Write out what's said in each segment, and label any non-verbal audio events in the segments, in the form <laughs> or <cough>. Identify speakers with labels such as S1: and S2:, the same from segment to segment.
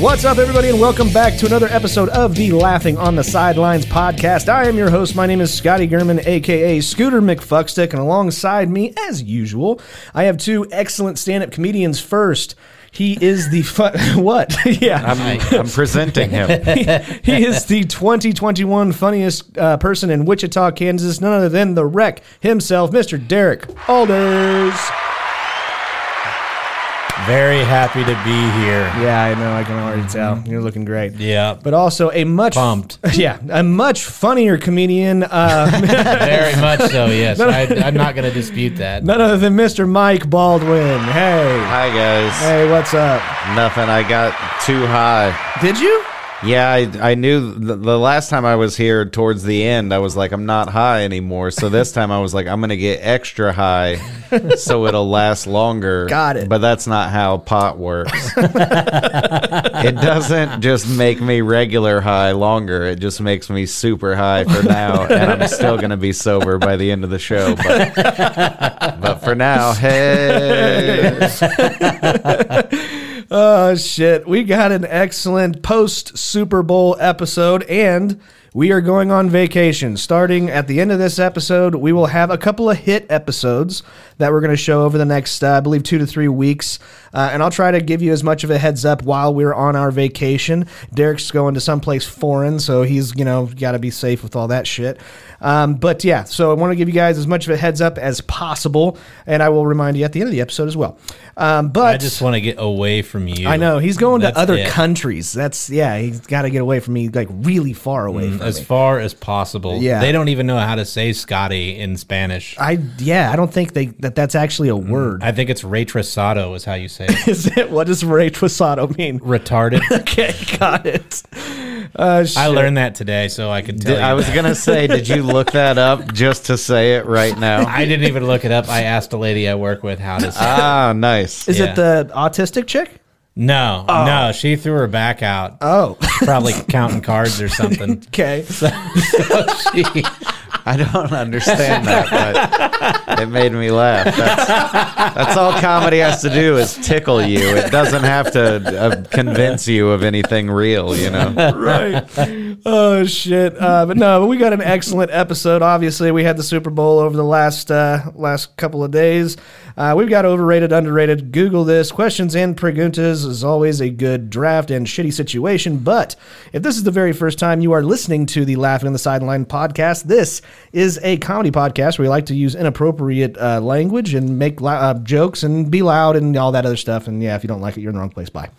S1: What's up, everybody, and welcome back to another episode of the Laughing on the Sidelines podcast. I am your host. My name is Scotty Gurman, aka Scooter McFuckstick, and alongside me, as usual, I have two excellent stand-up comedians. First, he is the fu- <laughs> what? yeah,
S2: I'm, I'm presenting him.
S1: <laughs> he is the 2021 funniest uh, person in Wichita, Kansas, none other than the wreck himself, Mr. Derek Alders.
S3: Very happy to be here.
S1: Yeah, I know. I can already tell. You're looking great.
S3: Yeah.
S1: But also a much
S3: Pumped.
S1: <laughs> yeah, a much funnier comedian, uh,
S3: <laughs>
S1: <laughs>
S3: Very much so, yes. I, I'm not going to dispute that.
S1: none other than Mr. Mike Baldwin. Hey,
S2: Hi guys.
S1: hey, what's up?
S2: Nothing. I got too high.
S1: Did you?
S2: Yeah, I, I knew the, the last time I was here towards the end, I was like, I'm not high anymore. So
S1: <laughs>
S2: this time I was like, I'm gonna get extra high, so it'll last longer.
S1: Got it.
S2: But that's not how pot works. <laughs> it doesn't just make me regular high longer. It just makes me super high for now, and I'm still gonna be sober by the end of the show. But, but for now, hey.
S1: <laughs> Oh shit, we got an excellent post Super Bowl episode, and we are going on vacation. Starting at the end of this episode, we will have a couple of hit episodes that we're going to show over the next, uh, I believe, two to three weeks. Uh, and I'll try to give you as much of a heads up while we're on our vacation. Derek's going to someplace foreign, so he's you know got to be safe with all that shit. Um, but yeah, so I want to give you guys as much of a heads up as possible, and I will remind you at the end of the episode as well. Um, but
S3: I just want to get away from you.
S1: I know he's going
S3: That's
S1: to other
S3: it.
S1: countries. That's yeah, he's got to get away from me, like really far away from
S3: As
S1: me.
S3: far as possible.
S1: Yeah.
S3: They don't even know how to say Scotty in Spanish. I,
S1: I yeah, I don't think they that that's actually
S3: Mm.
S1: a word. <laughs>
S3: think it's retrasado is how you say it.
S1: Is it what does retrasado mean? <laughs>
S3: Retarded.
S1: Okay, got it. Uh, shit.
S3: I learned that today, so I can tell
S2: Did,
S3: you.
S2: I was
S3: that.
S2: gonna say, did you look that up just to say it right
S1: <laughs>
S2: now?
S3: I didn't even look it up. I asked a lady I work with how to say
S2: Ah, nice.
S1: Is
S3: yeah.
S1: it the autistic chick?
S3: No,
S2: Oh.
S3: no, she threw her back out.
S4: <laughs>
S1: Oh,
S3: Probably counting cards or
S2: <laughs>
S3: something. <laughs>
S1: okay.
S2: Oh, I
S1: <laughs>
S2: don't understand that, but it made me laugh. That's, that's all comedy has to do is tickle you. It doesn't have to uh, convince you of anything real, you know.
S1: right. Oh shit. Uh, but no, but we got an excellent episode. Obviously, we had the Super Bowl over the last uh, last couple of days. Uh, we've got overrated, underrated. Google this. Questions and preguntas is always a good draft and shitty situation. But if this is the very first time you are listening to the Laughing on the Sideline podcast, this is a comedy podcast where we like to use inappropriate uh, language and make lou- uh, jokes and be loud and all that other stuff. And yeah, if you don't like it, you're in the wrong place. Bye.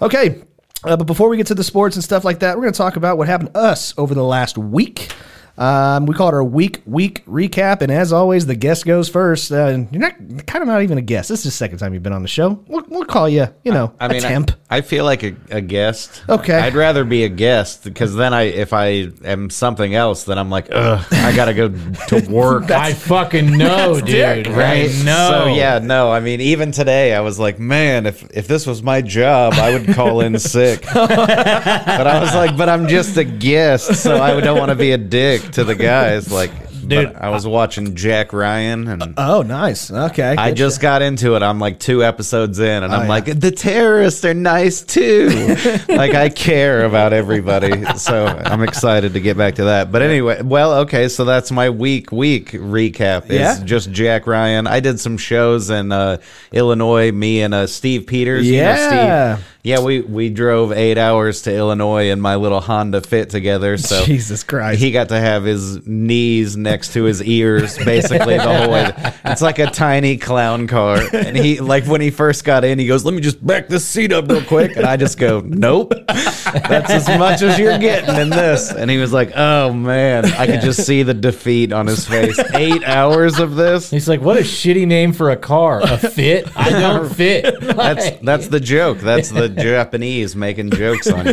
S1: Okay. Uh, but before we get to the sports and stuff like that, we're going to talk about what happened to us over the last week. Um, we call it our week week recap, and as always, the guest goes first. Uh, and you're not kind of not even a guest. This is the second time you've been on the show. We'll, we'll call you, you know,
S2: I mean,
S1: a temp.
S2: I, I feel like a, a guest.
S1: Okay.
S2: I'd rather be a guest because then I, if I am something else, then I'm like, ugh, I gotta go to
S1: <laughs>
S2: work.
S3: I fucking know, dude.
S2: right?
S3: I know.
S2: So yeah, no. I mean, even today, I was like, man, if if this was my job, I would call in sick. but I was like, but I'm just a guest, so I don't want to be a dick to the guys. Like,
S1: Dude,
S2: but I was watching Jack Ryan and
S1: Oh, nice. Okay.
S2: I
S1: Good
S2: just got into it. I'm like two episodes in, and I'm
S1: Oh, yeah.
S2: like, the terrorists are nice too.
S1: <laughs>
S2: like I care about everybody, so I'm excited to get back to that. But anyway, well, okay, so that's my week week recap. Is
S1: Yeah.
S2: just Jack Ryan. I did some shows in uh, Illinois. Me and uh, Steve Peters. you know
S1: Yeah.
S2: Steve. Yeah, we, we drove eight hours to Illinois in my little Honda Fit together.
S1: <laughs>
S2: So
S1: Jesus Christ.
S2: he got to have his knees next to his ears basically the whole way. It's like a tiny clown car. And he like when he first got in, he goes, "Let me just back this seat up real quick." And I just go, "Nope, that's as much as you're getting in this." And he was like, "Oh man," I could just see the defeat on his face. Eight hours of this.
S4: He's like, what a shitty name for a car. A
S2: <laughs>
S4: fit? I don't fit.
S2: That's that's the joke. That's the Japanese making jokes on you.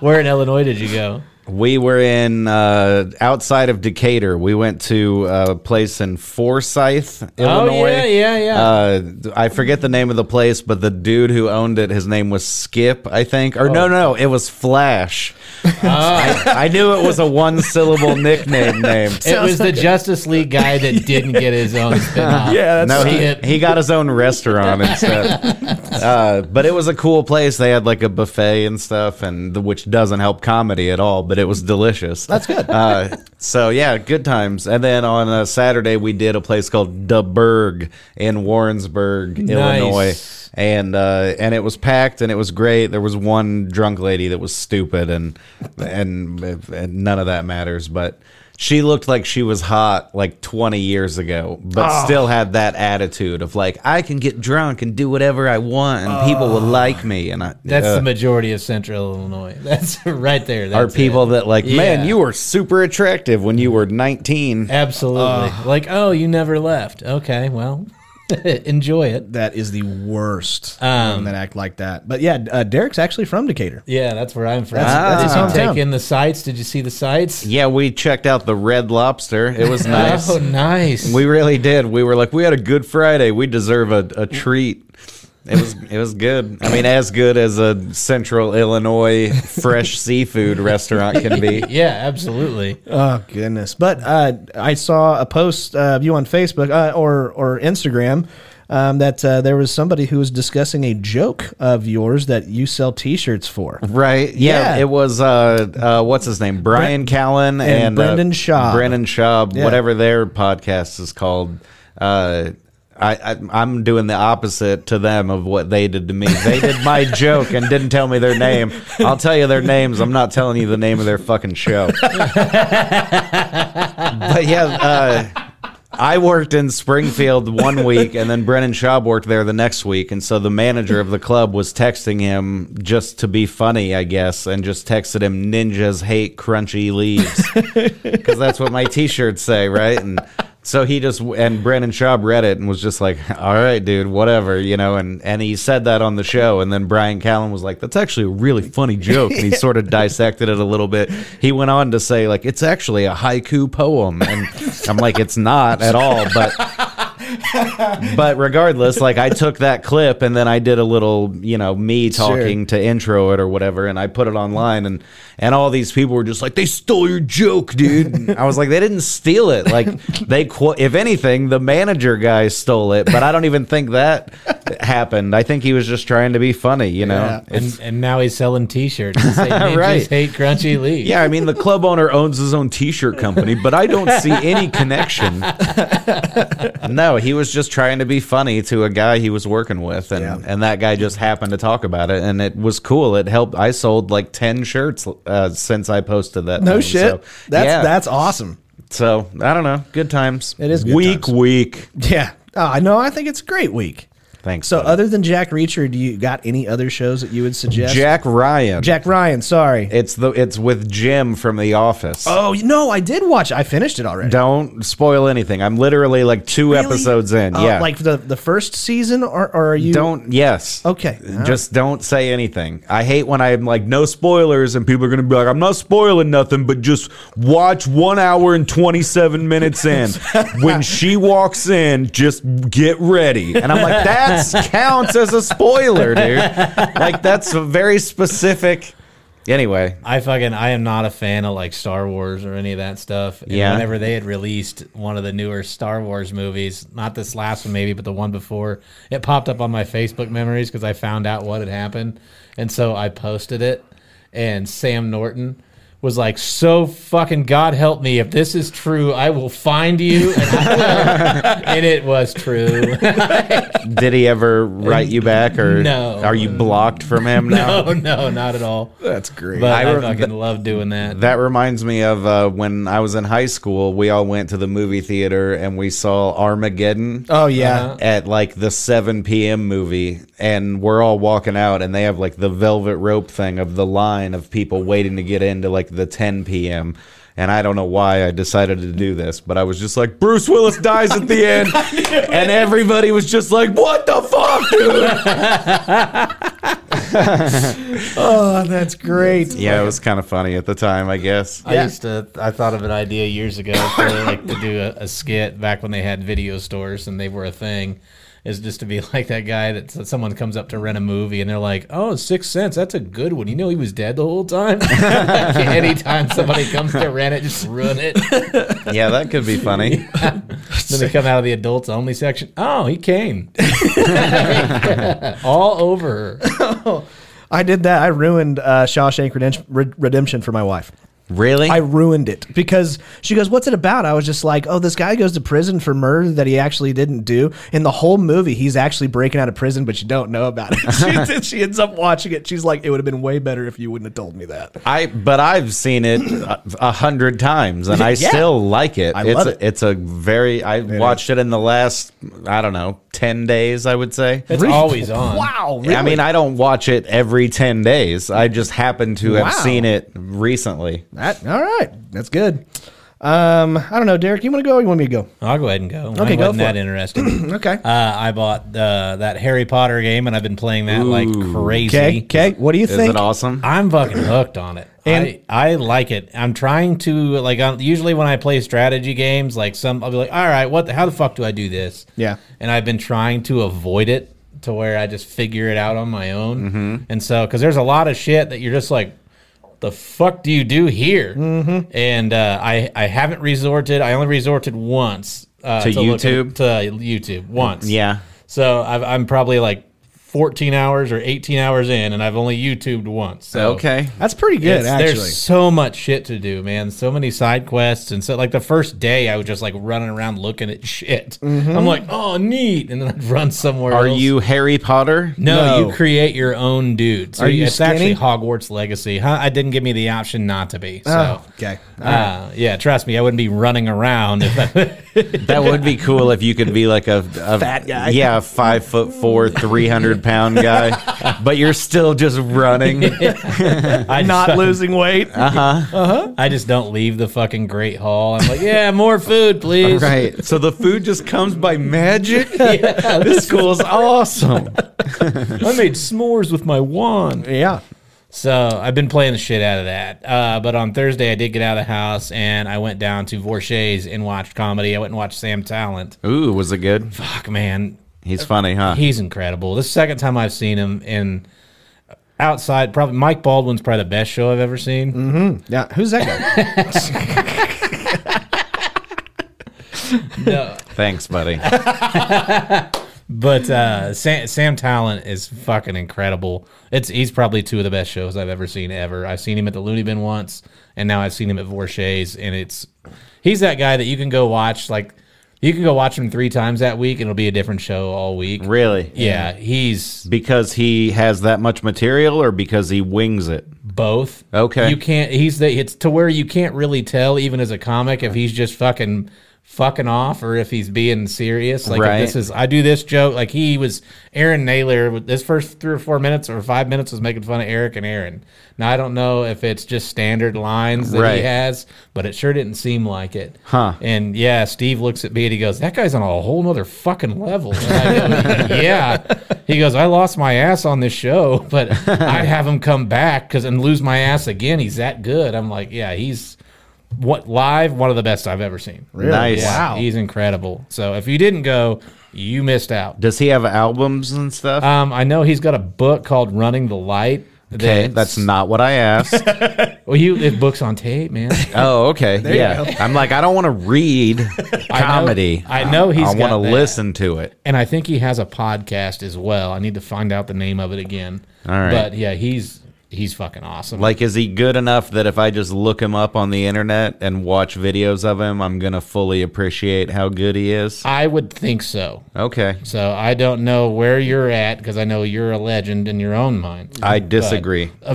S4: Where in Illinois did you go?
S2: We were in uh, outside of Decatur. We went to a place in Forsyth, Illinois.
S4: Oh, yeah, yeah, yeah.
S2: Uh, I forget the name of the place, but the dude who owned it, his name was Skip, I think. Or
S4: Oh.
S2: no, no, it was Flash. I, I knew it was a one-syllable nickname name.
S4: Ah. <laughs> It was the Justice League guy
S2: <laughs>
S4: that didn't get his own spin-off.
S1: Yeah,
S2: no,
S1: that's
S2: he,
S4: Skip.
S2: he got his own restaurant instead. <laughs> Uh, but it was a cool place. They had like a buffet and stuff, and the, which doesn't help comedy at all, but it was delicious. That's good. Uh, so yeah, good times. And then on a Saturday, we did a place called De Berg in Warrensburg, Illinois, and uh, and it was packed and it was great. There was one drunk lady that was stupid, and and, and none of that matters, but. She looked like she was hot like 20 years ago, but still had that attitude of like, I can get drunk and do whatever I want and people will like me. And I,
S4: That's
S2: uh,
S4: the majority of Central Illinois. <laughs> That's right there.
S2: are
S4: That's
S2: people
S4: it.
S2: that like, man,
S4: Yeah.
S2: you were super attractive when you were 19.
S4: absolutely like, oh, you never left. Okay, well, <laughs> enjoy it.
S1: that is the worst um, that act like that. But yeah, uh, Derek's actually from Decatur.
S4: Yeah, that's where I'm from.
S2: Ah.
S1: That's- that's his
S4: Did you
S1: hometown.
S4: take in the sights? Did you see the sights?
S2: Yeah, we checked out the Red Lobster. It was nice.
S4: <laughs> Oh, nice.
S2: We really did. We were like, we had a good Friday. We deserve a, a treat. It was it was good. I mean, as good as a Central Illinois fresh seafood restaurant can be.
S4: yeah,
S2: <laughs>
S4: absolutely.
S1: Oh goodness! But uh, I saw a post uh, of you on Facebook uh, or or Instagram um, that uh, there was somebody who was discussing a joke of yours that you sell T-shirts for.
S2: Right.
S1: Yeah.
S2: Yeah. It was uh, uh, what's his name, Brian Callen and,
S1: Brendan
S2: uh,
S1: Schaub.
S2: Brendan Schaub,
S1: Yeah.
S2: whatever their podcast is called. Uh, I, I I'm doing the opposite to them of what they did to me. They did
S1: <laughs>
S2: my joke and didn't tell me their name. I'll tell you their names. I'm not telling you the name of their
S1: <laughs>
S2: fucking show. but yeah. Uh, I worked in Springfield one week, and then Brennan Schaub worked there the next week. And so the manager of the club was texting him just to be funny, I guess, and just texted him, Ninjas hate crunchy leaves. Because that's what my t shirts say, right? And so he just, and Brennan Schaub read it and was just like, all right, dude, whatever, you know. And, and he said that on the show. And then Brian Callen was like, that's actually a really funny joke. And he sort of dissected it a little bit. He went on to say, like, it's actually a haiku poem. And I'm like, it's not at all. But <laughs> but regardless, like I took that clip and then I did a little, you know, me talking to intro it or whatever, and I put it online, and and all these people were just like, they stole your joke, dude. And I was like, they didn't steal it. Like they, qu- if anything, the manager guy stole it, but I don't even think that happened. I think he was just trying to be funny, you know. It's-
S4: And, and now he's selling
S2: <laughs>
S4: T-shirts. He's like, "Ninjas
S2: Right.
S4: hate crunchy leaves.
S2: yeah, I mean, the club owner owns his own T-shirt company, but I don't see any connection.
S1: <laughs>
S2: no, he was just trying to be funny to a guy he was working with, and and that guy just happened to talk about it, and it was cool. It helped. I sold like ten shirts uh, since I posted that.
S1: No
S2: thing,
S1: shit.
S2: So,
S1: that's
S2: yeah.
S1: that's awesome.
S2: So I don't know. Good times. It
S1: is good
S2: week
S1: times.
S2: week.
S1: Yeah. Oh, I know. I think it's a great week.
S2: Thanks.
S1: So,
S2: buddy.
S1: other than Jack Reacher, do you got any other shows that you would suggest?
S2: Jack Ryan.
S1: Jack Ryan. Sorry.
S2: It's the it's with Jim from The Office.
S1: oh no, I did watch. I finished it already.
S2: Don't spoil anything. I'm literally like two episodes in.
S1: Oh,
S2: yeah.
S1: Like the the first season, or, or are you
S2: Don't. Yes.
S1: Okay.
S2: Just don't say anything. I hate when I'm like no spoilers, and people are gonna be like, "I'm not spoiling nothing," but just watch one hour and twenty seven minutes
S1: <laughs>
S2: in. when she walks in, just get ready. And I'm
S1: <laughs>
S2: like, that counts as a spoiler, dude. Like that's a very specific. Anyway,
S4: I fucking I am not a fan of like Star Wars or any of that stuff. And
S2: Yeah.
S4: Whenever they had released one of the newer Star Wars movies, not this last one maybe, but the one before, it popped up on my Facebook memories because I found out what had happened, and so I posted it. And Sam Norton was like, "So fucking God help me if this is true, I will find you." And, I will." and it was true. <laughs>
S2: did he ever write you back or
S4: No.
S2: are you blocked from him now?
S4: no, no, not at all.
S1: That's great.
S4: But
S2: I
S4: I,
S2: rem-
S4: fucking love doing that.
S2: That reminds me of uh, when I was in high school, we all went to the movie theater and we saw Armageddon.
S1: oh yeah.
S2: at like the 7 p.m. movie, and we're all walking out, and they have like the velvet rope thing of the line of people waiting to get into like the 10 p.m. And I don't know why I decided to do this, but I was just like, Bruce Willis dies at the end. and everybody was just like, what the fuck, dude?
S1: Oh, that's great.
S2: yeah, it was kind of funny at the time, I guess.
S4: I used to. I thought of an idea years ago for like
S1: <coughs>
S4: to do a, a skit back when they had video stores and they were a thing. Is just to be <laughs> like that guy that s- someone comes up to rent a movie and they're like, "Oh, Sixth Sense, that's a good one." You know, he was dead the whole
S1: <laughs>
S4: time. Like, Anytime somebody comes to rent it, just ruin it. then
S2: Yeah, that could be funny.
S4: they come out of the adults only section. Oh, he
S1: <laughs>
S4: came <laughs> all over. her.
S1: I did that. I ruined uh, Shawshank Redemption, Re- Redemption for my wife.
S2: Really?
S1: I ruined it because she goes, "What's it about?" I was just like, "Oh, this guy goes to prison for murder that he actually didn't do." In the whole movie, he's actually breaking out of prison, but you don't know about it. <laughs> she, she ends up watching it. She's like, "It would have been way better if you wouldn't have told me that."
S2: I but I've seen it a- a hundred times and I
S1: Yeah.
S2: still like it.
S1: I
S2: it's
S1: love
S2: a,
S1: it.
S2: It's a very I watched it in the last I don't know ten days. I would say.
S4: It's
S1: Really?
S4: always on.
S1: Wow, really?
S2: I mean, I don't watch it every ten days. I just happen to
S1: Wow.
S2: have seen it recently.
S1: that all right? That's good. Um, I don't know, Derek. You want to go? or You want me to go?
S4: I'll go ahead and go.
S1: Okay,
S4: I
S1: go
S4: wasn't
S1: for
S4: that
S1: it. <clears throat>
S4: interesting.
S1: Okay.
S4: Uh, I bought uh, that Harry Potter game and I've been playing that like crazy.
S1: Okay. Okay. What do you
S2: Is
S1: think?
S2: it awesome?
S4: I'm fucking hooked on it.
S1: And-
S4: I, I like it. I'm trying to like. i usually when I play strategy games, like some, I'll be like, all right, what? The, how the fuck do I do this?
S1: Yeah.
S4: And I've been trying to avoid it to where I just figure it out on my own.
S2: Mm-hmm.
S4: And so, because there's a lot of shit that you're just like, the fuck do you do here?
S1: Mm-hmm.
S4: And uh, I I haven't resorted. I only resorted once uh,
S2: To
S4: look at-
S2: YouTube?
S4: to YouTube once.
S2: yeah.
S4: So I've, I'm probably like 14 hours or 18 hours in, and I've only YouTubed once. So
S2: Okay.
S1: That's pretty good,
S4: it's-
S1: actually.
S4: There's so much shit to do, man. So many side quests, and so like the first day, I was just like running around looking at shit.
S1: Mm-hmm.
S4: I'm like, oh, neat, and then I'd run somewhere.
S2: Are
S4: else.
S2: you Harry Potter?
S4: No,
S1: No.
S4: you create your own dude. So
S1: Are you
S4: it's
S1: skinny?
S4: actually Hogwarts Legacy. Huh? I didn't give me the option not to be. So.
S1: Oh, okay.
S4: Uh, yeah, trust me, I wouldn't be running around if
S1: <laughs>
S4: I,
S2: That would be cool if you could be like a, a
S1: Fat guy.
S2: Yeah, five foot four, three hundred pound guy, but you're still just running.
S4: I
S1: <laughs> Not
S4: just-
S1: losing weight.
S4: I just don't leave the fucking Great Hall. I'm like, yeah, more
S1: <laughs>
S4: food, please.
S2: Right. So the food just comes by <laughs> magic. this school's awesome.
S4: I made s'mores with my wand.
S1: yeah.
S4: So I've been playing the shit out of that. Uh, but on Thursday, I did get out of the house and I went down to Vorshay's and watched comedy. I went and watched Sam Talent.
S2: Ooh, was it good?
S4: Fuck, man.
S2: He's funny, huh?
S4: He's incredible. This is the second time I've seen him in outside. Probably Mike Baldwin's probably the best show I've ever seen.
S1: Yeah. Who's that guy?
S4: No.
S2: Thanks,
S4: <laughs>
S2: buddy.
S4: But uh, Sam, Sam Talent is fucking incredible. It's he's probably two of the best shows I've ever seen ever. I've seen him at the Looney Bin once, and now I've seen him at Vorshay's, and it's he's that guy that you can go watch like you can go watch him three times that week, and it'll be a different show all week.
S2: Really?
S4: Yeah, he's
S2: Because he has that much material or because he wings it?
S4: both.
S2: Okay.
S4: you can't. He's the it's to where you can't really tell even as a comic if he's just fucking fucking off or if he's being serious. Like if
S2: Right.
S4: this is I do this joke. Like he was Aaron Naylor. with This first three or four minutes or five minutes was making fun of Eric and Aaron. Now I don't know if it's just standard lines that
S2: Right.
S4: he has, but it sure didn't seem like it. Huh. And yeah, Steve looks at me and he goes, "That guy's on a whole nother fucking level." And I go, <laughs> yeah. He goes, "I lost my ass on this show, <laughs> but I'd have him come back because and lose my ass again. He's that good." I'm like, "Yeah, he's." What live? One of the best I've ever seen.
S2: Nice.
S4: Yeah, He's incredible. So if you didn't go, you missed out. Uh,
S2: Does he have albums and stuff?
S4: Um, I know he's got a book called Running the Light.
S2: Okay, that's not what I asked.
S4: <laughs> Well, you it books on tape,
S2: <laughs>
S4: man.
S2: oh, okay. yeah. I'm like, I don't want
S4: <laughs>
S2: to read comedy.
S4: I know he's
S2: I want to
S4: got that.
S2: listen to it.
S4: and I think he has a podcast as well. I need to find out the name of it again.
S2: All right.
S4: But yeah, he's he's fucking awesome.
S2: Like, is he good enough that if I just look him up on the internet and watch videos of him, I'm gonna fully appreciate how good he is?
S4: I would think so.
S2: Okay.
S4: So I don't know where you're at because I know you're a legend in your own mind.
S2: I disagree.
S1: uh,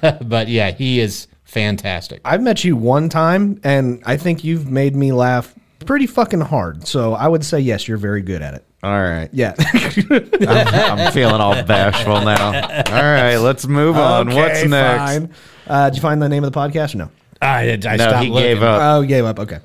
S4: But yeah, he is fantastic.
S1: I've met you one time, and I think you've made me laugh pretty fucking hard. So I would say yes, you're very good at it.
S2: All right.
S1: Yeah. <laughs>
S2: I'm, I'm feeling all bashful now. All right, let's move on. What's
S1: Okay,
S2: next?
S1: fine. Uh, did you find the name of the podcast? Or no.
S4: I, I
S2: No, he gave up. Um,
S1: Oh, you gave up. Okay,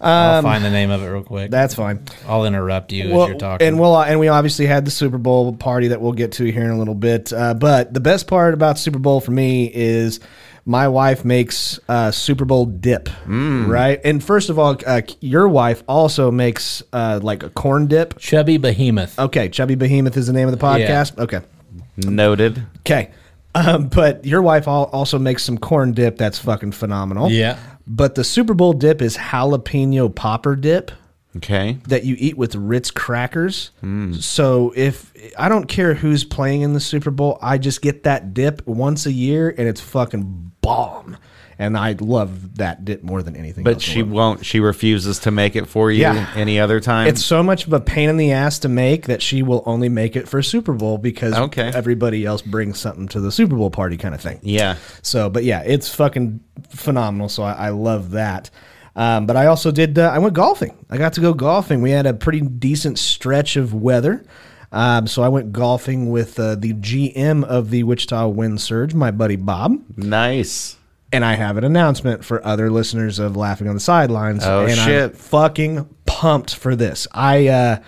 S4: I'll find the name of it real quick.
S1: that's fine.
S4: I'll interrupt you
S1: Well,
S4: as you're talking.
S1: And we'll uh, and we obviously had the Super Bowl party that we'll get to here in a little bit. Uh, but the best part about Super Bowl for me is my wife makes uh, Super Bowl dip,
S2: Mm.
S1: right? And first of all, uh, your wife also makes uh, like a corn dip.
S4: Chubby Behemoth.
S2: Um,
S1: Okay, Chubby Behemoth is the name of the podcast. Okay, Uh,
S2: Noted.
S1: okay. Um, but your wife al- also makes some corn dip that's fucking phenomenal.
S4: Yeah.
S1: But the Super Bowl dip is jalapeno popper dip.
S2: Okay.
S1: that you eat with Ritz crackers.
S2: Hmm.
S1: So if I don't care who's playing in the Super Bowl, I just get that dip once a year and it's fucking bomb. And I love that dip more than anything.
S2: But
S1: else in the
S2: she
S1: world.
S2: won't. She refuses to make it for you
S1: Yeah.
S2: any other time.
S1: It's so much of a pain in the ass to make that she will only make it for Super Bowl because
S2: Okay.
S1: everybody else brings something to the Super Bowl party kind of thing.
S2: yeah.
S1: So, but yeah, it's fucking phenomenal. So I, I love that. Um, but I also did. Uh, I went golfing. I got to go golfing. We had a pretty decent stretch of weather. Um, so I went golfing with uh, the GM of the Wichita Wind Surge, my buddy Bob,
S2: Nice.
S1: and I have an announcement for other listeners of Laughing on the Sidelines.
S2: Oh,
S1: and I'm
S2: shit.
S1: fucking pumped for this. I uh,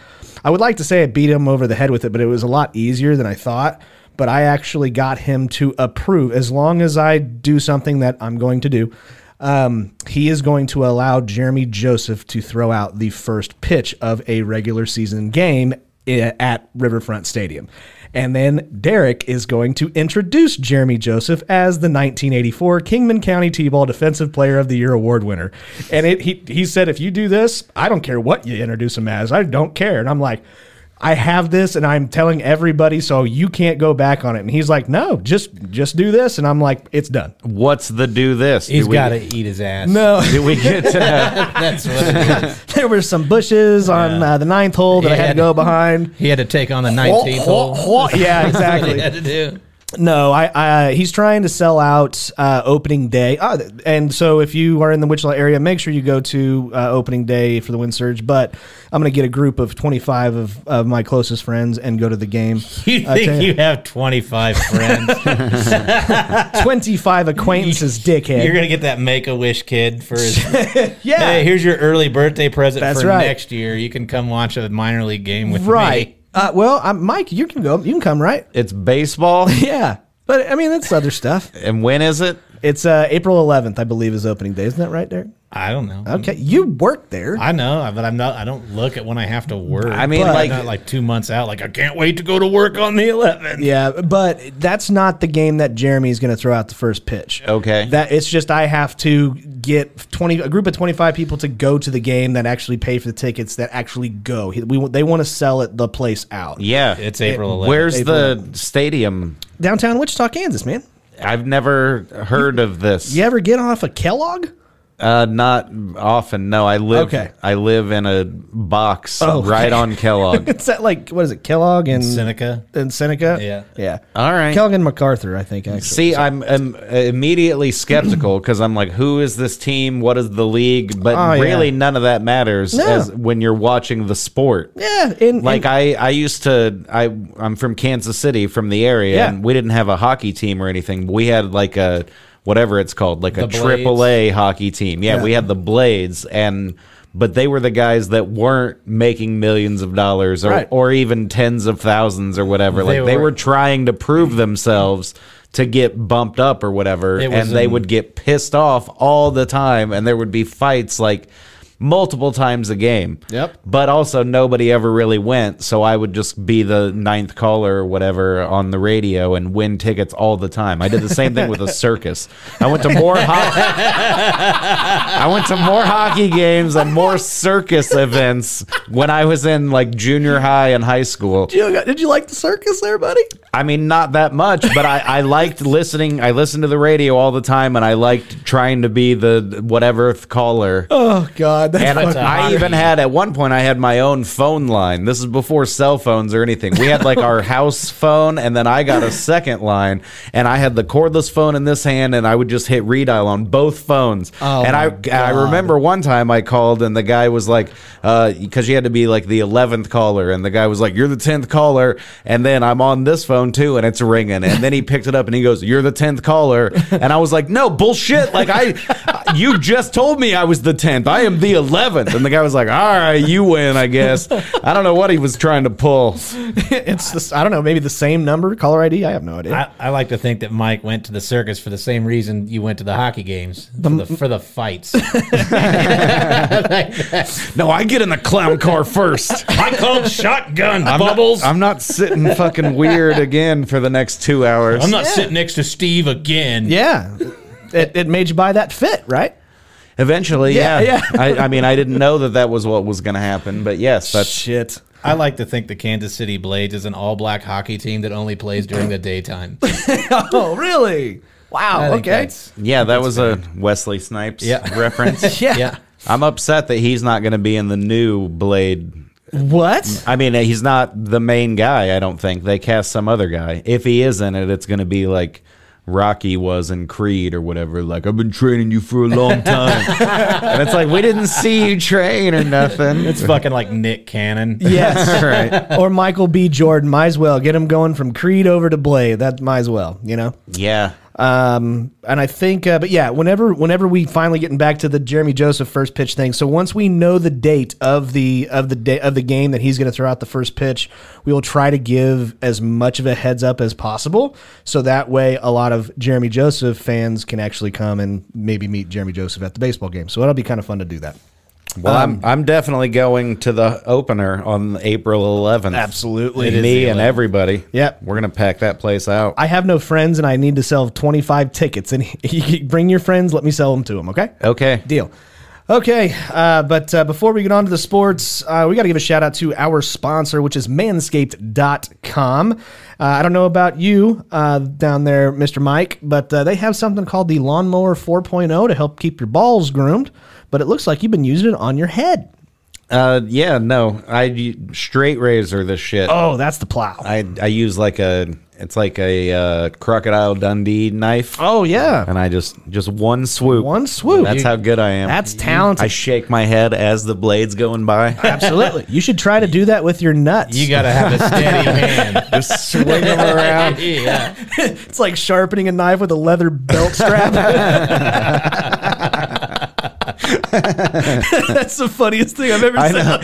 S1: I would like to say I beat him over the head with it, but it was a lot easier than I thought. But I actually got him to approve. As long as I do something that I'm going to do, um, he is going to allow Jeremy Joseph to throw out the first pitch of a regular season game i- at Riverfront Stadium. And then Derek is going to introduce Jeremy Joseph as the 1984 Kingman County T-ball Defensive Player of the Year award winner. And it, he he said, if you do this, I don't care what you introduce him as. I don't care. And I'm like, I have this, and I'm telling everybody, so you can't go back on it. And he's like, no, just just do this. And I'm like, it's done.
S2: What's the do this?
S4: He's
S2: do we,
S4: got to eat his ass.
S2: <laughs>
S1: No.
S2: Do we get uh, to,
S4: That's what it is.
S1: <laughs> there were some bushes on uh, the ninth hole that I had to
S4: <laughs>
S1: go behind.
S4: He had to take on the 19th hole.
S1: yeah, exactly.
S4: <laughs> He had to do.
S1: No, I, I he's trying to sell out uh, opening day, uh, and so if you are in the Wichita area, make sure you go to uh, opening day for the Wind Surge. But I'm going to get a group of 25 of, of my closest friends and go to the game.
S4: <laughs> You
S1: I tell
S4: think
S1: you-
S4: you have 25 friends? <laughs>
S1: 25 acquaintances, dickhead.
S4: You're gonna get that Make a Wish kid for
S2: <laughs>
S4: his.
S1: yeah,
S4: hey, here's your early birthday present
S1: That's
S4: for
S1: right.
S4: next year. You can come watch a minor league game with
S1: right.
S4: me.
S1: Uh, well, i Mike, you can go. You can come, right? <laughs>
S2: it's baseball.
S1: Yeah, but I mean that's other stuff.
S2: And when is it?
S1: It's uh, April 11th, I believe, is opening day. Isn't that right, Derek?
S4: I don't know.
S1: Okay, you work there.
S4: I know, but I'm not. I don't look at when I have to work.
S2: I mean,
S4: I'm
S2: like-
S4: not like two months out. Like I can't wait to go to work on the 11th.
S1: Yeah, but that's not the game that Jeremy's going to throw out the first pitch.
S2: Okay.
S1: That it's just I have to get 20 a group of 25 people to go to the game that actually pay for the tickets that actually go. He- We want- they want to sell it the place out.
S2: Yeah.
S4: It's April 11th.
S2: Where's
S1: April.
S2: the stadium?
S1: Downtown Wichita, Kansas, man.
S2: I've never heard of this.
S1: You ever get off a Kellogg?
S2: Uh, not often. No, I live.
S1: Okay.
S2: I live in a box
S1: Oh, okay.
S2: right on
S1: <laughs>
S2: Kellogg.
S1: It's that like what is it? Kellogg and
S4: Seneca?
S1: and Seneca?
S4: Yeah.
S1: Yeah.
S2: All right.
S1: Kellogg and MacArthur, I think actually.
S2: See, I'm, I'm immediately skeptical because I'm like, who is this team? What is the league? But
S1: Oh, yeah.
S2: really, none of that matters
S1: No.
S2: as when you're watching the sport.
S1: Yeah, in
S2: Like I, I used to I I'm from Kansas City from the area
S1: Yeah.
S2: and we didn't have a hockey team or anything. We had like a whatever it's called, like a
S4: The
S2: triple A hockey team. Yeah, we had the Blades and but they were the guys that weren't making millions of dollars or,
S1: Right.
S2: or even tens of thousands or whatever.
S4: They
S2: like they
S4: were-
S2: were trying to prove themselves to get bumped up or whatever
S4: It was
S2: and they
S4: an-
S2: would get pissed off all the time and there would be fights like multiple times a game.
S4: Yep.
S2: But also nobody ever really went, so I would just be the ninth caller or whatever on the radio and win tickets all the time. I did the same thing with a circus. I went to more ho- <laughs> I went to more hockey games and more circus events when I was in like junior high and high school.
S1: You- Did you like the circus there, buddy?
S2: I mean, not that much, but I, I liked listening. I listened to the radio all the time, and I liked trying to be the whatever caller.
S1: Oh God, <laughs> that's
S2: and
S1: fucking-
S2: I, I even had at one point I had my own phone line. This is before cell phones or anything. We had
S1: <laughs>
S2: like our house phone, and then I got a second line, and I had the cordless phone in this hand, and I would just hit redial on both phones.
S1: Oh,
S2: and I
S1: my
S2: I remember one time I called, and the guy was like, because you had to be like the eleventh caller, and the guy was like, "You're the tenth caller," and then I'm on this phone too, and it's ringing, and then he picked it up and he goes, "You're the tenth caller," and I was like, "No bullshit! Like I, you just told me I was the tenth. I am the eleventh, and the guy was like, "All right, you win, I guess." I don't know what he was trying to pull.
S1: it's this, I don't know, maybe the same number, caller ID. I have no idea.
S4: I, I like to think that Mike went to the circus for the same reason you went to the hockey games for, the, for the
S2: <laughs>
S4: fights.
S2: No, I get in the clown car first.
S4: I called shotgun
S2: I'm not- I'm not sitting fucking weird again for the next two hours.
S4: sitting next to Steve again.
S1: yeah, it, it made you buy that fit, right?
S2: Eventually,
S1: Yeah,
S2: yeah.
S1: yeah.
S2: I, I mean, I didn't know that that was what was going to happen, but yes, that's
S1: Shit.
S4: I like to think the Kansas City Blades is an all-black hockey team that only plays during the daytime.
S1: <laughs> Oh really?
S4: I
S1: Wow.
S4: think
S1: <laughs> Okay.
S4: that's-
S2: yeah, that was a Wesley Snipes
S4: Yeah.
S2: reference.
S1: Yeah.
S4: yeah.
S2: I'm upset that he's not going to be in the new Blade.
S4: Mm.
S1: What?
S2: I mean, uh, he's not the main guy. I don't think they cast some other guy. If he is in it, it's going to be like Rocky was in Creed or whatever. Like I've been training you for a long <laughs> time, and it's like we didn't see you train or nothing.
S4: It's fucking like Nick Cannon.
S1: <laughs>
S4: <laughs>
S1: Yes.
S2: right.
S1: or Michael B. Jordan. Might as well get him going from Creed over to Blade. That might as well. You know.
S2: Yeah.
S1: Um, and I think, uh, but yeah, whenever whenever we finally getting back to the Jeremy Joseph first pitch thing. So once we know the date of the of the day of the game that he's going to throw out the first pitch, we will try to give as much of a heads up as possible, so that way a lot of Jeremy Joseph fans can actually come and maybe meet Jeremy Joseph at the baseball game. So it'll be kind of fun to do that.
S2: Well, I'm I'm definitely going to the opener on April 11th.
S1: Absolutely.
S2: It is me and everybody.
S1: Yep.
S2: we're gonna pack that place out.
S1: I have no friends, and I need to sell twenty five tickets. And <laughs> you bring your friends. Let me sell them to them. Okay.
S2: okay,
S1: Deal. Okay, uh, but uh, before we get on to the sports, uh, we got to give a shout out to our sponsor, which is manscaped.com. Uh, I don't know about you uh, down there, Mr. Mike, but uh, they have something called the Lawnmower 4.0 to help keep your balls groomed, but it looks like you've been using it on your head.
S2: uh, yeah, no, I straight razor this shit.
S1: Oh, that's the plow.
S2: I I use like a it's like a uh, crocodile Dundee knife,
S1: oh, yeah.
S2: and I just just one swoop.
S1: One swoop.
S2: That's
S1: You-
S2: how good I am.
S1: That's talented.
S2: I shake my head as the blades
S1: <laughs>
S2: going by.
S1: Absolutely. You should try to do that with your nuts.
S4: You gotta have a
S1: <laughs>
S4: steady hand.
S2: just swing them <laughs> around.
S4: yeah.
S1: it's like sharpening a knife with a leather belt
S2: <laughs>
S1: strap. <laughs> That's the funniest thing I've ever
S2: I
S1: seen.
S2: know.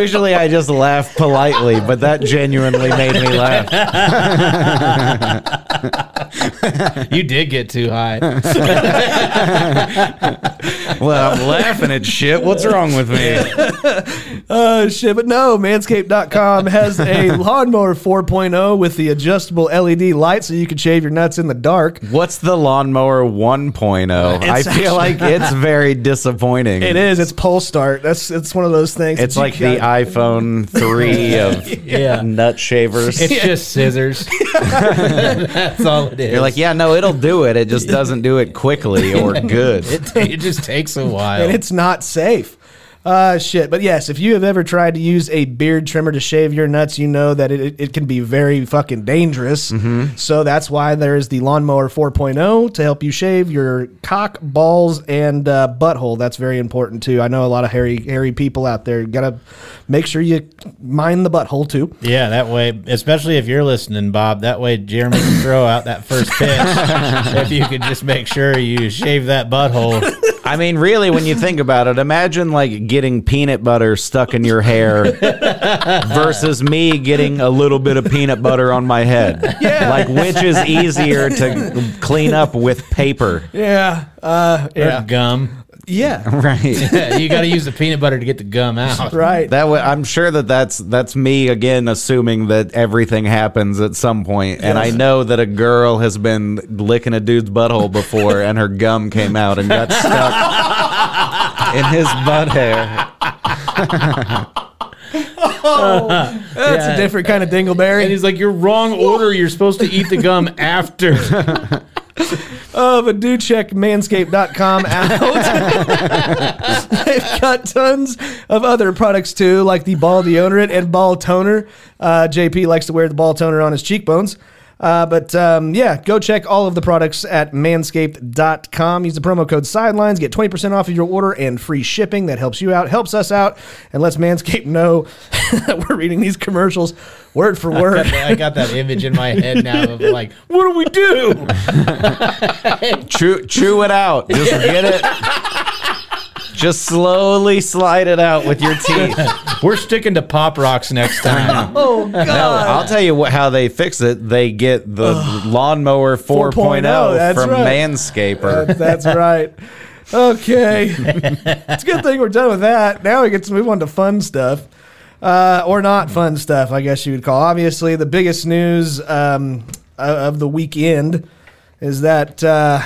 S2: Usually I just laugh politely, but that genuinely made me laugh.
S4: You did get too high.
S2: Well, I'm laughing at shit. What's wrong with me?
S1: <laughs> Oh shit, but no, manscaped.com has
S2: <laughs>
S1: a lawnmower 4.0 with the adjustable LED light so you can shave your nuts in the dark.
S2: What's the lawnmower 1.0? I
S1: It's actually-
S2: feel like it's very disappointing.
S1: It is, it's pole start. That's it's one of those things.
S2: It's
S1: that you
S2: like the
S1: gotta-
S2: iPhone 3 of
S1: <laughs>
S4: Yeah.
S2: nut shavers.
S4: It's just scissors. That's all it is.
S2: You're like, yeah, no, it'll do it. It just doesn't do it quickly
S1: <laughs>
S2: or good.
S4: It, ta- it just takes a while.
S1: and it's not safe. Uh, shit. But yes, if you have ever tried to use a beard trimmer to shave your nuts, you know that it, it can be very fucking dangerous. So that's why there is the Lawnmower 4.0 to help you shave your cock, balls, and uh, butthole. That's very important too. I know a lot of hairy, hairy people out there. Gotta make sure you mind the butthole too.
S4: yeah, that way, especially if you're listening, Bob, that way Jeremy can throw out that first
S1: <laughs>
S4: pitch. if you could just make sure you shave that
S1: <laughs>
S4: butthole.
S2: I mean, really, when you think about it, imagine like getting peanut butter stuck in your hair versus me getting a little bit of peanut butter on my head. Yeah. Like, which is easier to clean up with paper?
S1: Yeah. Uh,
S4: Or gum.
S1: Yeah.
S2: Right.
S4: you got to use the peanut butter to get the gum
S1: <laughs>
S4: out.
S1: Right.
S2: That wa I'm sure that that's that's me again assuming that everything happens at some point, and I know that a girl has been licking a dude's butthole before, and her gum came out and got stuck in his butt hair.
S1: That's a different kind of dingleberry.
S4: And he's like, "You're wrong order. You're supposed to eat the gum after."
S1: Uh, but do check manscaped.com out. <laughs> They've got tons of other products too, like the ball deodorant and ball toner. Uh, JP likes to wear the ball toner on his cheekbones. Uh, but um, yeah, go check all of the products at manscaped.com. Use the promo code sidelines, get 20% off of your order and free shipping. That helps you out, helps us out, and lets Manscaped know <laughs> that we're reading these commercials word for word.
S4: I got that image in my head now of like, <laughs> "What do we do?"
S2: Chew chew it out. Just get it. Just slowly slide it out with your
S1: <laughs>
S2: teeth.
S4: We're sticking to pop rocks next <laughs> time.
S1: oh, God.
S2: No, I'll tell you what, how they fix it. They get the lawnmower 4.0,
S1: 4.0, oh, that's
S2: from
S1: right. Uh,
S2: Manscaper.
S1: That's right. Okay. it's a good thing we're done with that. Now we get to move on to fun stuff. Uh, or not fun stuff, I guess you would call. Obviously, the biggest news um, o- of the weekend is that uh,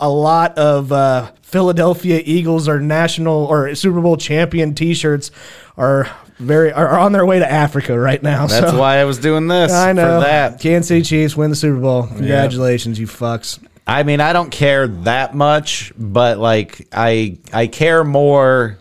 S1: a lot of uh, Philadelphia Eagles or national or Super Bowl champion T-shirts are very are on their way to Africa right now.
S2: That's
S1: so.
S2: why I was doing this
S1: I know.
S2: for that.
S1: Kansas City Chiefs win the Super Bowl. Congratulations, you fucks.
S2: I mean, I don't care that much, but like I I care more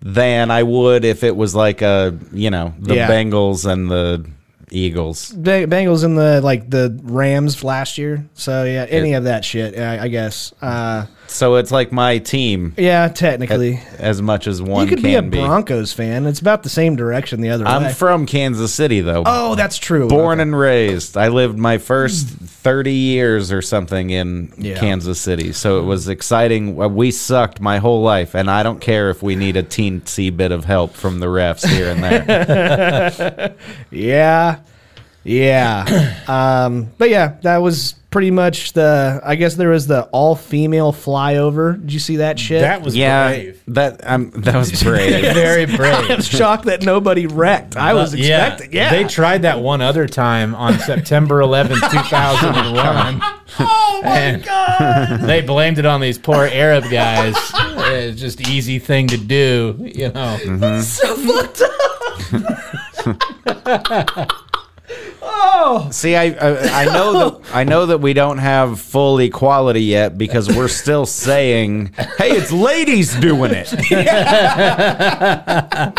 S2: than I would if it was like a, you know, the
S1: Yeah.
S2: Bengals and the Eagles.
S1: Ba- Bengals in the like the Rams last year. So yeah, any of that shit, I, I guess. Uh,
S2: So it's like my team
S1: yeah, technically,
S2: as much as one
S1: you could be a
S2: can be.
S1: Broncos fan. It's about the same direction the other way.
S2: I'm from Kansas City though.
S1: oh, that's true.
S2: Born
S1: Okay.
S2: and raised. I lived my first 30 years or something in
S1: Yeah. Hmm.
S2: Kansas City. So it was exciting. Uh, We sucked my whole life, and I don't care if we need a teensy bit of help from the refs here
S1: <laughs>
S2: and there.
S1: yeah, yeah.
S2: <coughs>
S1: um, but yeah, that was pretty much the. I guess there was the all female flyover. Did you see that shit?
S3: That was
S2: yeah.
S3: brave.
S2: That um, that
S1: <laughs>
S2: was brave.
S4: Very brave. <laughs>
S1: I'm shocked <laughs> that nobody wrecked. I was expecting. Yeah,
S4: Uh, They tried that one other time on September 11th, <laughs> 2001. oh my god. <laughs> They blamed it on these poor Arab <laughs> guys. it's just an easy thing to do, you know.
S2: See, I, I I know that I know that we don't have full equality yet because we're still saying, "Hey, it's ladies doing it."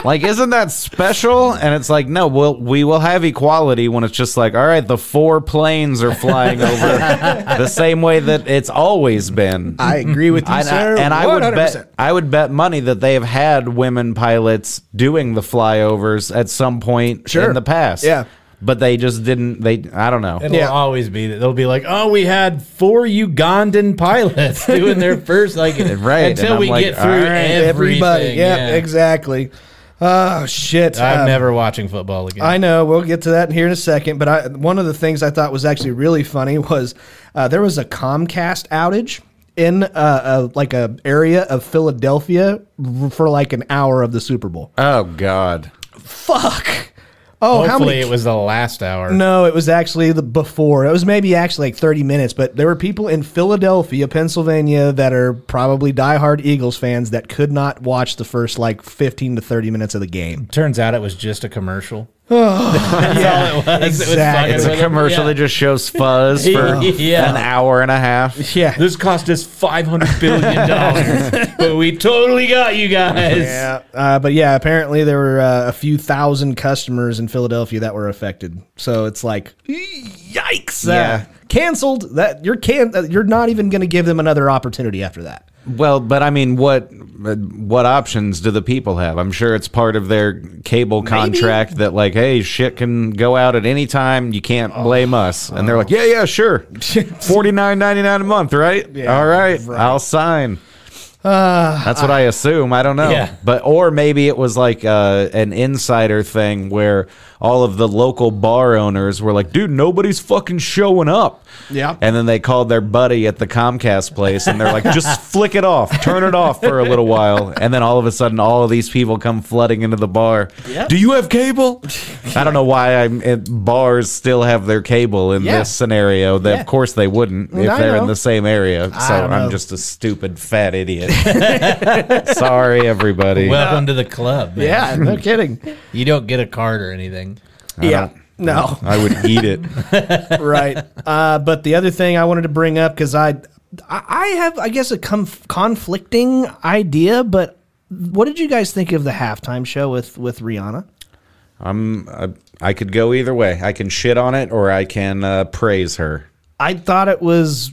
S2: like, isn't that special? And it's like, no, we'll we will have equality when it's just like, all right, the four planes are flying over the same way that it's always been.
S5: I agree with you,
S2: And, I,
S5: sir.
S2: and I would
S5: 100%.
S2: bet I would bet money that they have had women pilots doing the flyovers at some point
S1: Sure.
S2: in the past.
S1: Yeah.
S2: But they just didn't they I don't know.
S4: It'll
S1: Yeah.
S4: always be that they'll be like, "Oh, we had four Ugandan pilots <laughs> doing their first like
S2: Right, and
S4: until
S2: I'm
S4: we
S2: like,
S4: get
S2: all
S4: through
S2: right,
S1: everybody.
S4: everything."
S1: Yeah, exactly. Oh shit!
S4: I'm
S1: Um,
S4: never watching football again.
S1: I know. We'll get to that here in a second. But I, one of the things I thought was actually really funny was uh, there was a Comcast outage in uh, a, like a area of Philadelphia for like an hour of the Super Bowl.
S2: Oh God.
S1: Fuck. Oh, how
S4: Hopefully,
S1: many?
S4: it was the last hour.
S1: no, it was actually the before. It was maybe actually like 30 minutes, but there were people in Philadelphia, Pennsylvania that are probably diehard Eagles fans that could not watch the first like 15 to 30 minutes of the game.
S4: Turns out it was just a commercial. <laughs> That's all it was. It was
S1: exactly.
S4: fucking
S2: It's a
S4: with it.
S2: commercial
S4: Yeah.
S2: that just
S4: <laughs>
S2: shows fuzz for
S4: Yeah.
S2: an hour and a <laughs> half.
S1: Yeah.
S4: This cost us five hundred billion dollars, but we totally got you guys.
S1: Yeah, uh, but yeah, apparently there were uh, a few thousand customers in Philadelphia that were affected. So it's like, yikes!
S2: Yeah.
S1: uh, canceled. That you're can uh, you're not even going to give them another opportunity after that.
S2: Well, but I mean, what what options do the people have? I'm sure it's part of their cable contract that like, hey, shit can go out at any time. You can't blame us. And they're like, yeah, yeah, sure, forty nine ninety nine a month, right? All right, I'll sign. That's what I assume. I don't know.
S4: Yeah.
S2: But or maybe it was like uh, an insider thing where all of the local bar owners were like, "Dude, nobody's fucking showing up."
S1: Yeah.
S2: And then they called their buddy at the Comcast place and they're
S1: <laughs>
S2: like, "Just flick it off. Turn it off for a little while." And then all of a sudden all of these people come flooding into the bar.
S1: Yep.
S2: Do you have cable? I don't know why I'm it, bars still have their cable in
S1: Yeah.
S2: this scenario. That
S1: Yeah.
S2: of course they wouldn't if
S1: I
S2: they're
S1: know.
S2: in the same area. So
S1: don't know.
S2: I'm just a stupid
S1: <laughs>
S2: fat idiot. Sorry, everybody.
S4: Welcome to the club. man.
S1: Yeah, no kidding.
S4: You don't get a card or anything.
S1: yeah. No,
S2: I would eat
S1: <laughs>
S2: it.
S1: right. Uh, but the other thing I wanted to bring up because I, I I have I guess a conf- conflicting idea, but what did you guys think of the halftime show with with Rihanna?
S2: I, I could go either way. I can shit on it or I can uh, praise her.
S1: I thought it was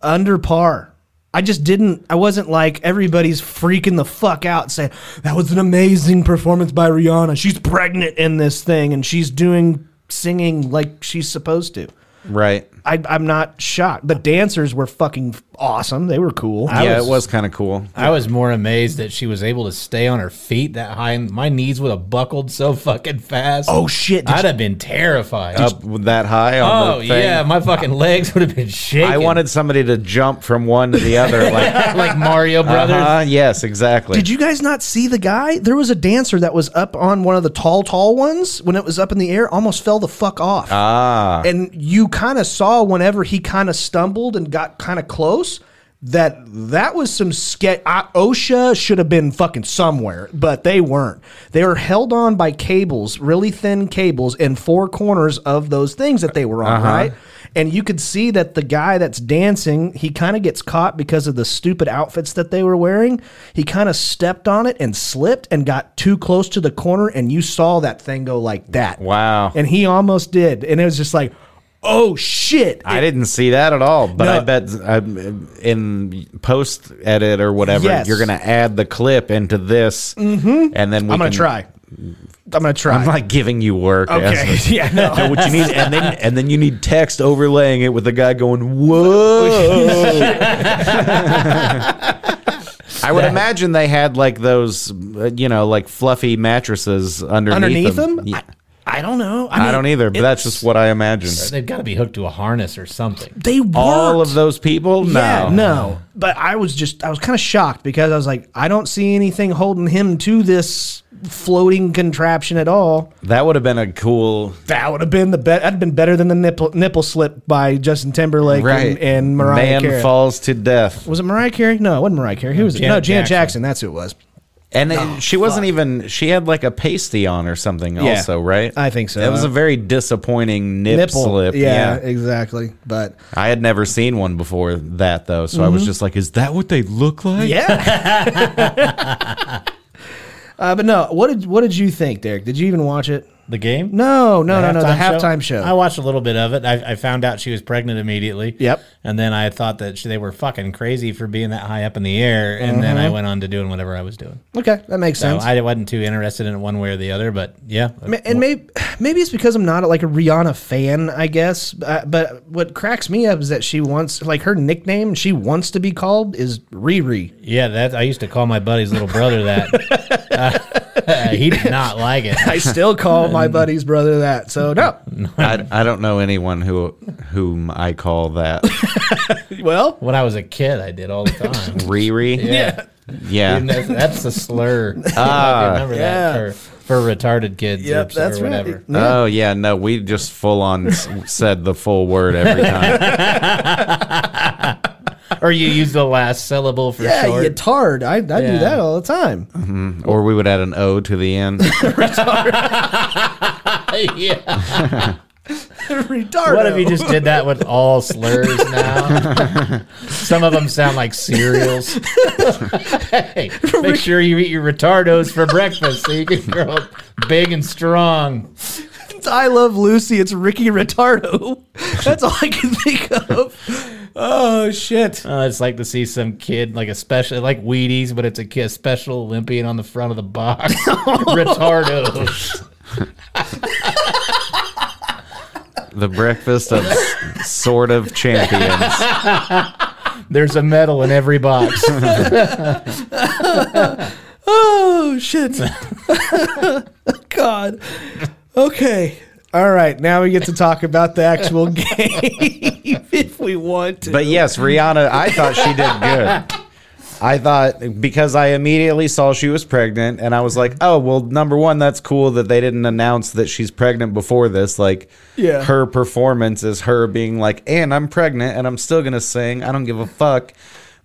S1: under par. I just didn't. I wasn't like everybody's freaking the fuck out saying that was an amazing performance by Rihanna. She's pregnant in this thing and she's doing singing like she's supposed to.
S2: Right.
S1: I, I'm not shocked. The dancers were fucking awesome. They were cool.
S2: yeah, it was kind of cool.
S4: I was more amazed that she was able to stay on her feet that high. My knees would have buckled so fucking fast.
S1: Oh, shit. Did
S4: I'd
S1: you-
S4: have been terrified.
S2: Up that high on
S4: oh
S2: the thing.
S4: yeah, my fucking legs would have been shaking.
S2: I wanted somebody to jump from one to the other.
S1: <laughs>
S4: <laughs>
S2: Like,
S4: like Mario Brothers.
S2: uh yes, exactly.
S1: Did you guys not see the guy? There was a dancer that was up on one of the tall, tall ones when it was up in the air, almost fell the fuck
S2: Oh,
S1: off. Ah. And you kind of saw whenever he kind of stumbled and got kind of close that that was some sketch. OSHA should have been fucking somewhere, but they weren't. They were held on by cables, really thin cables, in four corners of those things that they were on, right? And you could see that the guy that's dancing, he kind of gets caught because of the stupid outfits that they were wearing. He kind of stepped on it and slipped and got too close to the corner, and you saw that thing go like that.
S2: Wow.
S1: And he almost did. And it was just like, oh shit.
S2: I didn't see that at all, but I
S1: No.
S2: bet um, in post edit or whatever,
S1: Yes. Mm-hmm.
S2: you're going to add the clip into this, and then we
S1: I'm going
S2: can-
S1: to try. I'm going to try.
S2: I'm not giving you work.
S1: <laughs> okay.
S2: Asmus.
S1: <laughs> yeah,
S2: <laughs>
S1: no.
S2: No, what you need, and then and then you need text overlaying it with the guy going,
S1: <laughs>
S2: "Whoa." I would imagine they had like those, uh, you know, like fluffy mattresses underneath,
S1: Underneath
S2: them.
S1: him?
S2: Yeah.
S1: I, I don't know.
S2: I, don't either, but that's just what I imagine.
S4: They've got to be hooked to a harness or something.
S1: They were
S2: All of those people? No,
S1: Yeah, no. But I was just, I was kind of shocked because I was like, I don't see anything holding him to this floating contraption at all.
S2: that would have been a cool
S1: That would have been the bet. That'd been better than the nipple nipple slip by Justin Timberlake and, and Mariah
S2: Man
S1: Carey.
S2: falls to death,
S1: was it Mariah Carey? No, it wasn't Mariah Carey. Who was it?
S4: Janet
S1: No, Janet
S4: Jackson.
S1: Jackson. That's who it was.
S2: and
S1: Oh,
S2: it- she wasn't even. She had like a pasty on or something,
S1: Yeah,
S2: also, right?
S1: I think so.
S2: That was a very disappointing nip slip.
S1: Yeah, exactly. <laughs> But
S2: I had never seen one before that though, so I was just like, "Is that what they look like?"
S1: yeah. <laughs> uh, but no, what did what did you think, Derek? Did you even watch it?
S4: The game?
S1: No, no, no, no. The halftime show.
S4: I watched a little bit of it. I, I found out she was pregnant immediately.
S1: Yep.
S4: And then I thought that she, they were fucking crazy for being that high up in the air. And then
S1: Uh-huh.
S4: I went on to doing whatever I was doing.
S1: okay, that makes
S4: So
S1: sense.
S4: I wasn't too interested in it one way or the other. But yeah,
S1: Ma- and maybe maybe it's because I'm not like a Rihanna fan, I guess. Uh, but what cracks me up is that she wants like her nickname she wants to be called is Riri.
S4: yeah. That I used to call my buddy's little brother that.
S1: <laughs>
S4: Uh, he did not like it.
S3: <laughs>
S1: I still call my buddy's brother that. So no.
S2: I, I don't know anyone who whom I call that
S1: Well,
S4: When I was a kid, I did all the time.
S1: <laughs>
S2: Riri.
S4: Yeah.
S2: Yeah.
S4: And that's, that's a slur. <laughs> I remember
S1: Ah. yeah.
S4: that for, for retarded kids
S1: Yep,
S4: or,
S1: that's
S4: or
S1: right.
S4: whatever.
S2: Oh yeah, no, we just full on s- said the full word every time.
S4: Or you use the last syllable for
S1: yeah,
S4: short.
S1: you tard. I, I do
S4: Yeah.
S1: that all the time.
S2: or we would add an O to the end.
S4: yeah.
S1: Retarded.
S4: What if you just did that with all slurs now? Some of them sound like cereals. hey, make sure you eat your retardos for breakfast so you can grow up big and strong.
S1: I love Lucy. It's Ricky Retardo. That's all I can think of. Oh shit.
S4: Uh, it's like to see some kid like a special, like Wheaties, but it's a kid, Special Olympian on the front of the
S1: <laughs>
S4: box. retardos.
S2: the breakfast of s- sort of champions.
S4: There's a medal in every
S2: <laughs>
S4: box.
S1: Oh shit! God. Okay. All right. Now we get to talk about the actual <laughs> game if we want to.
S2: But yes, Rihanna, I thought she
S1: <laughs>
S2: did good. I thought because I immediately saw she was pregnant, and I was like, oh, well, number one, that's cool that they didn't announce that she's pregnant before this. Like,
S1: Yeah.
S2: her performance is her being like, and I'm pregnant, and I'm still going to sing. I don't give a fuck.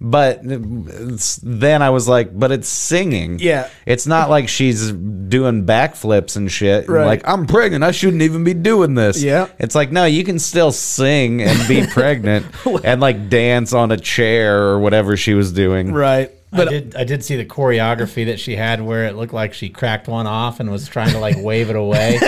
S2: But it's- then I was like, but it's singing.
S1: Yeah.
S2: It's not like she's doing backflips and shit. and
S1: Right.
S2: Like, I'm pregnant. I shouldn't even be doing this.
S1: Yeah.
S2: It's like, no, you can still sing
S4: <laughs>
S2: and be pregnant and like dance on a chair or whatever she was doing.
S1: right.
S4: I
S1: But
S4: did I did see the choreography that she had where it looked like she cracked one off and was trying to like wave it <laughs> away.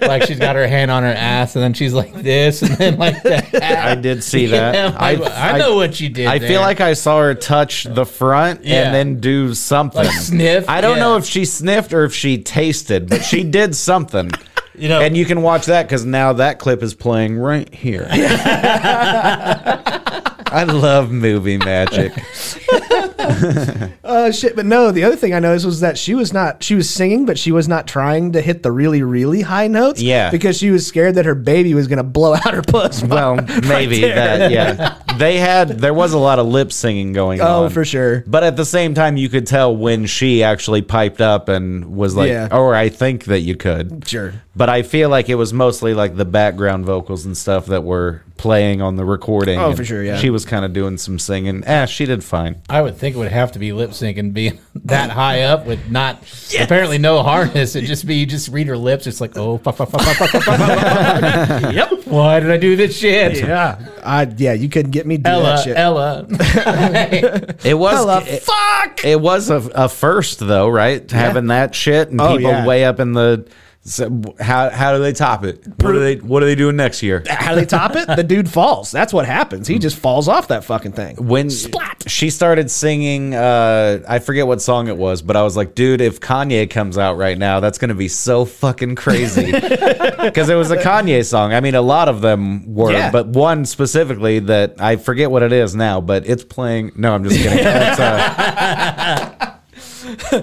S4: like she's got her hand on her ass and then she's like this and then like that.
S2: <laughs> I did
S4: <laughs>
S2: see
S4: Yeah,
S2: that.
S4: I, I know what you did.
S2: I
S4: there.
S2: feel like I saw her touch the front
S4: Yeah.
S2: and then do something.
S4: Like sniff,
S2: I don't
S4: yeah.
S2: know if she sniffed or if she tasted, but she
S4: <laughs>
S2: did something.
S4: You know-
S2: and you can watch that because now that clip is playing right
S4: <laughs>
S2: here. I love
S4: <laughs>
S2: movie magic.
S1: uh, shit. But no. The other thing I noticed was that she was not. She was singing, but she was not trying to hit the really, really high notes.
S2: Yeah.
S1: Because she was scared that her baby was gonna blow <laughs> out her puss. Oh,
S2: Well, maybe that. Yeah, they had. There was a lot of lip singing going on.
S1: Oh, for sure.
S2: But at the same time, you could tell when she actually piped up and was like,
S1: Yeah.
S2: or I think that you could.
S4: <laughs>
S1: Sure.
S2: But I feel like it was mostly like the background vocals and stuff that were playing on the recording.
S1: Oh,
S2: and
S1: for sure, yeah.
S2: She was kind of doing some singing. Ah, she did fine.
S4: I would think it would have to be <laughs> lip sync and being that high up with not apparently no harness. It'd just be you just read her lips. It's like oh, fuck, fuck, fuck, fuck, fuck, fuck, fuck, fuck, fuck. yep. Why did I do this shit?
S1: Yeah. I yeah. You couldn't get me to do that
S4: Ella,
S1: shit.
S4: Ella.
S2: It was.
S1: Ella,
S2: it,
S1: fuck.
S2: it was a, a first though, right? Having that shit and
S1: Oh,
S2: people
S1: yeah.
S2: way up in the. So how how do they top it? What are they What are they doing next year?
S1: How do they top it? The dude falls. That's what happens. He just falls off that fucking thing.
S2: when she started singing uh i forget what song it was but i was like dude if kanye comes out right now that's gonna be so fucking crazy because it was a kanye song i mean a lot of them were
S1: Yeah.
S2: but one specifically that i forget what it is now but it's playing no i'm just kidding It's, uh,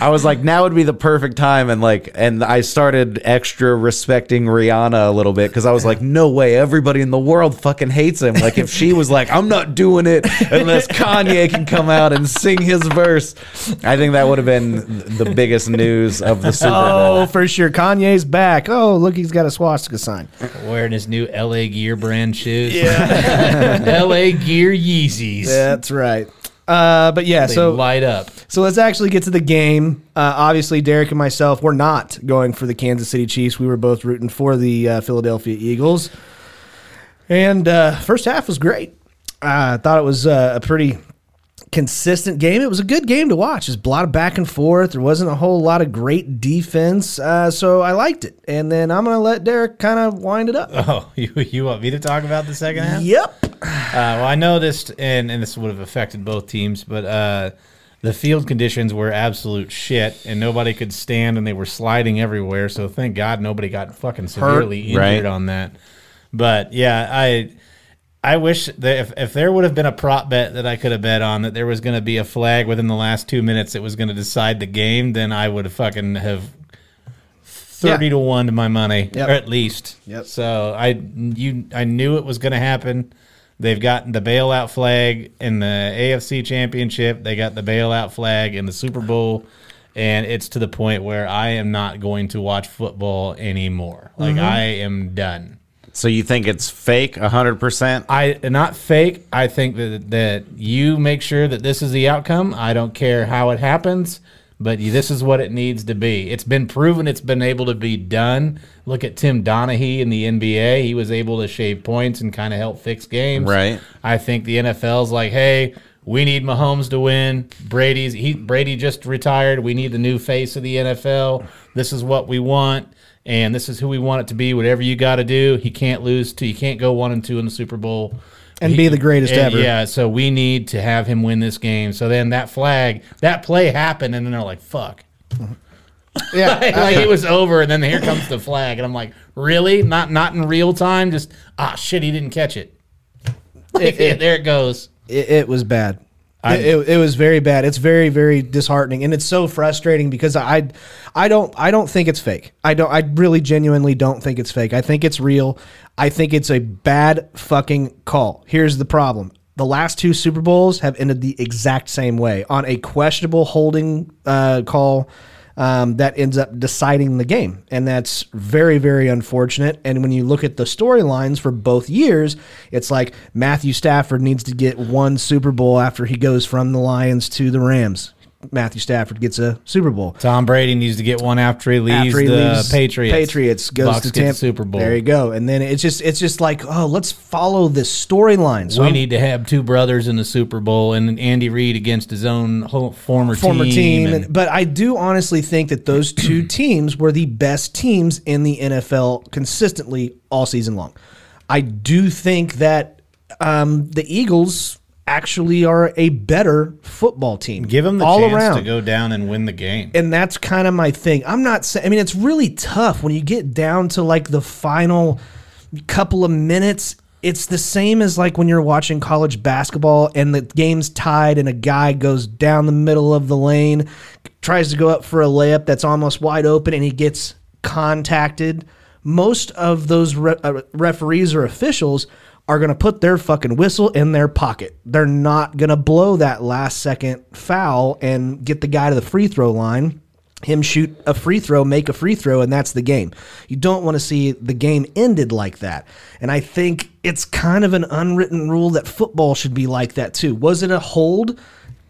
S2: i was like now would be the perfect time and like and i started extra respecting rihanna a little bit because i was like no way everybody in the world fucking hates him like if she was like i'm not doing it
S1: <laughs>
S2: unless kanye can come out and sing his verse i think that would have been the biggest news of the super bowl
S1: Oh, for sure. Kanye's back. Oh, look, he's got a swastika sign.
S4: Wearing his new LA Gear brand shoes. <laughs> Yeah. LA Gear Yeezys.
S1: That's right. Uh, but yeah,
S4: They
S1: so
S4: light up.
S1: so let's actually get to the game. Uh, obviously, Derek and myself were not going for the Kansas City Chiefs. We were both rooting for the uh, Philadelphia Eagles. And uh, first half was great. Uh, I thought it was uh, a pretty consistent game. It was a good game to watch. There's a lot of back and forth. There wasn't a whole lot of great defense, uh, so I liked it. And then I'm gonna let Derek kind of wind it up.
S4: Oh, <laughs> you, you want me to talk about the second half?
S1: Yep.
S4: Uh, well, I noticed, and, and this would have affected both teams, but uh, the field conditions were absolute shit, and nobody could stand, and they were sliding everywhere. So thank God nobody got fucking severely injured
S2: right?
S4: on that. But yeah, I I wish that if, if there would have been a prop bet that I could have bet on that there was going to be a flag within the last two minutes that was going to decide the game, then I would have fucking have thirty to one to my money,
S1: Yep.
S4: or at least.
S1: Yep.
S4: So I you I knew it was going to happen. They've gotten the bailout flag in the AFC Championship. They got the bailout flag in the Super Bowl, and it's to the point where I am not going to watch football anymore. Like I am done.
S2: So you think it's fake 100%?
S4: I not fake. I think that that you make sure that this is the outcome. I don't care how it happens, but you, this is what it needs to be. It's been proven. It's been able to be done. Look at Tim Donaghy in the NBA. He was able to shave points and kind of help fix games.
S2: Right.
S4: I think the NFL's like, hey, we need Mahomes to win. Brady's he Brady just retired. We need the new face of the NFL. This is what we want, and this is who we want it to be. Whatever you got to do, he can't lose. To you can't go one and two in the Super Bowl
S1: And be the greatest
S4: and-
S1: ever.
S4: Yeah. So we need to have him win this game. So then that flag, that play happened, and then they're like, fuck.
S1: <laughs> Yeah.
S4: like <laughs> like, it was over, and then here comes the flag, and I'm like, really? <laughs> Not not in real time. Just ah shit, he didn't catch it. Like, there it goes.
S1: it, it was bad. It, it, it
S3: <laughs>
S1: was very bad. It's very very disheartening, and it's so frustrating because I, I don't I don't think it's fake. I don't. I really genuinely don't think it's fake. I think it's real. I think it's a bad fucking call. Here's the problem: the last two Super Bowls have ended the exact same way on a questionable holding uh, call um, that ends up deciding the game. And that's very, very unfortunate. And when you look at the storylines for both years, it's like Matthew Stafford needs to get one Super Bowl after he goes from the Lions to the Rams. Matthew Stafford gets a Super Bowl.
S4: Tom Brady needs to get one after he leaves
S1: After he
S4: the
S1: leaves
S4: Patriots.
S1: Patriots goes
S4: Bucks
S1: to
S4: get the
S1: Tampa.
S4: Super Bowl.
S1: There you go. And then it's just it's just like oh, let's follow this storyline. So
S4: we
S1: I'm-
S4: need to have two brothers in the Super Bowl and Andy Reid against his own whole former
S1: former team.
S4: and-
S1: and- but I do honestly think that
S4: <clears throat>
S1: those two teams were the best teams in the NFL consistently all season long. I do think that um, the Eagles actually are a better football team.
S4: give him the
S1: all
S4: chance
S1: around.
S4: to go down and win the game.
S1: And that's kind of my thing. I'm not saying, I mean, it's really tough when you get down to like the final couple of minutes. It's the same as like when you're watching college basketball and the game's tied and a guy goes down the middle of the lane, tries to go up for a layup that's almost wide open and he gets contacted. Most of those re- uh, referees or officials are going to put their fucking whistle in their pocket. They're not going to blow that last second foul and get the guy to the free throw line, him shoot a free throw, make a free throw, and that's the game. You don't want to see the game ended like that. And I think it's kind of an unwritten rule that football should be like that too. Was it a hold?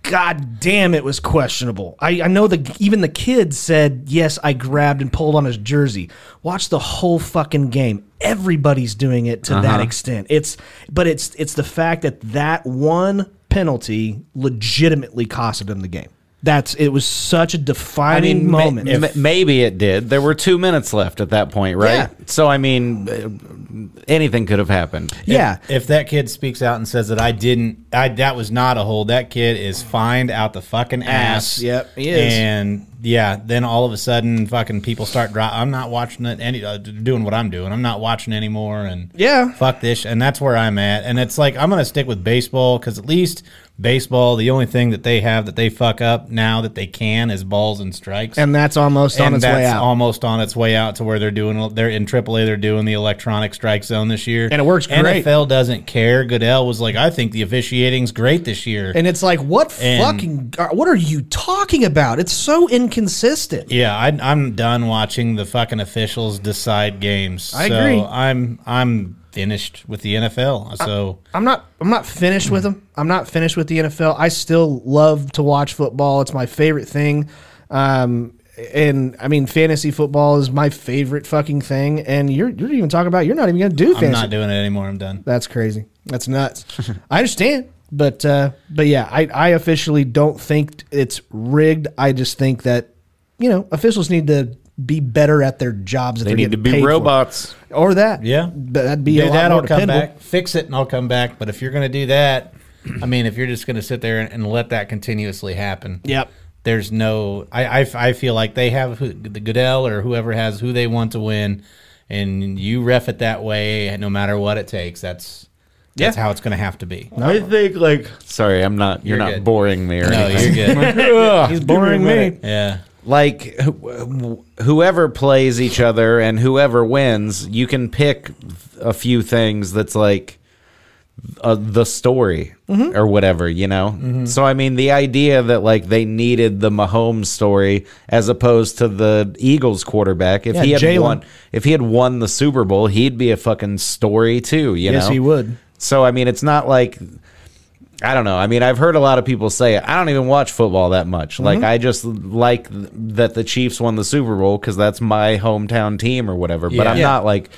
S1: God damn, it was questionable. I, I know that even the kid said, Yes, I grabbed and pulled on his jersey. Watch the whole fucking game. Everybody's doing it to that extent. It's, but it's, it's the fact that that one penalty legitimately costed him the game. That's, it was such a defining
S2: ma-
S1: moment.
S2: ma- maybe it did. There were two minutes left at that point, right?
S1: Yeah.
S2: So I mean, uh, anything could have happened.
S1: yeah.
S4: If that kid speaks out and says that I didn't, I that was not a hold. That kid is fined out the fucking ass.
S1: Ass, yep, he is.
S4: And yeah, then all of a sudden, fucking people start. Dro- I'm not watching it. Any uh, doing what I'm doing. I'm not watching anymore. And
S1: Yeah.
S4: fuck this. And that's where I'm at. And it's like I'm gonna stick with baseball because at least baseball, the only thing that they have that they fuck up now that they can is balls and strikes
S1: and that's almost on
S4: and
S1: its
S4: that's
S1: way out.
S4: almost on its way out to where they're doing. They're in AAA. They're doing the electronic strike zone this year,
S1: And it works great.
S4: NFL doesn't care. Goodell was like, I think the officiating's great this year.
S1: and it's like, what
S4: And-
S1: fucking, what are you talking about? It's so inconsistent.
S4: yeah, I, I'm done watching the fucking officials decide games.
S1: I
S4: so
S1: agree.
S4: I'm I'm finished with the NFL. So
S1: I'm not I'm not finished with them. I'm not finished with the NFL. I still love to watch football. It's my favorite thing. Um and I mean fantasy football is my favorite fucking thing. And you're you're even talking about you're not even gonna do
S4: I'm
S1: fantasy.
S4: not doing it anymore. I'm done.
S1: That's crazy. That's nuts.
S2: <laughs>
S1: I understand. But uh but yeah, I, I officially don't think it's rigged. I just think that, you know, officials need to be better at their jobs. That
S2: They
S1: they're
S2: need to
S1: getting
S2: be
S1: paid for.
S2: robots.
S1: Or that.
S4: Yeah.
S1: But that'd be a
S4: Do
S1: lot
S4: that,
S1: more
S4: I'll come
S1: dependable.
S4: back. Fix it, and I'll come back. But if you're going to do that, <clears throat> I mean, if you're just going to sit there and, and let that continuously happen,
S1: Yep.
S4: There's no. I, I I feel like they have who, the Goodell or whoever has who they want to win, and you ref it that way, no matter what it takes. That's that's how it's going to have to be. No,
S2: I think like sorry, I'm not. You're,
S4: You're
S2: not
S4: good.
S2: boring me or
S4: you're
S2: anything.
S4: good.
S1: He's boring me.
S4: yeah.
S2: like wh- wh- whoever plays each other and whoever wins, you can pick a few things that's like uh, the story
S1: Mm-hmm.
S2: or whatever, you know. So I mean, the idea that like they needed the Mahomes story as opposed to the Eagles quarterback, if
S1: Yeah,
S2: he had
S1: Jalen.
S2: won, if he had won the Super Bowl, he'd be a fucking story too, you know.
S1: Yes, he would.
S2: So I mean, it's not like I don't know. I mean, I've heard a lot of people say I don't even watch football that much.
S1: Mm-hmm.
S2: Like I just like th- that the Chiefs won the Super Bowl because that's my hometown team or whatever. But
S4: Yeah.
S2: I'm
S4: Yeah.
S2: not like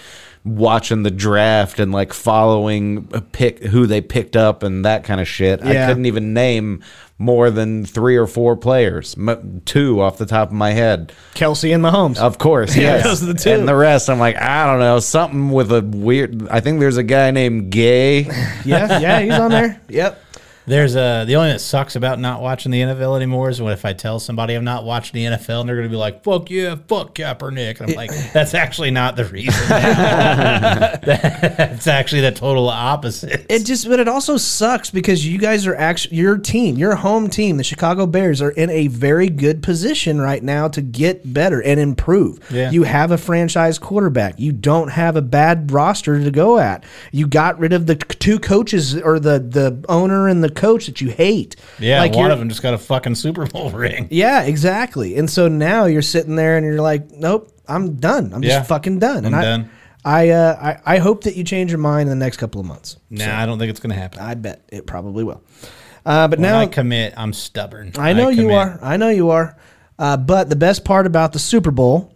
S2: watching the draft and like following a pick who they picked up and that kind of shit. I
S1: Yeah.
S2: couldn't even name more than three or four players, M- two off the top of my head.
S1: Kelsey and Mahomes.
S2: Of course, yes.
S1: those are the two.
S2: And the rest, I'm like, I don't know, something with a weird. I think there's a guy named Gay.
S1: Yeah, yeah, he's on there. Yep.
S4: There's a the only thing that sucks about not watching the NFL anymore is when if I tell somebody I'm not watching the NFL and they're gonna be like, "Fuck yeah, fuck Kaepernick," and I'm like, "That's actually not the reason.
S1: <laughs>
S4: <laughs> That's actually the total opposite."
S1: <laughs> It just, but it also sucks because you guys are actually your team, your home team, the Chicago Bears are in a very good position right now to get better and improve.
S4: Yeah.
S1: You have a franchise quarterback. You don't have a bad roster to go at. You got rid of the c- two coaches or the the owner and the coach that you hate.
S4: yeah,
S1: like
S4: one
S1: you're-
S4: of them just got a fucking Super Bowl <laughs> ring.
S1: Yeah, exactly. And so now you're sitting there and you're like, nope, I'm done. I'm
S4: Yeah.
S1: just fucking done. and
S4: I'm
S1: I,
S4: done.
S1: I, uh, I I hope that you change your mind in the next couple of months.
S4: Nah, I don't think it's gonna happen.
S1: I bet it probably will. Uh, but
S4: When
S1: now
S4: I commit, I'm stubborn.
S1: I know you
S4: commit.
S1: are. I know you are. Uh, but the best part about the Super Bowl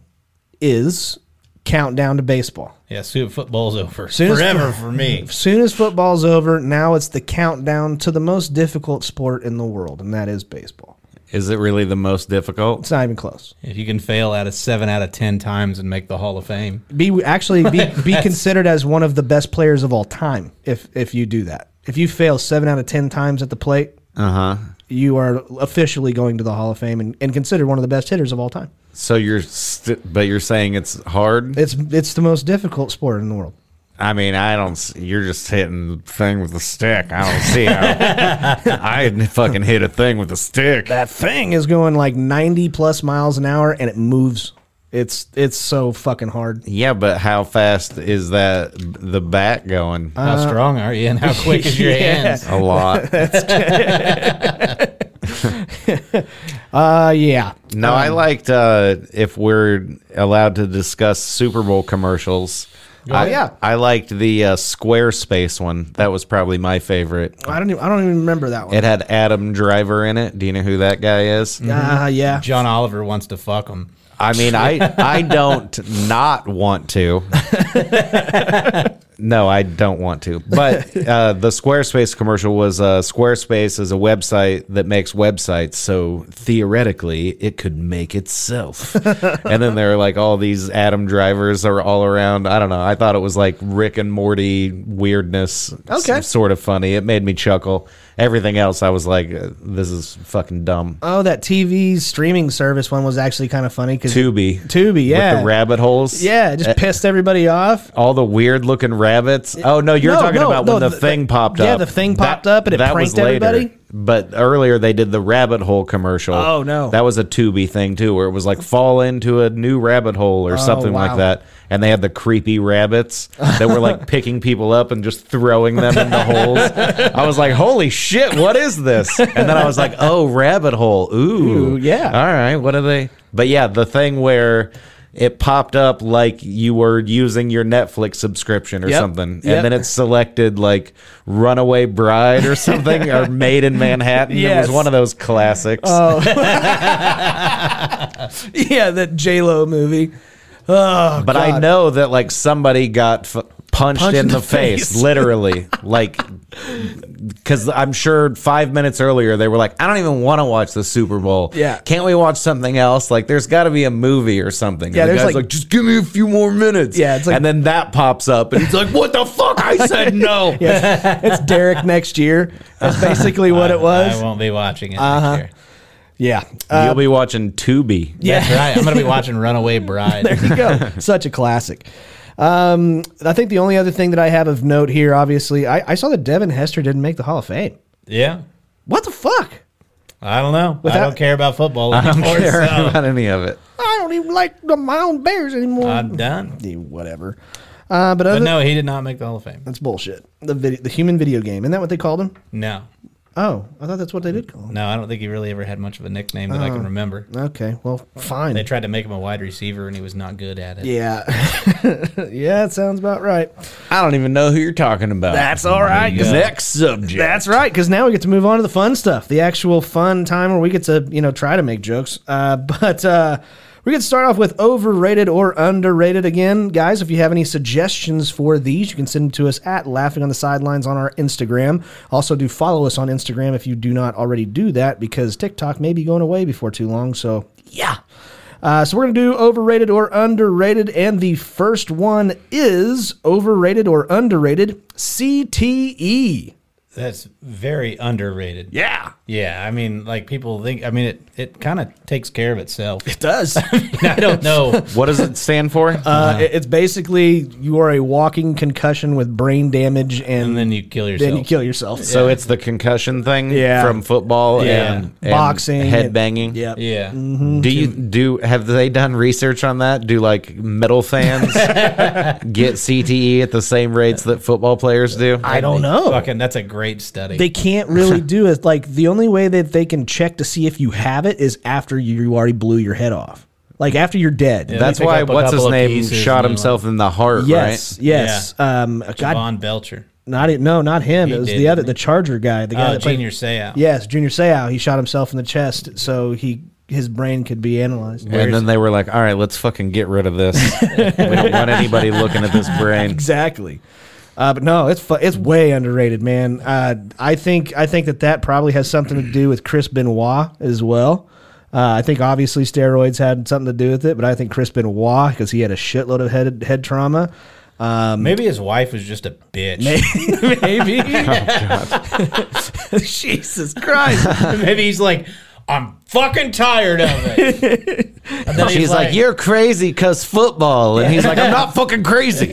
S1: is countdown to baseball.
S4: Yeah, soon football's over.
S1: Soon as- <laughs>
S4: Forever for me.
S1: As soon as football's over, now it's the countdown to the most difficult sport in the world, and that is baseball.
S2: Is it really the most difficult?
S1: It's not even close.
S4: If you can fail out of seven out of ten times and make the Hall of Fame,
S1: Be actually
S2: <laughs>
S1: be, be considered as one of the best players of all time if if you do that. If you fail seven out of ten times at the plate, uh
S2: Uh-huh.
S1: huh, you are officially going to the Hall of Fame and, and considered one of the best hitters of all time.
S2: So you're, st- but you're saying it's hard.
S1: It's it's the most difficult sport in the world.
S2: I mean, I don't. s- You're just hitting the thing with a stick. I don't see
S1: <laughs>
S2: how. I didn't fucking hit a thing with a stick.
S1: that thing is going like 90 plus miles an hour and it moves. It's it's so fucking hard.
S2: Yeah, but how fast is that the bat going?
S4: how strong are you and how quick is your
S1: Uh, <laughs> yeah.
S4: hands?
S2: a
S1: <laughs>
S2: lot.
S1: Uh yeah.
S2: No, I liked uh, if we're allowed to discuss Super Bowl commercials. Oh I,
S1: yeah.
S2: I liked the uh, Squarespace one. That was probably my favorite.
S1: I don't even I don't even remember that one.
S2: It had Adam Driver in it. Do you know who that guy is?
S1: Ah yeah.
S4: John Oliver wants to fuck him.
S2: I mean, I I don't not want to.
S1: <laughs>
S2: no, I don't want to. But uh, the Squarespace commercial was uh, Squarespace is a website that makes websites, so theoretically it could
S1: <laughs>
S2: make itself. and then there are like all these Adam drivers are all around. I don't know. I thought it was like Rick and Morty weirdness.
S1: Okay.
S2: s- sort of funny. It made me chuckle. Everything else, I was like, uh, this is fucking dumb.
S1: Oh, that TV streaming service one was actually kind of funny cuz
S2: Tubi.
S1: Tubi, yeah.
S2: With the Uh, rabbit holes.
S1: yeah, it just pissed everybody off.
S2: all the weird looking rabbits. Oh no, you're
S1: No,
S2: talking
S1: no,
S2: about
S1: no,
S2: when the,
S1: the-
S2: thing popped
S1: yeah,
S2: up.
S1: the thing popped up and it pranked everybody.
S2: But earlier they did the rabbit hole commercial.
S1: Oh, no.
S2: that was a Tubi thing too, where it was like fall into a new rabbit hole or something
S1: Oh, wow.
S2: like that. And they had the creepy rabbits that were
S1: <laughs>
S2: like picking people up and just throwing them into holes. I was like, holy shit, what is this? And then I was like, oh, rabbit hole. Ooh,
S1: Ooh, yeah.
S2: All right, what are they? But yeah, the thing where it popped up like you were using your Netflix subscription or
S1: Yep.
S2: something, and
S1: Yep.
S2: then it selected like "Runaway Bride" or something,
S1: <laughs>
S2: or "Made in Manhattan." It
S1: Yes. Oh,
S2: was one of those classics.
S1: <laughs> yeah, that J-Lo movie. Oh,
S2: but I
S1: God.
S2: know that like somebody got f- punched, in the, face, literally, like because I'm sure five minutes earlier they were like, "I don't even want to watch the Super Bowl.
S1: Yeah.
S2: can't we watch something else? Like, there's got to be a movie or something." And
S1: Yeah,
S2: the
S1: there's,
S2: guy's
S1: like-
S2: like, "Just give me a few more minutes."
S1: Yeah, it's like-
S2: and then that pops up, and he's like, "What the fuck? I said no."
S1: Yeah, it's Derek next year. That's basically what it
S4: <laughs> I
S1: was. Uh-huh.
S4: won't be watching it next year.
S1: Yeah. Uh,
S2: You'll be watching Tubi.
S1: Yeah.
S4: That's right. I'm going to be
S1: <laughs>
S4: watching Runaway Bride.
S1: there you go.
S3: <laughs>
S1: Such a classic. Um, I think the only other thing that I have of note here, obviously, I, I saw that Devin Hester didn't make the Hall of Fame.
S4: yeah.
S1: What the fuck?
S4: I don't know. I
S1: Without-
S4: don't care about football
S2: I don't
S4: anymore.
S2: care
S4: so
S2: about any of it.
S1: I don't even like the my own Bears
S4: <laughs>
S1: anymore.
S4: I'm done.
S1: Yeah, Whatever. Uh, but other
S4: Uh, But no, he did not make the Hall of Fame.
S1: that's bullshit. The video, the human video game, isn't that what they called him?
S4: No.
S1: Oh, I thought that's what they did call him.
S4: No, I don't think he really ever had much of a nickname that I
S1: Uh-huh.
S4: can remember.
S1: Okay, well, fine.
S4: They tried to make him a wide receiver and he was not good at it.
S1: yeah, <laughs> yeah, it sounds about right.
S2: I don't even know who you're talking about.
S1: That's all right. 'cause
S2: Next subject.
S1: That's right, because now we get to move on to the fun stuff, the actual fun time where we get to, you know, try to make jokes. Uh, <laughs> but uh, we get to start off with overrated or underrated again. Guys, if you have any suggestions for these, you can send them to us at Laughing on the Sidelines on our Instagram. Also, do follow us on Instagram if you do not already do that, because TikTok may be going away before too long. So, yeah. Uh, so we're gonna do overrated or underrated, and the first one is overrated or underrated CTE.
S4: that's very underrated.
S1: Yeah,
S4: Yeah, I mean, like people think. I mean, it it kind of takes care of itself. <laughs>
S1: it <laughs> does.
S4: I don't know.
S2: What does it stand for?
S1: Uh, it- it's basically you are a walking concussion with brain damage, and,
S4: And then you kill yourself.
S1: then you kill yourself.
S2: so it's the concussion thing
S1: Yeah.
S2: from football
S4: Yeah.
S2: and, and
S1: boxing,
S2: head
S1: and-
S2: banging.
S1: Yep.
S4: Yeah.
S1: Mm-hmm.
S4: Mm-hmm.
S2: Do you do have they done research on that? Do like
S4: <laughs>
S2: metal fans get CTE at the same rates that football players do?
S1: I don't know.
S4: Fucking, that's a great study.
S1: they can't
S4: <laughs>
S1: really do it. Like the only way that they can check to see if you have it is after you, you already blew your head off, like after you're dead.
S4: Yeah.
S2: That's
S4: pick
S2: why
S4: up a
S2: what's his
S4: couple of
S2: name
S4: pieces
S2: shot
S4: and then,
S2: himself in the heart,
S1: yes,
S2: right?
S1: yes. Um, God,
S4: Von Belcher.
S1: not it. No, not him.
S4: He
S1: it was
S4: did,
S1: the other,
S4: didn't
S1: the Charger guy, the guy
S4: Oh,
S1: that played-
S4: Junior Seau.
S1: Yes, Junior Seau. He shot himself in the chest, so he his brain could be analyzed.
S2: And then they were like, "All right, let's fucking get rid of this. we don't want anybody looking at this
S4: <laughs>
S2: brain." <laughs>
S1: Exactly. Uh, but no, it's fu- it's way underrated, man. Uh, I think I think that that probably has something to do with Chris Benoit as well. Uh, I think obviously steroids had something to do with it, but I think Chris Benoit because he had a shitload of head head trauma.
S4: Maybe his wife was just a bitch.
S1: <laughs> Maybe. <laughs>
S2: Oh,
S1: Jesus Christ.
S4: <laughs> Maybe he's like, I'm fucking tired of it.
S2: <laughs>
S4: and then
S2: She's like, "You're crazy cuz football." And he's like, "I'm not fucking crazy."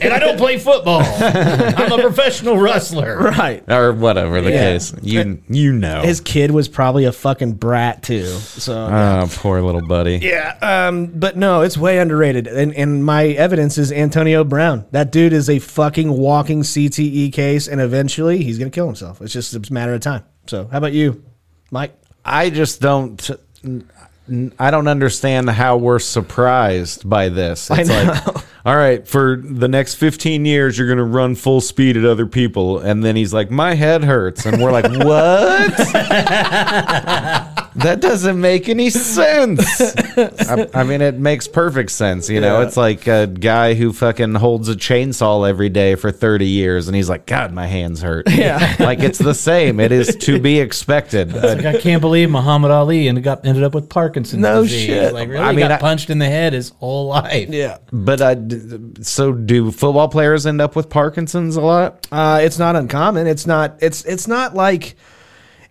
S4: <laughs> and I don't play
S2: <laughs>
S4: football. I'm a professional wrestler.
S1: <laughs> right.
S2: or whatever the
S1: Yeah.
S2: case. You you know.
S1: His kid was probably a fucking brat too. So
S2: oh, poor little buddy.
S1: Yeah, um, but no, it's way underrated. And and my evidence is Antonio Brown. That dude is a fucking walking CTE case, and eventually he's gonna kill himself. It's just a matter of time. So how about you, Mike?
S2: I just don't. I don't understand how we're surprised by this. It's like, all right, for the next 15 years, you're going to run full speed at other people. And then he's like, my head hurts. And we're like, <laughs> what? that doesn't make any sense. I, I mean, it makes perfect sense. You know, it's like a guy who fucking holds a chainsaw every day for 30 years and he's like, God, my hands hurt. Yeah. like, it's the same. It is to be expected. Uh,
S4: Like, I can't believe Muhammad Ali ended up ended up with Parkinson's
S2: No
S4: disease.
S2: shit.
S4: Like really
S2: I mean,
S4: got
S2: I-
S4: punched in the head his whole life.
S1: Yeah,
S2: But I, d- so do football players end up with Parkinson's a lot?
S1: uh, it's not uncommon. It's not. It's it's not like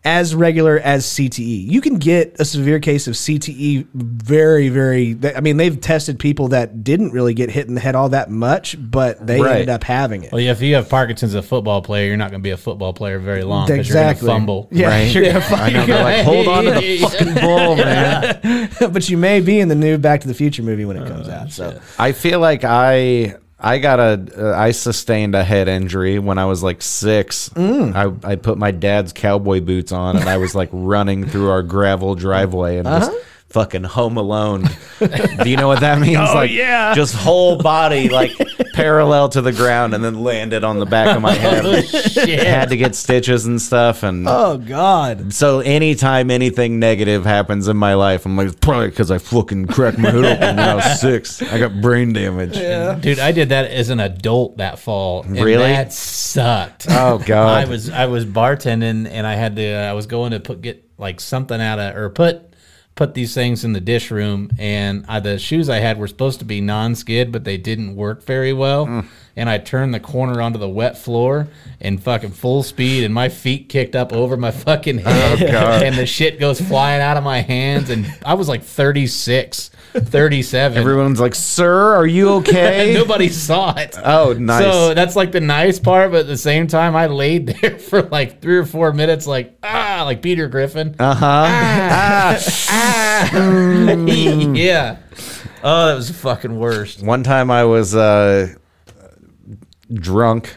S1: as regular as CTE. You can get a severe case of CTE very very. I mean, they've tested people that didn't really get hit in the head all that much, but they
S2: Right.
S1: ended up having it.
S4: Well, yeah, if you have Parkinson's as a football player, you're not going to be a football player very long. 'cause
S1: Exactly.
S4: You're going to fumble.
S1: Yeah,
S2: right?
S1: you're gonna
S2: I know, <laughs> they're like, hold on
S4: <laughs>
S2: to the fucking <laughs> ball, man.
S1: <laughs> but you may be in the new Back to the Future movie when it comes
S4: Oh,
S1: out. So
S2: I feel like I I got a uh, I sustained a head injury when I was like six. I I put my dad's cowboy boots on and I was like running through our gravel driveway and just. Fucking home alone. Do you know what that means? like, yeah. just whole body like parallel to the ground, and then landed on the back of my head.
S4: <laughs>
S2: Had to get stitches and stuff, and
S1: oh god,
S2: So anytime anything negative happens in my life, I'm like, it's probably because I fucking cracked my head open when I
S4: <laughs>
S2: was six. I got brain damage.
S4: Dude, I did that as an adult that fall. and
S2: Really?
S4: That sucked.
S2: Oh
S4: I
S2: god.
S4: was I was bartending and I had to I was going to put get like something out of or put put these things in the dish room and I, the shoes I had were supposed to be non-skid but they didn't work very well and I turned the corner onto the wet floor and fucking full speed and my feet kicked up over my fucking head and the shit goes flying out of my hands and I was like 36 37
S2: Everyone's like, "Sir, are you
S4: and <laughs>
S2: okay?"
S4: nobody saw it.
S2: Oh, nice.
S4: So that's like the nice part, but at the same time, I laid <laughs> there for like three or four minutes, like ah, like Peter Griffin. Uh huh. Ah, <laughs> ah. yeah. Oh, that was the fucking worst.
S2: One time I was uh, drunk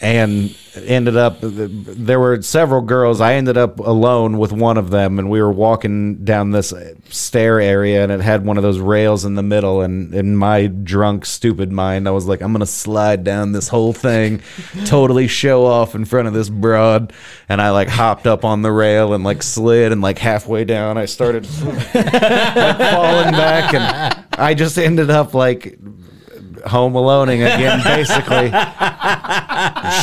S2: and ended up there were several girls i ended up alone with one of them and we were walking down this stair area and it had one of those rails in the middle and in my drunk stupid mind i was like i'm gonna slide down this whole thing <laughs> totally show off in front of this broad and i like hopped up on the rail and like slid and like halfway down i started <laughs> like, falling back and i just ended up like home aloneing again, basically.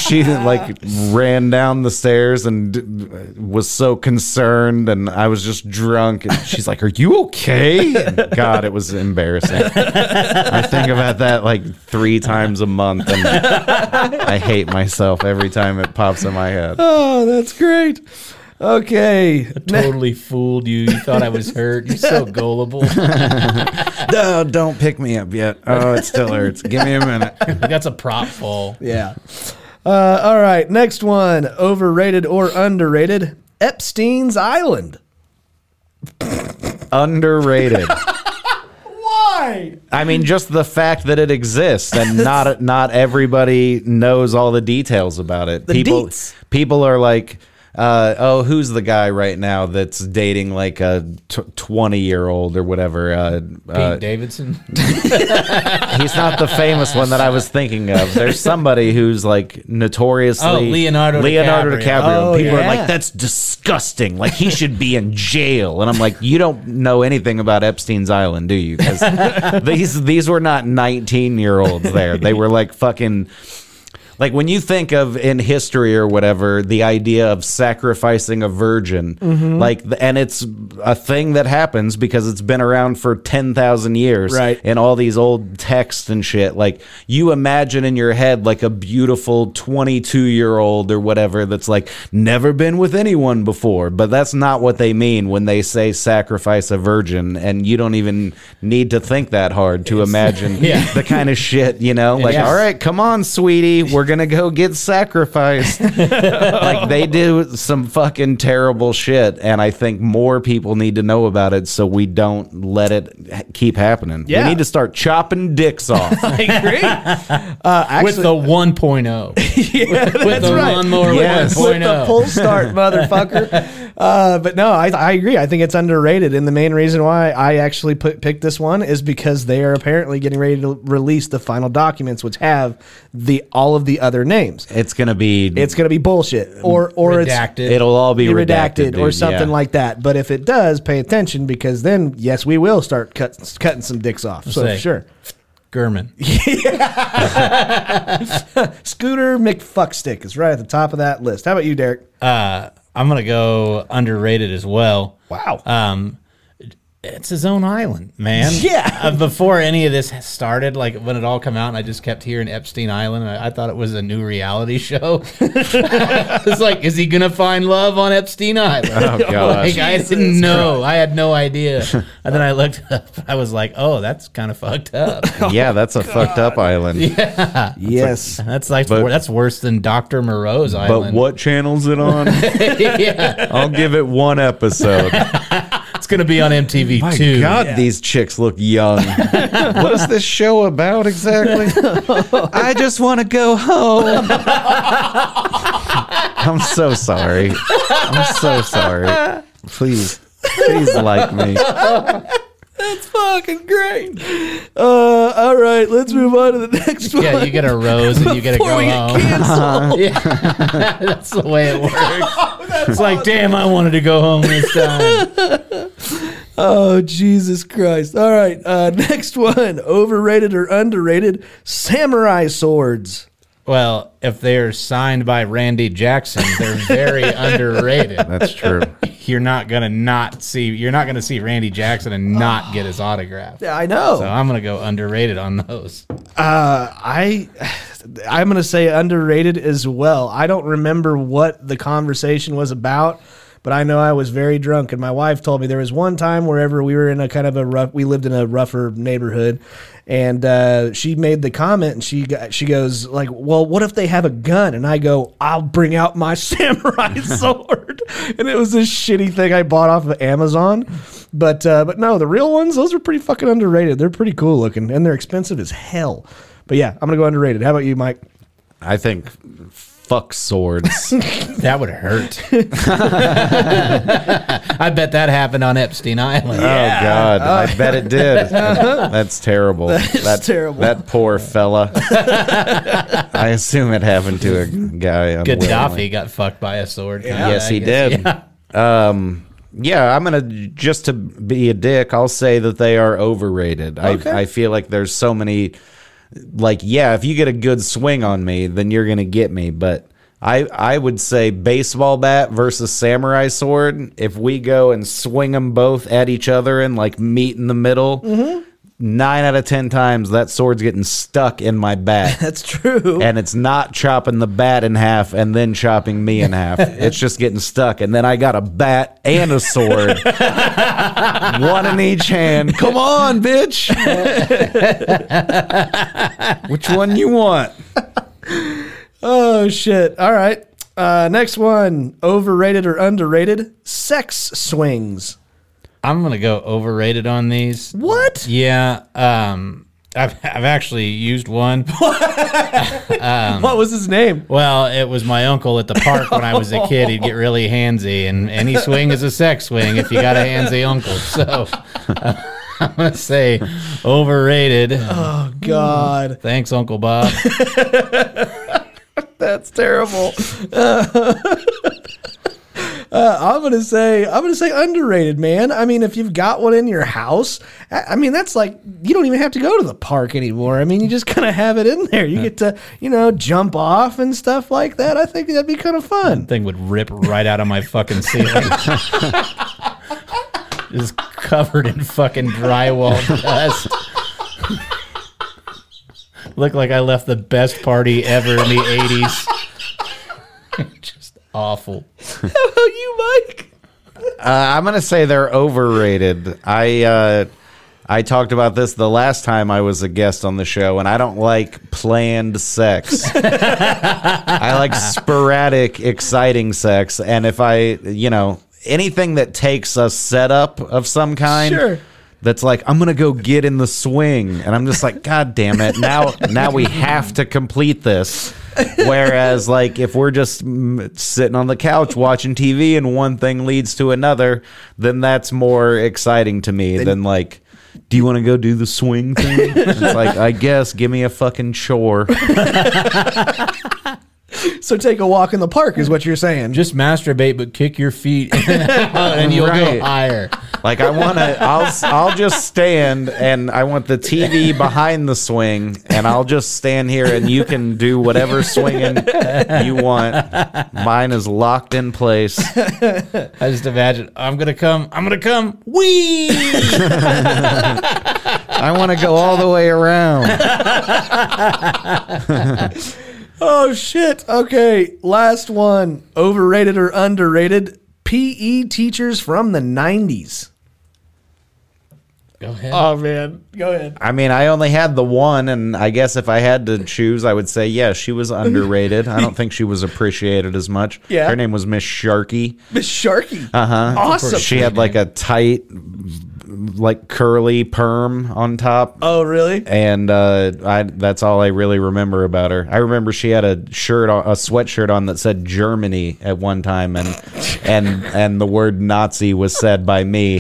S2: she like ran down the stairs and d- was so concerned, and I was just drunk. And she's like, "Are you okay?" And God, it was embarrassing. I think about that like three times a month, and I hate myself every time it pops in my head.
S1: Oh, that's great. Okay.
S4: totally fooled you. You thought I was hurt. You're so gullible.
S2: No, don't pick me up yet. Oh, it still hurts. Give me a minute.
S4: That's a prop fall.
S5: Yeah.
S1: Uh, all right. Next one. Overrated or underrated? Epstein's Island.
S6: <laughs>
S2: Underrated.
S1: Why?
S2: I mean, just the fact that it
S6: <laughs>
S2: exists and not not everybody knows all the details about it.
S6: The
S2: people
S6: deets.
S2: people are like, uh, oh, who's the guy right now that's dating like a twenty year old or whatever? Uh,
S4: Pete
S2: uh,
S4: Davidson.
S2: he's not the famous one that I was thinking of. There's somebody who's like notoriously
S4: Oh, Leonardo
S2: Leonardo
S4: DiCaprio.
S2: DiCaprio.
S1: Oh,
S2: People are
S1: yeah.
S2: like, that's disgusting. Like he should be in jail. And I'm like, you don't know anything about Epstein's Island, do you? Because these these were not 19 year olds there. They were like fucking. Like when you think of in history or whatever, the idea of sacrificing a virgin, like, the- and it's a thing that happens because it's been around for 10,000 years
S1: Right.
S2: and all these old texts and shit. Like you imagine in your head like a beautiful 22 year old or whatever that's like never been with anyone before, but that's not what they mean when they say sacrifice a virgin and you don't even need to think that hard to imagine
S4: <laughs> Yeah.
S2: the kind of shit,
S4: <laughs>
S2: you know? Like,
S4: Yes.
S2: all right, come on, sweetie, we're going to go get sacrificed. like they do some fucking terrible shit and I think more people need to know about it so we don't let it h- keep happening.
S1: Yeah.
S2: We need to start chopping dicks off.
S1: <laughs> I agree. uh,
S4: With
S1: actually, <laughs>
S4: the oh. 1.0. With the
S1: right.
S4: lawnmower
S2: Yes. With
S4: 1.0.
S1: with the pull
S4: <laughs>
S1: start, motherfucker. Uh, but no, I, I agree. I think it's underrated, and the main reason why I actually put, picked this one is because they are apparently getting ready to release the final documents, which have the all of the other names.
S2: It's going to be
S1: It's going to be bullshit, or or it's
S4: Redacted.
S2: it'll all be
S1: be
S2: redacted,
S1: redacted, or
S2: dude,
S1: something
S2: yeah.
S1: like that. But if it does, pay attention because then yes, we will start cut, cutting some dicks off. So
S4: say.
S1: sure,
S4: German.
S1: Scooter McFuckstick is right at the top of that list. How about you, <laughs> Derek?
S4: I'm gonna go underrated as well.
S1: Wow.
S4: Um, it's his own island,
S2: <laughs>
S4: man.
S1: Yeah.
S4: Uh, before any of this started, like when it all come out, and I just kept hearing Epstein Island, and I, I thought it was a new reality show. <laughs> it's like, is he gonna find love on Epstein Island?
S2: Oh, gosh.
S4: <laughs> Like, I didn't know. I had no
S2: <laughs>
S4: idea. and then I looked up. I was like, oh, that's kind of fucked up.
S2: yeah, that's a fucked up island.
S1: yes,
S4: That's like
S2: But-
S4: that's worse than Doctor Moreau's
S2: But
S4: island.
S2: what channel's it
S4: <laughs>
S1: <laughs>
S2: on?
S4: yeah,
S2: I'll give it one episode.
S4: it's gonna be on MTV
S2: My
S4: too.
S2: God, these chicks look young. what is this show about exactly? I just want to go home. I'm so sorry. I'm so sorry. Please, please like me.
S1: fucking great. Uh, all right, let's move on to the <laughs> next one.
S4: Yeah, you get a rose and you get to go
S1: Before we get
S4: home. <laughs> yeah, that's the way
S1: <laughs>
S4: it works. it's like, damn, I wanted to go home this time.
S1: Oh Jesus Christ! All right, uh, next one. Overrated or underrated? Samurai swords.
S4: well, if they're signed by Randy Jackson, they're
S1: <laughs>
S4: very underrated.
S2: That's true.
S4: You're not gonna not see. You're not gonna see Randy Jackson and not get his autograph.
S1: Yeah, I know.
S4: So I'm gonna go underrated on those.
S1: I I'm gonna say underrated as well. I don't remember what the conversation was about, but I know I was very drunk, and my wife told me there was one time wherever we were in a kind of a rough, we lived in a rougher neighborhood, and uh, she made the comment, and she got, she goes like, "Well, what if they have a gun?" And I go, "I'll bring out my <laughs> samurai sword," and it was this shitty thing I bought off of Amazon. But uh, but no, the real ones, those are pretty fucking underrated. They're pretty cool looking, and they're expensive as hell. But yeah, I'm gonna go underrated. How about you, Mike?
S2: I think fuck <laughs> swords.
S4: That would
S1: <laughs>
S4: hurt. <laughs> I bet that happened on Epstein Island.
S2: Oh God! I bet it did. That's terrible. That's
S1: terrible.
S2: That poor <laughs> fella. I assume it happened to a guy. unwittingly.
S4: Gaddafi got fucked by a sword. kinda,
S2: yes,
S4: I
S2: he
S4: guess.
S2: did. Um, yeah, I'm gonna just to be a dick. I'll say that they are overrated. I I feel like there's so many like yeah, if you get a good swing on me, then you're gonna get me. But I I would say baseball bat versus samurai sword. If we go and swing them both at each other and like meet in the middle.
S4: Mm-hmm.
S2: Nine out of ten times that sword's getting stuck in my bat.
S4: <laughs>
S1: That's true.
S2: and it's not chopping the bat in half and then chopping me in <laughs> half. It's just getting stuck. And then I got a bat and a sword, <laughs> one in each hand. Come on, bitch. Which one you want?
S1: Oh shit! All right. Uh, next one: overrated or underrated sex swings.
S4: I'm gonna go overrated on these.
S1: What?
S4: Yeah, um, I've I've actually used one.
S1: what was his name?
S4: Well, it was my uncle at the park when I was a kid. He'd get really handsy, and any swing is a sex swing if you got a handsy uncle. So <laughs> I'm gonna say overrated.
S1: God,
S4: Thanks, Uncle Bob.
S1: that's terrible. <laughs> Uh, I'm gonna say I'm gonna say underrated, man. I mean, if you've got one in your house, I, I mean that's like you don't even have to go to the park anymore. I mean, you just kind of have it in there. You get to you know jump off and stuff like that. I think that'd be kind of fun.
S4: Thing would rip right out of my fucking <laughs> ceiling. Just covered in fucking drywall dust. Looked like I left the best party ever in the 80s. <laughs> Just awful.
S1: How about you, Mike?
S2: Uh, I'm gonna say they're overrated. I uh, I talked about this the last time I was a guest on the show, and I don't like planned sex. I
S1: <laughs>
S2: like sporadic, exciting sex, and if I, you know, anything that takes a setup of some kind.
S1: Sure.
S2: That's like I'm gonna go get in the swing, and I'm just like, God damn it! Now, now we have to complete this. Whereas, like, if we're just mm, sitting on the couch watching TV and one thing leads to another, then that's more exciting to me than like, do you want to go do the swing thing? it's like, I guess, give me a fucking chore.
S1: So take a walk in the park is what you're saying.
S4: Just masturbate, but kick your feet <laughs> and you'll go
S2: Right.
S4: higher.
S2: Like, I want to, I'll, I'll just stand and I want the TV behind the swing, and I'll just stand here and you can do whatever swinging you want. Mine is locked in place.
S4: I just imagine I'm gonna come, I'm gonna come, wee.
S2: I want to go all the way around.
S1: Oh shit. Okay, last one. Overrated or underrated? PE teachers from the 90s.
S4: go ahead.
S1: Oh man, go ahead.
S2: I mean, I only had the one, and I guess if I had to choose, I would say, yeah, she was underrated. I don't think she was appreciated as much.
S1: Yeah.
S2: Her name was Miss Sharkey.
S1: Miss Sharkey. Uh-huh. Awesome.
S2: She had like a tight, like curly perm on top.
S1: oh, really?
S2: And uh, I, that's all I really remember about her. I remember she had a shirt, on, a sweatshirt on that said Germany at one time, and and and the word Nazi was said by me,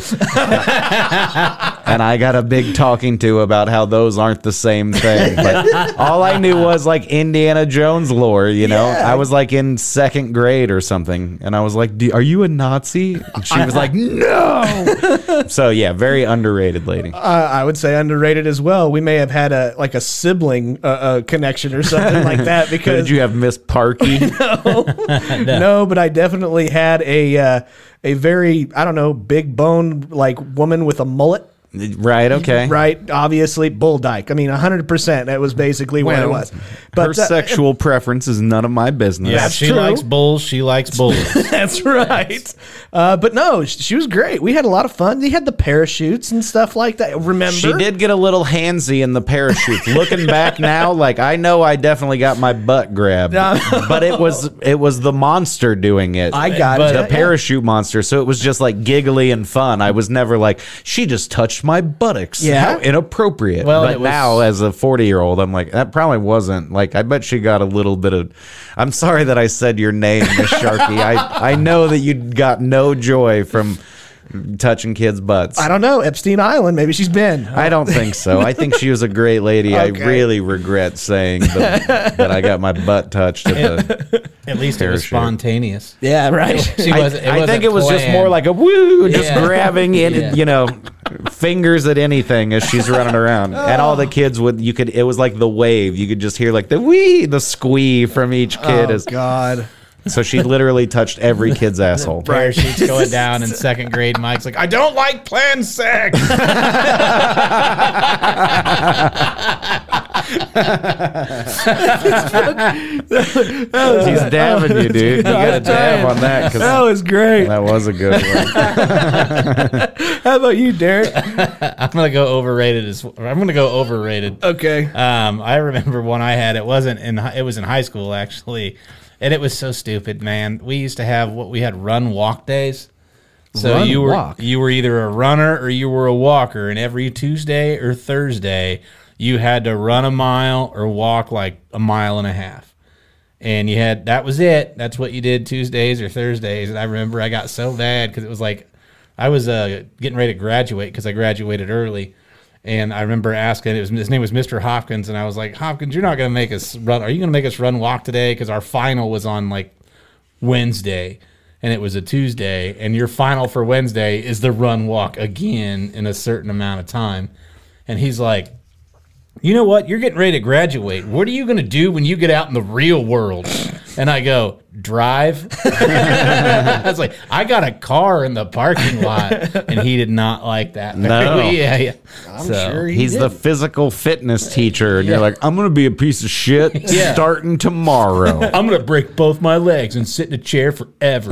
S2: and I got a big talking to about how those aren't the same thing. But all I knew was like Indiana Jones lore, you know. I was like in second grade or something, and I was like, D- "Are you a Nazi?" And she was like, "No." so yeah, very underrated lady.
S1: Uh, I would say underrated as well. We may have had a like a sibling uh, uh, connection or something like
S2: <laughs>
S1: that because
S2: Did you have Miss Parky?
S1: no. but I definitely had a uh, a very I don't know big bone like woman with a mullet.
S2: Right. Okay.
S1: Right, obviously, Bull Dyke. I mean, 100%. That was basically what it
S2: Well,
S1: was.
S2: Her
S1: uh,
S2: sexual preference is none of my business.
S4: yeah,
S1: that's
S4: she
S1: true.
S4: likes bulls. She likes bulls.
S1: <laughs> That's right. Uh, but no, sh- she was great. We had a lot of fun. They had the parachutes and stuff like that. Remember?
S2: She did get a little handsy in the parachute.
S1: <laughs>
S2: Looking back now, like I know I definitely got my butt grabbed, but it was it was the monster doing it.
S1: I got
S4: But
S1: it.
S2: the
S1: Yeah.
S2: parachute monster. So it was just like giggly and fun. I was never like she just touched my buttocks.
S1: Yeah.
S2: How inappropriate.
S4: Well,
S2: but
S4: it was-
S2: now as a forty year old, I'm like that probably wasn't. Like I bet she got a little bit of. I'm sorry that I said your name, Miss Sharkey. I I know that you got no joy from. touching kids' butts.
S1: I don't know. Epstein Island. Maybe she's been.
S2: I don't think so. I think she was a great lady.
S1: Okay.
S2: I really regret saying that, that I got my butt touched at the.
S4: At least it was
S2: Parachute.
S4: spontaneous.
S1: Yeah, <laughs> right.
S4: She
S2: I,
S4: wasn't, it
S2: I
S4: wasn't
S2: think it was just
S4: planned.
S2: more like a woo, just
S4: Yeah.
S2: grabbing it,
S4: Yeah.
S2: you know, fingers at anything as she's running around, and all the kids would. You could. It was like the wave. You could just hear like the wee, the squee from each kid.
S1: oh
S2: as,
S1: God.
S2: so she literally touched every kid's asshole.
S4: parachutes going down in second grade. Mike's like, I don't like planned sex.
S2: She's dabbing you, dude.
S4: <laughs>
S2: You got to dab on that
S1: That
S2: because
S1: was great.
S2: that was a good one.
S1: How about you, Derek?
S4: I'm gonna go overrated. As, or I'm gonna go overrated.
S1: <laughs> Okay.
S4: Um, I remember one I had. It wasn't in. hi- It was in high school actually, and it was so stupid, man. We used to have what we had run walk days. So
S1: Run,
S4: you were
S1: walk?
S4: you were either a runner or you were a walker, and every Tuesday or Thursday you had to run a mile or walk like a mile and a half. And you had that was it. That's what you did Tuesdays or Thursdays. And I remember I got so bad because it was like I was uh, getting ready to graduate because I graduated early. And I remember asking, it was, his name was Mr. Hopkins, and I was like, Hopkins, you're not going to make us run. Are you going to make us run walk today? Because our final was on like Wednesday, and it was a Tuesday, and your final for Wednesday is the run walk again in a certain amount of time. And he's like, you know what? You're getting ready to graduate. What are you going to do when you get out in the real world? And I go, drive. <laughs> I was like, I got a car in the parking lot. And he did not like that.
S2: No.
S4: <laughs> yeah, yeah. I'm
S5: sure he
S2: Oh, He's
S5: did.
S2: the physical fitness teacher, and you're like, I'm gonna be a piece of shit
S5: <laughs>
S4: Yeah.
S2: starting
S5: Uh-huh.
S2: tomorrow.
S4: I'm gonna break both my legs and sit in a chair forever. <laughs>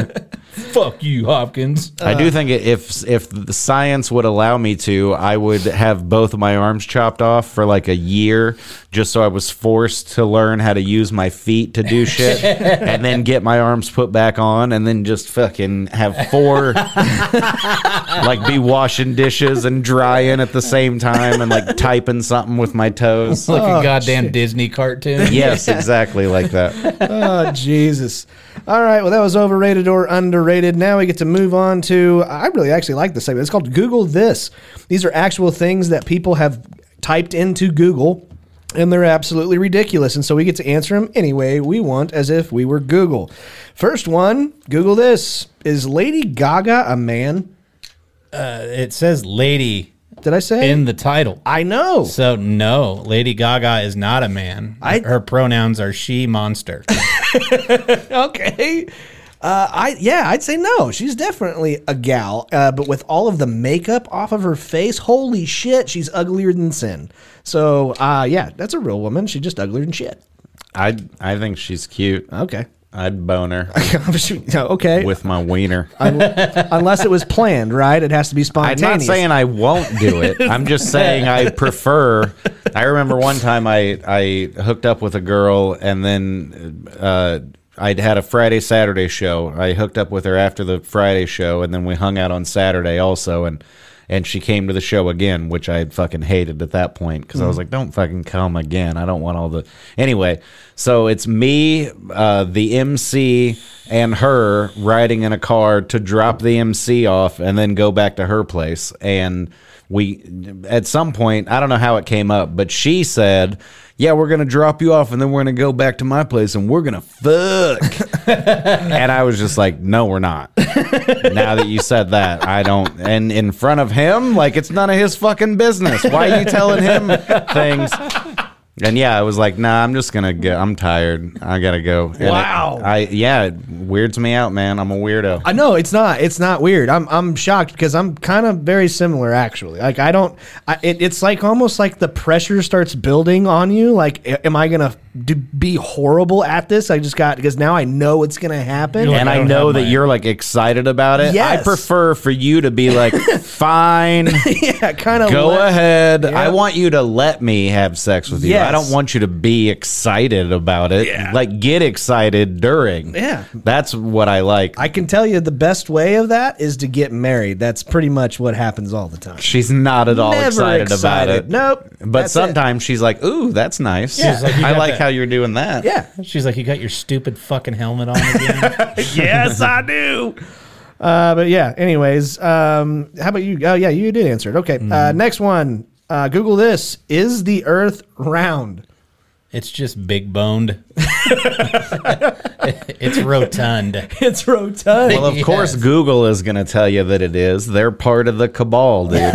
S4: Fuck you, Hopkins.
S2: I do think if if the science would allow me to, I would have both of my arms chopped off for like a year, just so I was forced to learn how to use my feet to do
S5: <laughs>
S2: shit, and then get my arms put back on, and then just fucking have
S5: <laughs>
S2: four, like be washing dishes and drying at the same time, and like typing something with
S5: <laughs>
S2: my toes.
S4: Like
S1: Oh,
S4: a goddamn Disney cartoon.
S2: Yes, exactly like that.
S1: oh Jesus! All right, well that was overrated or underrated. Now we get to move on to I really actually like this segment. It's called Google this. These are actual things that people have typed into Google, and they're absolutely ridiculous. And so we get to answer them any way we want, as if we were Google. First one, Google this: Is Lady Gaga a man?
S4: It says lady
S1: Did I say?
S4: in the title.
S1: I know.
S4: So no, Lady Gaga is not a man.
S1: I-
S4: Her pronouns are she
S1: <laughs>
S4: monster.
S1: okay. Uh, I yeah, I'd say no. She's definitely a gal, uh, but with all of the makeup off of her face, holy shit, she's uglier than sin. So uh, yeah, that's a real woman. She's just uglier than shit.
S2: I I think she's cute.
S1: Okay. <laughs>
S2: I'd bone her
S1: okay.
S2: with my wiener.
S1: Unless it was planned, right? It has to be
S2: I'm
S1: spontaneous.
S2: not saying I won't do it. I'm just saying I prefer. I remember one time I I hooked up with a girl and then uh, I'd had a Friday Saturday show. I hooked up with her after the Friday show and then we hung out on Saturday also and. And she came to the show again, which I had fucking hated at that point because I was like, "Don't fucking come again! I don't want all the." Anyway, so it's me, uh, the MC, and her riding in a car to drop the MC off and then go back to her place. And we, at some point, I don't know how it came up, but she said, Yeah, we're going to drop you off and then we're going to go back to my place and we're going to fuck. <laughs> and I was just like, No, we're not. <laughs> now that you said that, I don't. And in front of him, like, it's none of his fucking business. Why are you telling him things? And yeah, I was like, nah, I'm just gonna go. I'm tired. I gotta go. And it-
S1: Wow.
S2: I yeah, it weirds me out, man. I'm a weirdo.
S1: I know it's not. It's not weird. I'm I'm shocked because I'm kind of very similar actually. Like I don't. I, it, it's like almost like the pressure starts building on you. Like, a- am I gonna do, be horrible at this? I just got because now I know it's gonna happen.
S4: You're like,
S2: and
S4: I
S2: I
S4: don't
S2: know
S4: have
S2: that
S4: my-
S2: you're like excited about it. I
S1: Yes.
S2: prefer for you to
S1: <laughs>
S2: be like, fine,
S1: yeah, kind of.
S2: go ahead. I
S1: Yeah.
S2: want you to let me have sex with you. I
S1: Yes.
S2: don't want you to be excited about it. Like, get excited during.
S1: Yeah.
S2: That's what I like.
S1: I can tell you the best way of that is to get married. That's pretty much what happens all the time.
S2: She's not at all
S1: Never
S2: excited, about
S1: excited.
S2: it.
S1: Nope.
S2: But
S1: That's it.
S2: sometimes she's like, ooh, that's nice.
S4: Yeah. She's like, you
S2: I
S4: got
S2: like
S4: that.
S2: how you're doing that.
S1: Yeah. <laughs>
S4: She's like, you got your stupid fucking helmet on again.
S1: yes, I do. Uh, but yeah, anyways, um, how about you? Oh, yeah, you did answer it. Okay. Uh, next one. Uh, Google this. Is the earth round?
S4: It's just big boned. <laughs> it's rotund.
S1: <laughs> It's rotund.
S4: <laughs>
S2: Well, of course, Google is going to tell you that it is. They're part of the cabal, dude. <laughs> I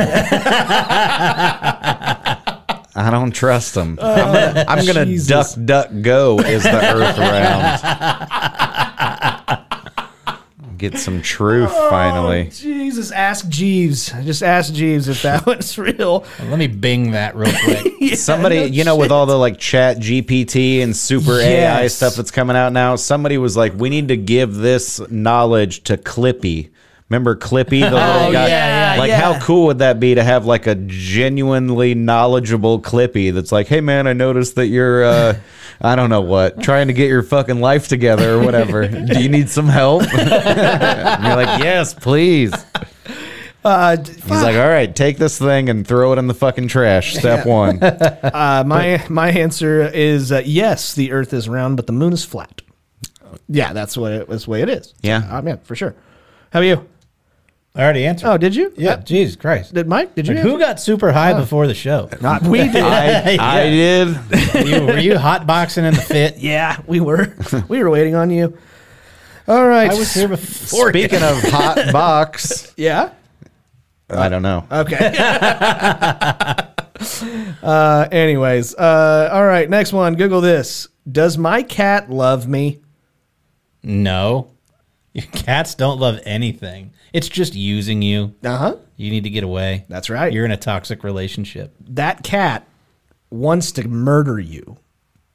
S2: don't trust them. <laughs> I'm going to duck,
S1: Jesus.
S2: duck, go is the earth round. <laughs> Get some truth finally.
S1: Oh, Jesus, ask Jeeves. Just ask Jeeves if that <laughs> one's real.
S4: Let me bing that real quick.
S1: <laughs>
S2: Somebody, you know, with all the like chat GPT and super AI
S1: Yes.
S2: stuff that's coming out now, somebody was like, we need to give this knowledge to Clippy. Remember Clippy,
S4: <laughs>
S2: the little guy?
S4: Oh, yeah, yeah,
S2: like, how cool would that be to have like a genuinely knowledgeable Clippy that's like, hey, man, I noticed that you're, uh, I don't know what, trying to get your fucking life together or whatever. Do you need some help? <laughs> and you're like, yes, please.
S1: Uh, d-
S2: He's like, all right, take this thing and throw it in the fucking trash. Step one.
S1: uh, my my answer is uh, yes. The Earth is round, but the Moon is flat. Yeah, that's what it, that's the way it is.
S2: Yeah.
S1: uh, yeah, for sure. How about you?
S4: I already answered.
S1: Oh, did you?
S4: yeah.
S1: Uh,
S4: Jesus Christ.
S1: did Mike? Did you?
S4: Like, who
S1: answer? Oh.
S4: got super high before the show?
S1: Not
S2: <laughs>
S1: we did.
S2: I, I did.
S4: You- were you hot boxing in the fit?
S1: yeah, we were. <laughs> we were waiting on you. All right.
S4: I was
S1: <laughs>
S4: here before.
S2: Speaking of
S4: <laughs>
S2: hot box,
S1: Yeah.
S2: I don't know.
S1: Okay.
S4: <laughs>
S1: uh, anyways, uh, all right. Next one. Google this. Does my cat love me?
S4: No. Your cats don't love anything. It's just using you.
S1: Uh huh.
S4: You need to get away.
S1: That's right.
S4: You're in a toxic relationship.
S1: that cat wants to murder you.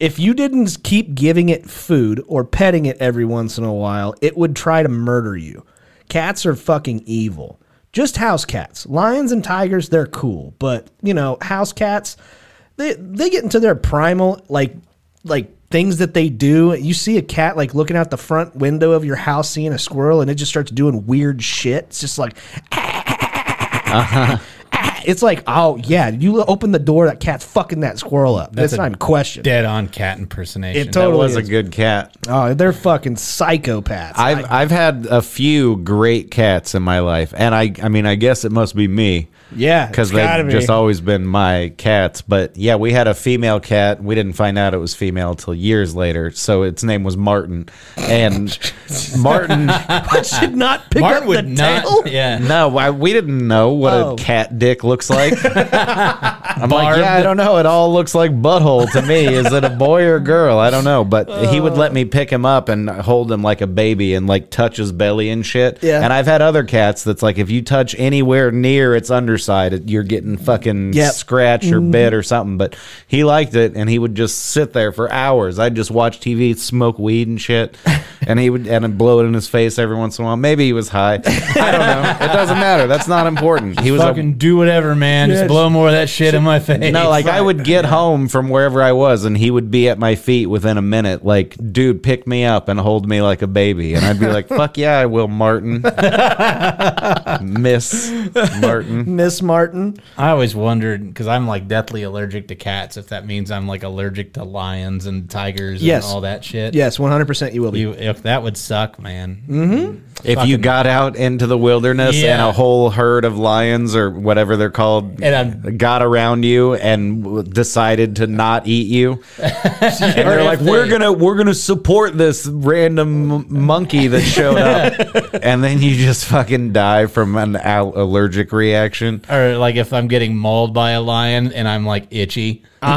S1: If you didn't keep giving it food or petting it every once in a while, it would try to murder you. Cats are fucking evil. Just house cats. Lions and tigers, they're cool, but you know, house cats, they they get into their primal like like things that they do. You see a cat like looking out the front window of your house seeing a squirrel and it just starts doing weird shit. It's just like <laughs> it's like, oh yeah, you open the door, that cat's fucking that squirrel up. That's,
S4: a
S1: not even a question.
S4: Dead on cat impersonation.
S1: It totally
S2: that was
S1: is.
S2: a good cat.
S1: Oh, they're fucking psychopaths.
S2: I've I've had a few great cats in my life, and I I mean I guess it must be me.
S1: yeah,
S2: Because
S1: it's gotta
S2: they've
S1: be.
S2: just always been my cats. But yeah, we had a female cat. We didn't find out it was female until years later. So its name was Martin.
S1: <laughs>
S2: And
S1: <laughs>
S2: Martin,
S1: I should not pick
S4: Martin
S1: up
S4: would
S1: the
S4: not.
S1: tail.
S4: <laughs> Yeah.
S2: no, I, we didn't know what
S1: Oh.
S2: a cat dick looks
S1: <laughs>
S2: like. I'm like,
S4: Barbed.
S2: yeah, I don't know. It all looks like butthole to me. Is it a boy or girl? I don't know. But he
S1: Oh.
S2: would let me pick him up and hold him like a baby and like touch his belly and shit.
S1: Yeah.
S2: And I've had other cats that's like, if you touch anywhere near its underside, it- you're getting fucking
S1: Yep.
S2: scratch or bit or something. But he liked it and he would just sit there for hours. I'd just watch TV, smoke weed and shit. And he would and I'd blow it in his face every once in a while. Maybe he was high. I don't know. It doesn't matter. That's not important. He was a
S4: Fucking do whatever, man. Just blow more of that shit in my face.
S2: <laughs> no, like I would get home from wherever I was, and he would be at my feet within a minute. Like, dude, pick me up and hold me like a baby, and I'd be like, "Fuck yeah, I will, Martin." Miss Martin.
S1: Miss Martin.
S4: I always wondered because I'm like deathly allergic to cats. If that means I'm like allergic to lions and tigers
S1: Yes.
S4: and all that shit.
S1: Yes, one hundred percent. You will be.
S4: You, if that would suck, man.
S1: Mm-hmm.
S2: If you got out into the wilderness
S4: Yeah.
S2: and a whole herd of lions or whatever they're called
S4: And I'm-
S2: got around you and w- decided to not eat
S1: <laughs>
S2: you, and they're
S4: if
S2: like, "We're
S4: they-
S2: gonna we're gonna support this random m- monkey that
S1: <laughs>
S2: showed up," and then you just fucking die from an al- allergic reaction.
S4: Or like if I'm getting mauled by a lion and I'm like itchy. it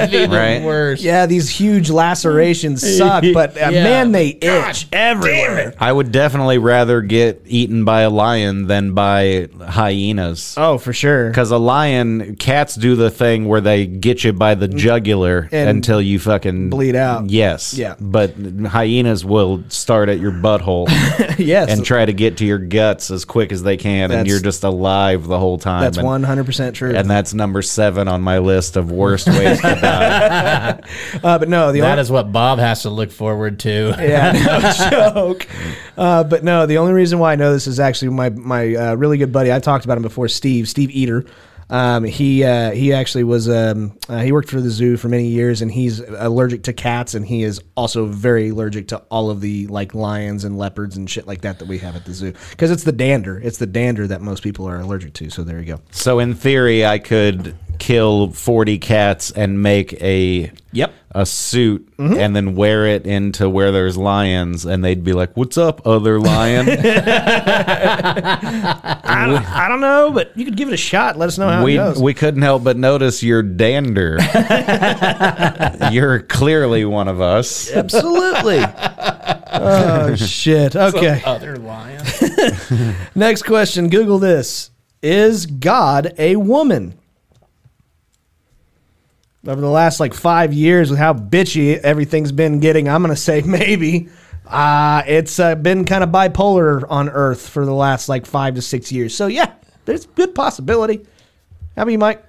S4: would be
S2: Right.
S4: the worst.
S1: yeah, these
S4: <laughs>
S1: huge lacerations suck, but uh,
S4: Yeah.
S1: man, they itch everywhere.
S2: I would definitely rather get eaten by a lion than by hyenas.
S1: Oh, for sure.
S2: Because a lion, cats do the thing where they get you by the jugular
S1: Mm. And
S2: until you fucking
S1: bleed out.
S2: Yes.
S1: Yeah.
S2: But hyenas will start at
S1: <laughs>
S2: your butthole
S1: <laughs> yes,
S2: and try to get to your guts as quick as they can,
S1: That's-
S2: and you're just alive the whole time.
S1: that's
S2: and,
S1: one hundred percent true.
S2: And that's number seven on my list of worst
S1: <laughs>
S2: ways to die.
S1: uh, but no, the
S4: That
S1: only,
S4: is what Bob has to look forward to.
S1: yeah, no joke. Uh, but no, the only reason why I know this is actually my my uh, really good buddy. I've talked about him before, Steve, Steve Eater. Um, he uh, he actually was um, uh, he worked for the zoo for many years, and he's allergic to cats, and he is also very allergic to all of the like lions and leopards and shit like that that we have at the zoo because it's the dander, it's the dander that most people are allergic to. So there you go.
S2: So in theory, I could kill 40 cats and make a
S1: <laughs> Yep. Mm-hmm.
S2: a suit and then wear it into where there's lions and they'd be like, "What's up, other
S1: <laughs>
S2: lion?"
S1: I don't, I don't know, but you could give it a shot. Let us know how it
S2: we
S1: goes.
S2: we <laughs> couldn't help but notice
S1: <laughs>
S2: your dander. You're clearly one of us.
S1: Absolutely.
S2: <laughs>
S1: oh shit. Okay.
S4: Other lion.
S1: Next question. Google this. Is God a woman? Over the last like five years, with how bitchy everything's been getting, I'm gonna say <laughs> maybe. Uh, it's uh, been kind of bipolar on Earth for the last like five to six years. So yeah, there's good possibility. How about you, Mike?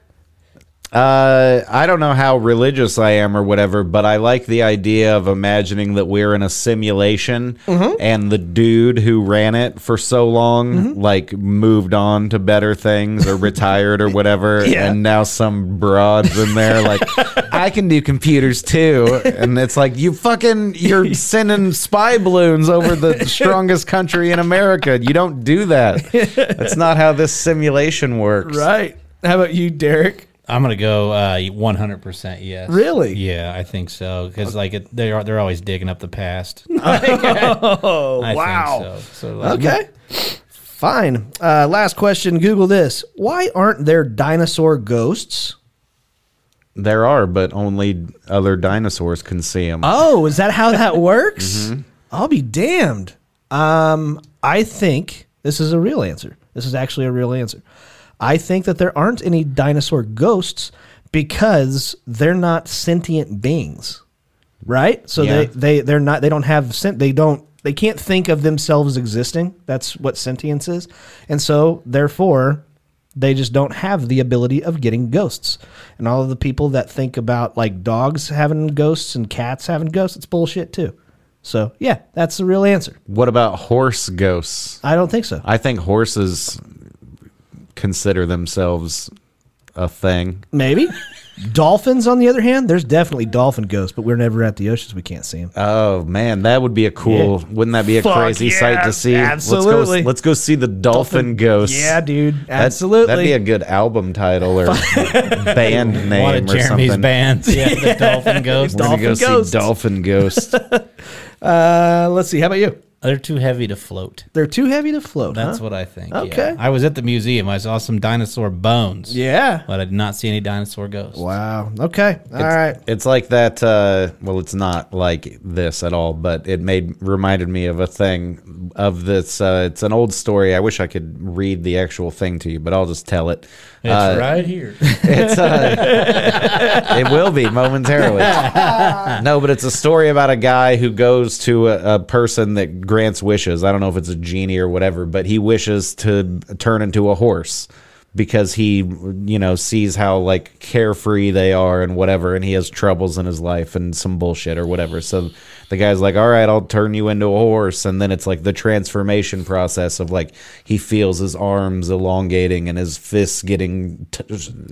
S2: Uh, I don't know how religious I am or whatever, but I like the idea of imagining that we're in a simulation and the dude who ran it for so long, like, moved on to better things or retired or whatever.
S1: Yeah.
S2: And now some broad's in there, like, I can do computers too. And it's like, you fucking, you're sending spy balloons over the strongest country in America. You don't do that. That's not how this simulation works.
S1: Right. How about you, Derek?
S4: I'm gonna go uh, 100% yes.
S1: Really?
S4: Yeah, I think so. Because like it, they are, they're always digging up the past. <laughs>
S1: Oh
S4: I
S1: wow.
S4: Think so. So, like,
S1: Okay. Fine. Uh, last question. Google this. Why aren't there dinosaur ghosts?
S2: There are, but only other dinosaurs can see them.
S1: Oh, is that how that works? I'll be damned. Um, I think this is a real answer. This is actually a real answer. I think that there aren't any dinosaur ghosts because they're not sentient beings, right? So they
S2: Yeah.
S1: they they're not they don't have sent they don't they can't think of themselves existing. That's what sentience is, and so therefore they just don't have the ability of getting ghosts. And all of the people that think about like dogs having ghosts and cats having ghosts, it's bullshit too. So yeah, that's the real answer.
S2: What about horse ghosts?
S1: I don't think so.
S2: I think horses consider themselves a thing. <laughs>
S1: Maybe. Dolphins, on the other hand, there's definitely dolphin ghosts, but we're never at the oceans. We can't see them.
S2: Oh man, that would be a cool. Wouldn't that be a
S1: Fuck
S2: crazy
S1: yeah,
S2: sight to see? Let's
S1: absolutely.
S2: go, let's go see the dolphin, ghosts.
S1: yeah, dude.
S2: That-
S1: Absolutely.
S2: That'd be a good album title
S1: <laughs>
S2: or band name
S4: One of
S2: or
S4: Jeremy's
S2: something.
S4: bands. Yeah, the <laughs> Dolphin Ghost.
S2: We're gonna go
S1: Dolphin ghosts.
S2: see dolphin ghosts.
S1: uh, let's see. How about you?
S4: They're too heavy to float.
S1: They're too heavy to float.
S4: That's
S1: huh?
S4: what I think.
S1: Okay.
S4: Yeah. I was at the museum. I saw some dinosaur bones.
S1: Yeah.
S4: But I did not see any dinosaur ghosts.
S1: Wow. Okay. All right.
S2: It's like that. Uh, well, it's not like this at all, but it made reminded me of a thing of this. Uh, it's an old story. I wish I could read the actual thing to you, but I'll just tell it.
S4: It's
S2: Uh,
S4: right here.
S2: It's, uh, it will be momentarily. No, but it's a story about a guy who goes to a, a person that grants wishes. I don't know if it's a genie or whatever, but he wishes to turn into a horse because he, you know, sees how like carefree they are and whatever, and he has troubles in his life and some bullshit or whatever. So the guy's like, "All right, I'll turn you into a horse," and then it's like the transformation process of like he feels his arms elongating and his fists getting t-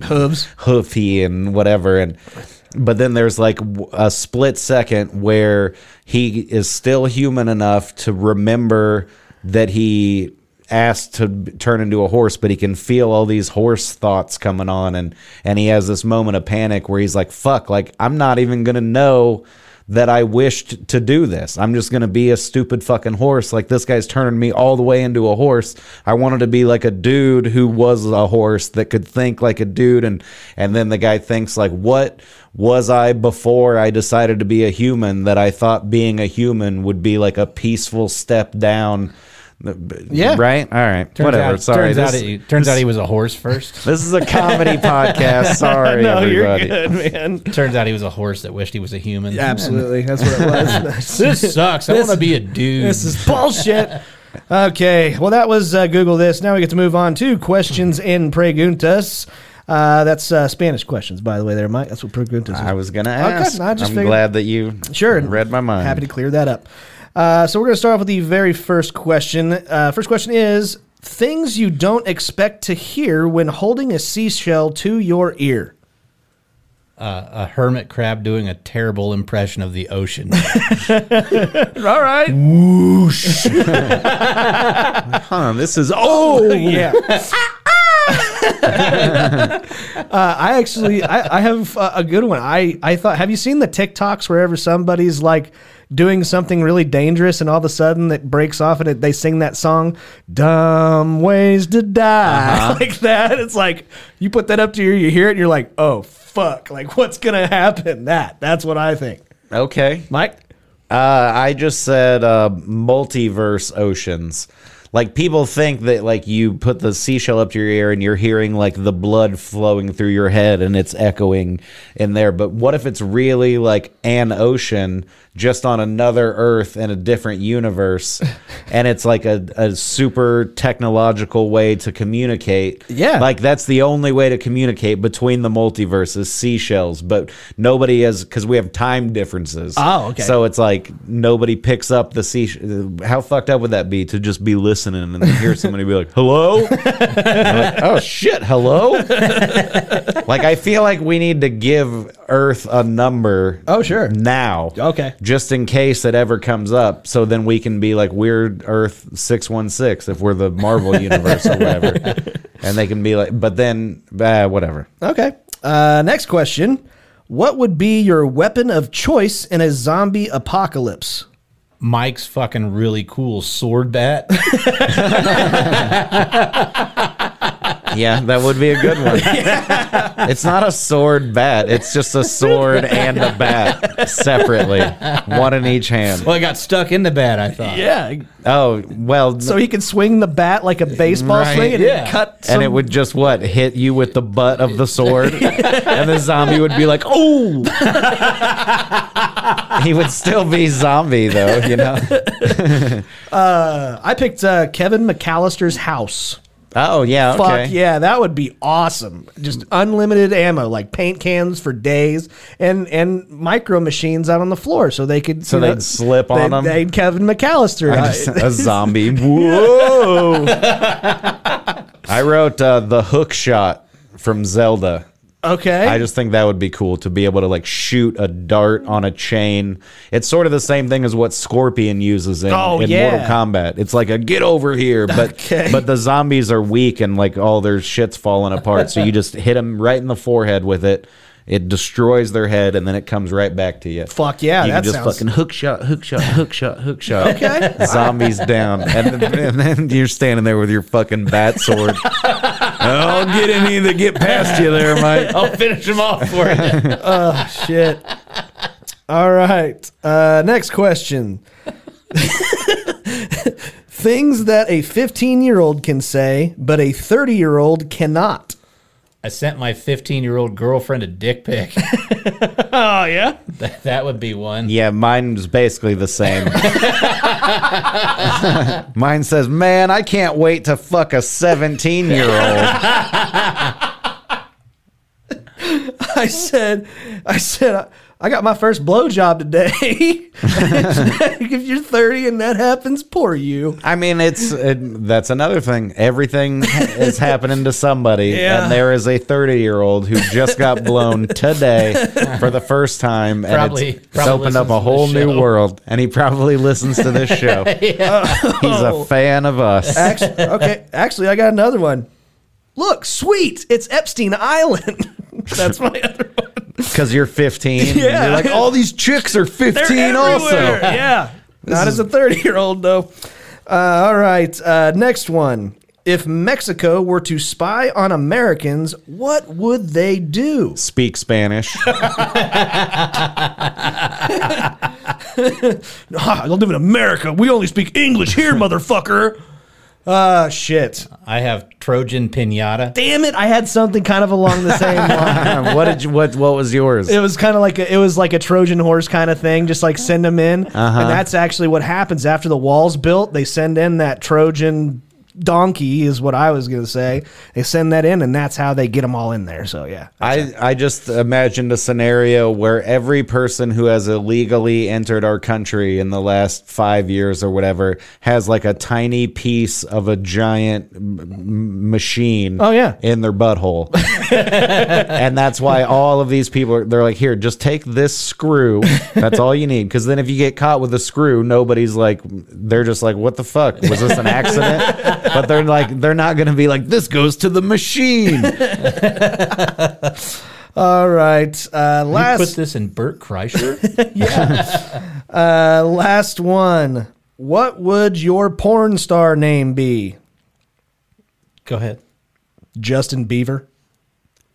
S1: Hooves.
S2: hoofy and whatever and but then there's like w- a split second where he is still human enough to remember that he asked to b- turn into a horse but he can feel all these horse thoughts coming on and and he has this moment of panic where he's like fuck like I'm not even going to know that I wished to do this. I'm just going to be a stupid fucking horse. Like this guy's turning me all the way into a horse. I wanted to be like a dude who was a horse that could think like a dude and and then the guy thinks like what was I before I decided to be a human that I thought being a human would be like a peaceful step down.
S1: Yeah.
S2: Right? All right.
S4: Turns
S2: Whatever.
S4: Out,
S2: Sorry.
S4: Turns, out,
S2: this,
S4: he, turns out he was a horse first.
S2: this is a comedy podcast. Sorry
S1: no,
S2: everybody.
S1: you're good, man.
S4: turns out he was a horse that wished he was a human.
S1: Absolutely. That's what it
S2: <laughs>
S1: was.
S4: This sucks. I want to be a dude.
S1: This is bullshit. Okay, well, that was uh, Google This. Now we get to move on to questions and preguntas. Uh, that's uh, Spanish questions, by the way, there, Mike. That's what preguntas
S2: I
S1: is.
S2: was gonna
S1: Okay,
S2: ask.
S1: no, I just
S2: I'm
S1: figured-
S2: glad that you
S1: Sure.
S2: read my mind.
S1: Happy to clear that up. Uh, so we're going to start off with the very first question. Uh, first question is Things you don't expect to hear when holding a seashell to your ear.
S4: A hermit crab doing a terrible impression of the ocean.
S1: All right.
S2: Huh, this is
S1: <laughs>
S2: oh
S1: yeah. uh, I actually, I, I have a, a good one. I, I thought, have you seen the TikToks wherever somebody's like doing something really dangerous and all of a sudden it breaks off and it, they sing that song, Dumb Ways to Die, <laughs> like that? It's like you put that up to your, you hear it and you're like, oh, fuck, like what's going to happen? That, that's what I think.
S2: okay.
S1: Mike?
S2: Uh, I just said uh, multiverse oceans. Like people think that like you put the seashell up to your ear and you're hearing like the blood flowing through your head and it's echoing in there. But what if it's really like an ocean just on another Earth in a different universe, and it's like a, a super technological way to communicate?
S1: Yeah.
S2: like that's the only way to communicate between the multiverses, seashells. But nobody has because we have time differences.
S1: Oh, okay.
S2: So it's like nobody picks up the sea. How fucked up would that be to just be listening and then
S1: <laughs>
S2: hear somebody be like, "Hello," And I'm like, oh
S1: <laughs>
S2: shit, hello. like I feel like we need to give Earth a number.
S1: Oh, sure.
S2: Now,
S1: <laughs> Okay.
S2: just in case it ever comes up, so then we can be like weird Earth six one six if we're the
S1: <laughs>
S2: Marvel universe or whatever, and they can be like, but then uh, whatever.
S1: Okay. Uh, next question. What would be your weapon of choice in a zombie apocalypse?
S4: Mike's fucking really cool sword bat.
S2: Yeah, that would be a
S1: <laughs>
S2: good one. It's not a sword bat. It's just a sword and a bat separately, one in each hand.
S4: Well, it got stuck in the bat, I thought.
S1: Yeah.
S2: Oh well,
S1: So he can swing the bat like a baseball
S2: Right,
S1: swing and
S4: yeah.
S1: it cut.
S2: and it
S1: some-
S2: would just what hit you with the butt of the sword, and the zombie would be like, "Oh!" he would still be zombie though, you know.
S1: I picked uh, Kevin McAllister's house.
S2: Oh yeah, okay.
S1: Fuck
S2: <laughs>
S1: yeah, that would be awesome. Just unlimited ammo, like paint cans for days, and and micro machines out on the floor, so they could.
S2: So they'd slip on 'em?
S1: They'd Kevin McAllister.
S2: I
S1: I-
S2: just- a zombie. Whoa! I wrote uh, the hook shot from Zelda.
S1: <laughs> okay.
S2: I just think that would be cool to be able to like shoot a dart on a chain. It's sort of the same thing as what Scorpion uses in,
S1: Oh,
S2: in
S1: yeah.
S2: Mortal Kombat. It's like a get over here, but
S1: Okay.
S2: but the zombies are weak and like all their shit's falling apart. so
S1: <laughs>
S2: you just hit them right in the forehead with it. It destroys their head and then it comes right back to you.
S1: Fuck yeah,
S2: you
S1: that
S2: can just
S1: sounds-
S2: fucking hook shot, hook shot, hook shot, hook shot.
S1: Okay.
S2: <laughs> Zombies down, and then, <laughs> and then you're standing there with your fucking
S1: <laughs>
S2: bat sword. I'll get any that get past you there, mate.
S4: I'll finish him off for you.
S1: Shit. All right. Uh, next question. <laughs> Things that a 15 year old can say, but a 30 year old cannot.
S4: I sent my 15 year old girlfriend a dick pic.
S1: <laughs> Oh, yeah?
S4: that, that would be one.
S2: Yeah, mine's basically
S4: <laughs>
S2: the same. Mine says, "Man, I can't wait to fuck a 17-year-old."
S1: <laughs> I said, I said, I, I got my first blowjob today. <laughs> if you're 30 and that happens, poor you.
S2: I mean, it's it, that's another thing. Everything is happening to somebody,
S1: Yeah.
S2: and there is a 30-year-old who just got blown today for the first time, and
S4: Probably-
S2: it's, it's
S4: probably
S2: opened up
S4: listens
S2: a
S4: to
S2: whole
S4: this
S2: new
S4: show.
S2: world. And he probably listens to this
S4: <laughs>
S2: show. He's
S4: Oh.
S2: a fan of us.
S1: Actually, okay, actually, I got another one. Look, sweet, it's Epstein Island. <laughs> That's my other one.
S2: Because you're 15.
S1: Yeah.
S2: Yeah. you're like, all these chicks are 15 also.
S1: everywhere. <laughs> Yeah. Not as a 30 year old, though. Uh, all right. Uh, next one. If Mexico were to spy on Americans, what would they do? <laughs>
S2: Speak Spanish.
S1: I Ah, live in America. We only speak English <laughs> here, motherfucker. Ah, shit.
S4: I have Trojan Pinata.
S1: Damn it. I had something kind of along the <laughs> same line.
S2: what did you, what what was yours?
S1: It was kind of like a, it was like a Trojan horse kind of thing, just like send them in, and that's actually what happens after the walls built. They send in that Trojan donkey is what I was gonna say. They send that in, and that's how they get them all in there. So yeah,
S2: I, I just imagined a scenario where every person who has illegally entered our country in the last five years or whatever has like a tiny piece of a giant m- m- machine
S1: Oh, yeah.
S2: in
S1: <laughs>
S2: their butthole. and that's why all of these people are, they're like, here, just take this screw. That's all you need. Because then if you get caught with a screw, nobody's like, they're just like, what the fuck? Was this
S1: <laughs>
S2: an accident? but they're like, they're not going to be like, this goes to the machine.
S1: all right. Uh,
S4: You
S1: last
S4: put this in Burt Kreischer?
S1: <laughs> Uh, last one. What would your porn star name be?
S4: Go ahead.
S1: Justin Beaver.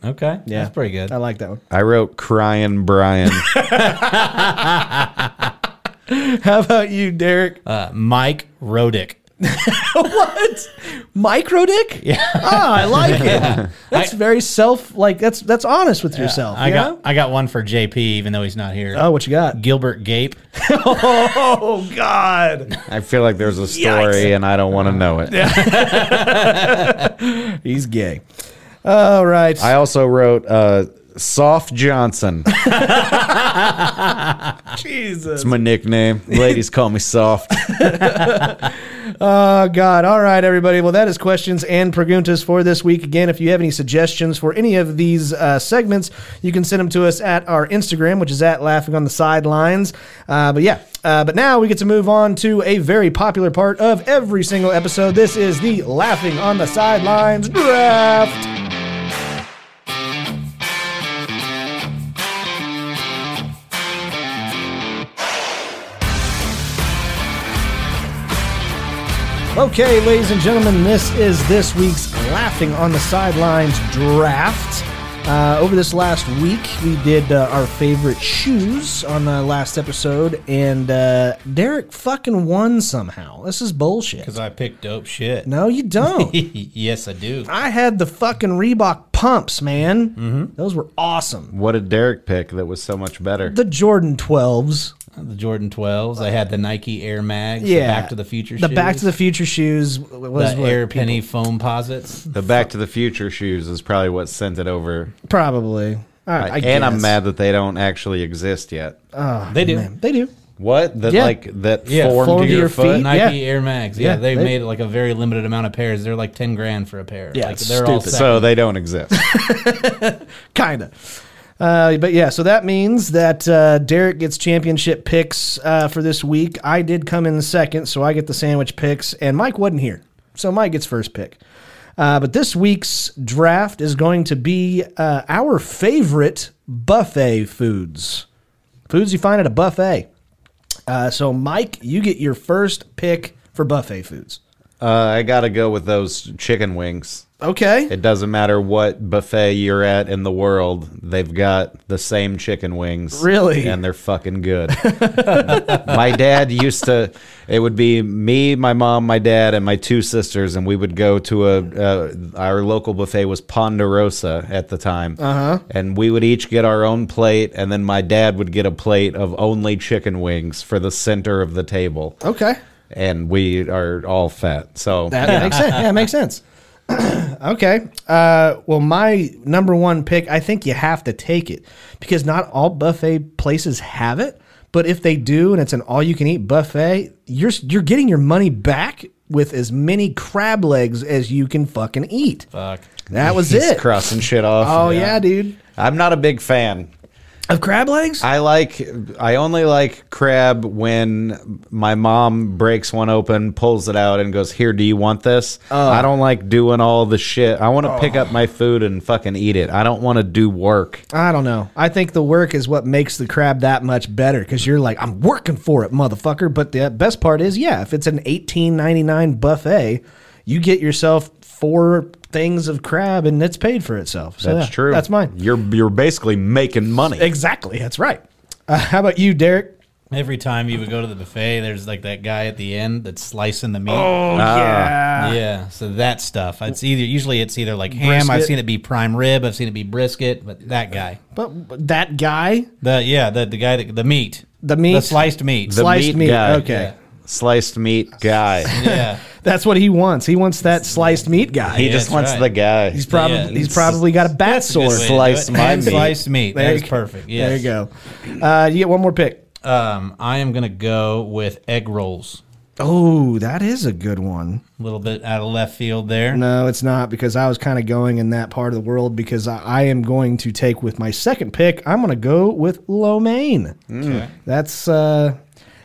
S4: Okay. That's pretty good.
S1: I like that one.
S2: I wrote crying Brian.
S1: How about you, Derek?
S4: Uh, Mike Rodick.
S1: <laughs> what? Micro dick? Yeah. Ah, I like it. That's
S4: I-
S1: very self like that's that's honest with yourself.
S4: I
S1: you
S4: got
S1: know?
S4: I got one for JP, even though he's not here.
S1: Oh, what you got?
S4: Gilbert Gape.
S1: Oh God.
S2: I feel
S1: <laughs>
S2: like there's a story and I don't want to know it.
S1: <laughs> He's gay. All right.
S2: I also wrote uh, Soft
S1: <laughs>
S2: Johnson.
S1: Jesus.
S2: It's my nickname. Ladies call me Soft.
S1: Oh, God. All right, everybody. Well, that is questions and preguntas for this week. Again, if you have any suggestions for any of these uh, segments, you can send them to us at our Instagram, which is at Laughing on the Sidelines. Uh, but yeah, uh, but now we get to move on to a very popular part of every single episode. This is the Laughing on the Sidelines draft. Okay, ladies and gentlemen, this is this week's Laughing on the Sidelines draft. Uh, over this last week, we did uh, our favorite shoes on the last episode, and uh, Derek fucking won somehow. This is bullshit.
S4: Because I picked dope shit.
S1: No, you
S4: <laughs>
S1: don't.
S4: yes, I do.
S1: I had the fucking Reebok pumps, man.
S4: Mm-hmm.
S1: Those were awesome.
S2: what did Derek pick that was so much better?
S1: The Jordan 12s.
S4: The Jordan 12s. I had the Nike Air Mags.
S1: Yeah.
S4: The Back to the Future
S1: The Back to
S4: shoes,
S1: the Future shoes w- was
S4: the
S1: what
S4: Air
S1: people-
S4: Penny foam posits.
S2: The Back to the Future shoes is probably what sent it over.
S1: Probably. All right, I
S2: and I'm
S1: guess. Ah,
S2: mad that they don't actually exist yet.
S4: they do.
S1: Man, They do.
S2: What? That
S1: Yeah.
S2: like that
S4: Yeah,
S2: formed,
S1: formed
S2: your,
S1: your
S2: foot?
S1: feet.
S4: Nike
S1: <laughs> Yeah.
S4: Air Mags.
S1: Yeah,
S4: Yeah, they've
S1: they-
S4: made like a very limited amount of pairs. They're like ten grand for a pair.
S1: Yeah,
S4: like,
S1: it's
S4: they're all
S1: stupid.
S4: set.
S2: So they don't exist.
S1: kind of. Uh, but yeah, so that means that uh, Derek gets championship picks uh, for this week. I did come in second, so I get the sandwich picks, and Mike wasn't here, so Mike gets first pick. Uh, but this week's draft is going to be uh, our favorite buffet foods, foods you find at a buffet. Uh, so Mike, you get your first pick for buffet foods.
S2: uh, I gotta go with those chicken wings.
S1: Okay.
S2: It doesn't matter what buffet you're at in the world, they've got the same chicken wings.
S1: Really?
S2: And they're fucking good. <laughs> my dad used to, it would be me, my mom, my dad, and my two sisters, and we would go to a, uh, our local buffet was Ponderosa at the time. Uh-huh. And we would each get our own plate, and then my dad would get a plate of only chicken wings for the center of the table.
S1: Okay.
S2: And we are all fat. So
S1: That makes sense. Yeah, it makes sense. <clears throat> okay. Uh, well, my number one pick, I think you have to take it because not all buffet places have it. But if they do, and it's an all-you-can-eat buffet, you're you're getting your money back with as many crab legs as you can fucking eat.
S4: Fuck.
S1: That was
S2: he's
S1: it.
S2: crossing shit off.
S1: oh yeah. dude.
S2: I'm not a big fan.
S1: Of crab legs?
S2: I like I only like crab when my mom breaks one open, pulls it out, and goes, "Here, do you want this?"
S1: Oh.
S2: I don't like doing all the shit. I want to pick up my food and fucking eat it. I don't want to do work.
S1: I don't know. I think the work is what makes the crab that much better because you're like, I'm working for it, motherfucker. But the best part is, yeah, if it's an eighteen ninety nine buffet, you get yourself four things of crab and it's paid for itself. So
S2: That's
S1: yeah,
S2: true.
S1: That's mine.
S2: You're you're basically making money.
S1: Exactly. That's right. Uh, how about you, Derek?
S4: Every time you would go to the buffet, there's like that guy at the end that's slicing the meat.
S1: Oh,
S2: Ah.
S4: Yeah, so that stuff. It's either usually it's either like ham. I've
S1: Brisket.
S4: seen it be prime rib. I've seen it be brisket. But that guy,
S1: But but that guy,
S4: the yeah, the the guy that the meat,
S1: The meat?
S4: the sliced meat.
S2: The
S1: sliced
S2: meat
S1: meat.
S2: guy.
S1: Okay.
S2: sliced meat guy.
S4: <laughs> Yeah.
S1: That's what he wants. He wants that sliced meat guy.
S2: He just
S4: that's
S2: wants
S4: right.
S2: the guy.
S1: he's probably
S4: yeah,
S1: he's
S4: it's-
S1: probably got a bat sword.
S2: way. Sliced my meat.
S4: Sliced meat.
S1: There
S4: That's
S1: you go.
S4: perfect.
S1: There
S4: Yes.
S1: you go. Uh, you get one more pick.
S4: Um, I am gonna go with egg rolls.
S1: Oh, that is a good one.
S4: A little bit out of left field there.
S1: No, it's not because I was kind of going in that part of the world because I, I am going to take with my second pick. I'm going to go with lo mein.
S2: Mm.
S1: That's uh,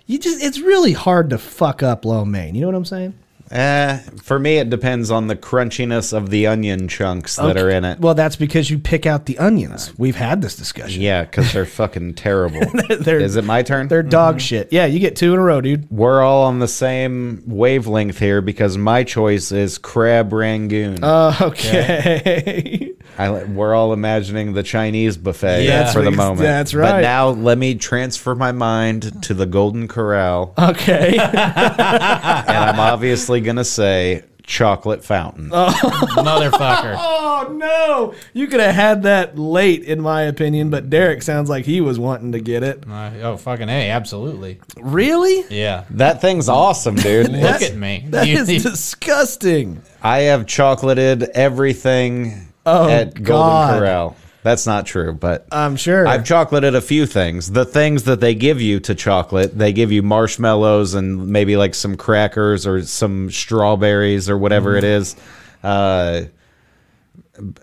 S1: you just it's really hard to fuck up lo mein. You know what I'm saying?
S2: Eh, for me, it depends on the crunchiness of the onion chunks that are in it.
S1: Well, that's because you pick out the onions. We've had this discussion.
S2: yeah, because they're fucking terrible.
S1: <laughs> They're-
S2: Is it Mm-hmm. my turn?
S1: They're dog shit. Yeah, you get two in a row, dude.
S2: We're all on the same wavelength here because my choice is crab rangoon.
S1: Uh, <laughs> Okay.
S2: I, we're all imagining the Chinese buffet
S4: Yeah.
S2: for the
S1: That's-
S2: moment.
S1: that's
S2: But
S1: right.
S2: now let me transfer my mind to the Golden Corral,
S1: okay. <laughs>
S2: and I'm obviously gonna say chocolate fountain.
S4: <laughs>
S1: Uh,
S4: Motherfucker.
S1: oh no. You could have had that late in my opinion, but Derek sounds like he was wanting to get it.
S4: Uh, oh fucking a! Absolutely.
S2: <laughs>
S1: Really?
S4: Yeah.
S2: That thing's awesome,
S1: <laughs>
S2: dude.
S4: Look at me.
S1: That
S4: You-
S2: <laughs>
S1: is disgusting.
S2: I have chocolated everything
S1: Oh,
S2: at
S1: God.
S2: Golden Corral. That's not true, but
S1: I'm sure.
S2: I've chocolated a few things. The things that they give you to chocolate, they give you marshmallows and maybe like some crackers or some strawberries or whatever it
S1: Mm-hmm.
S2: is. Uh,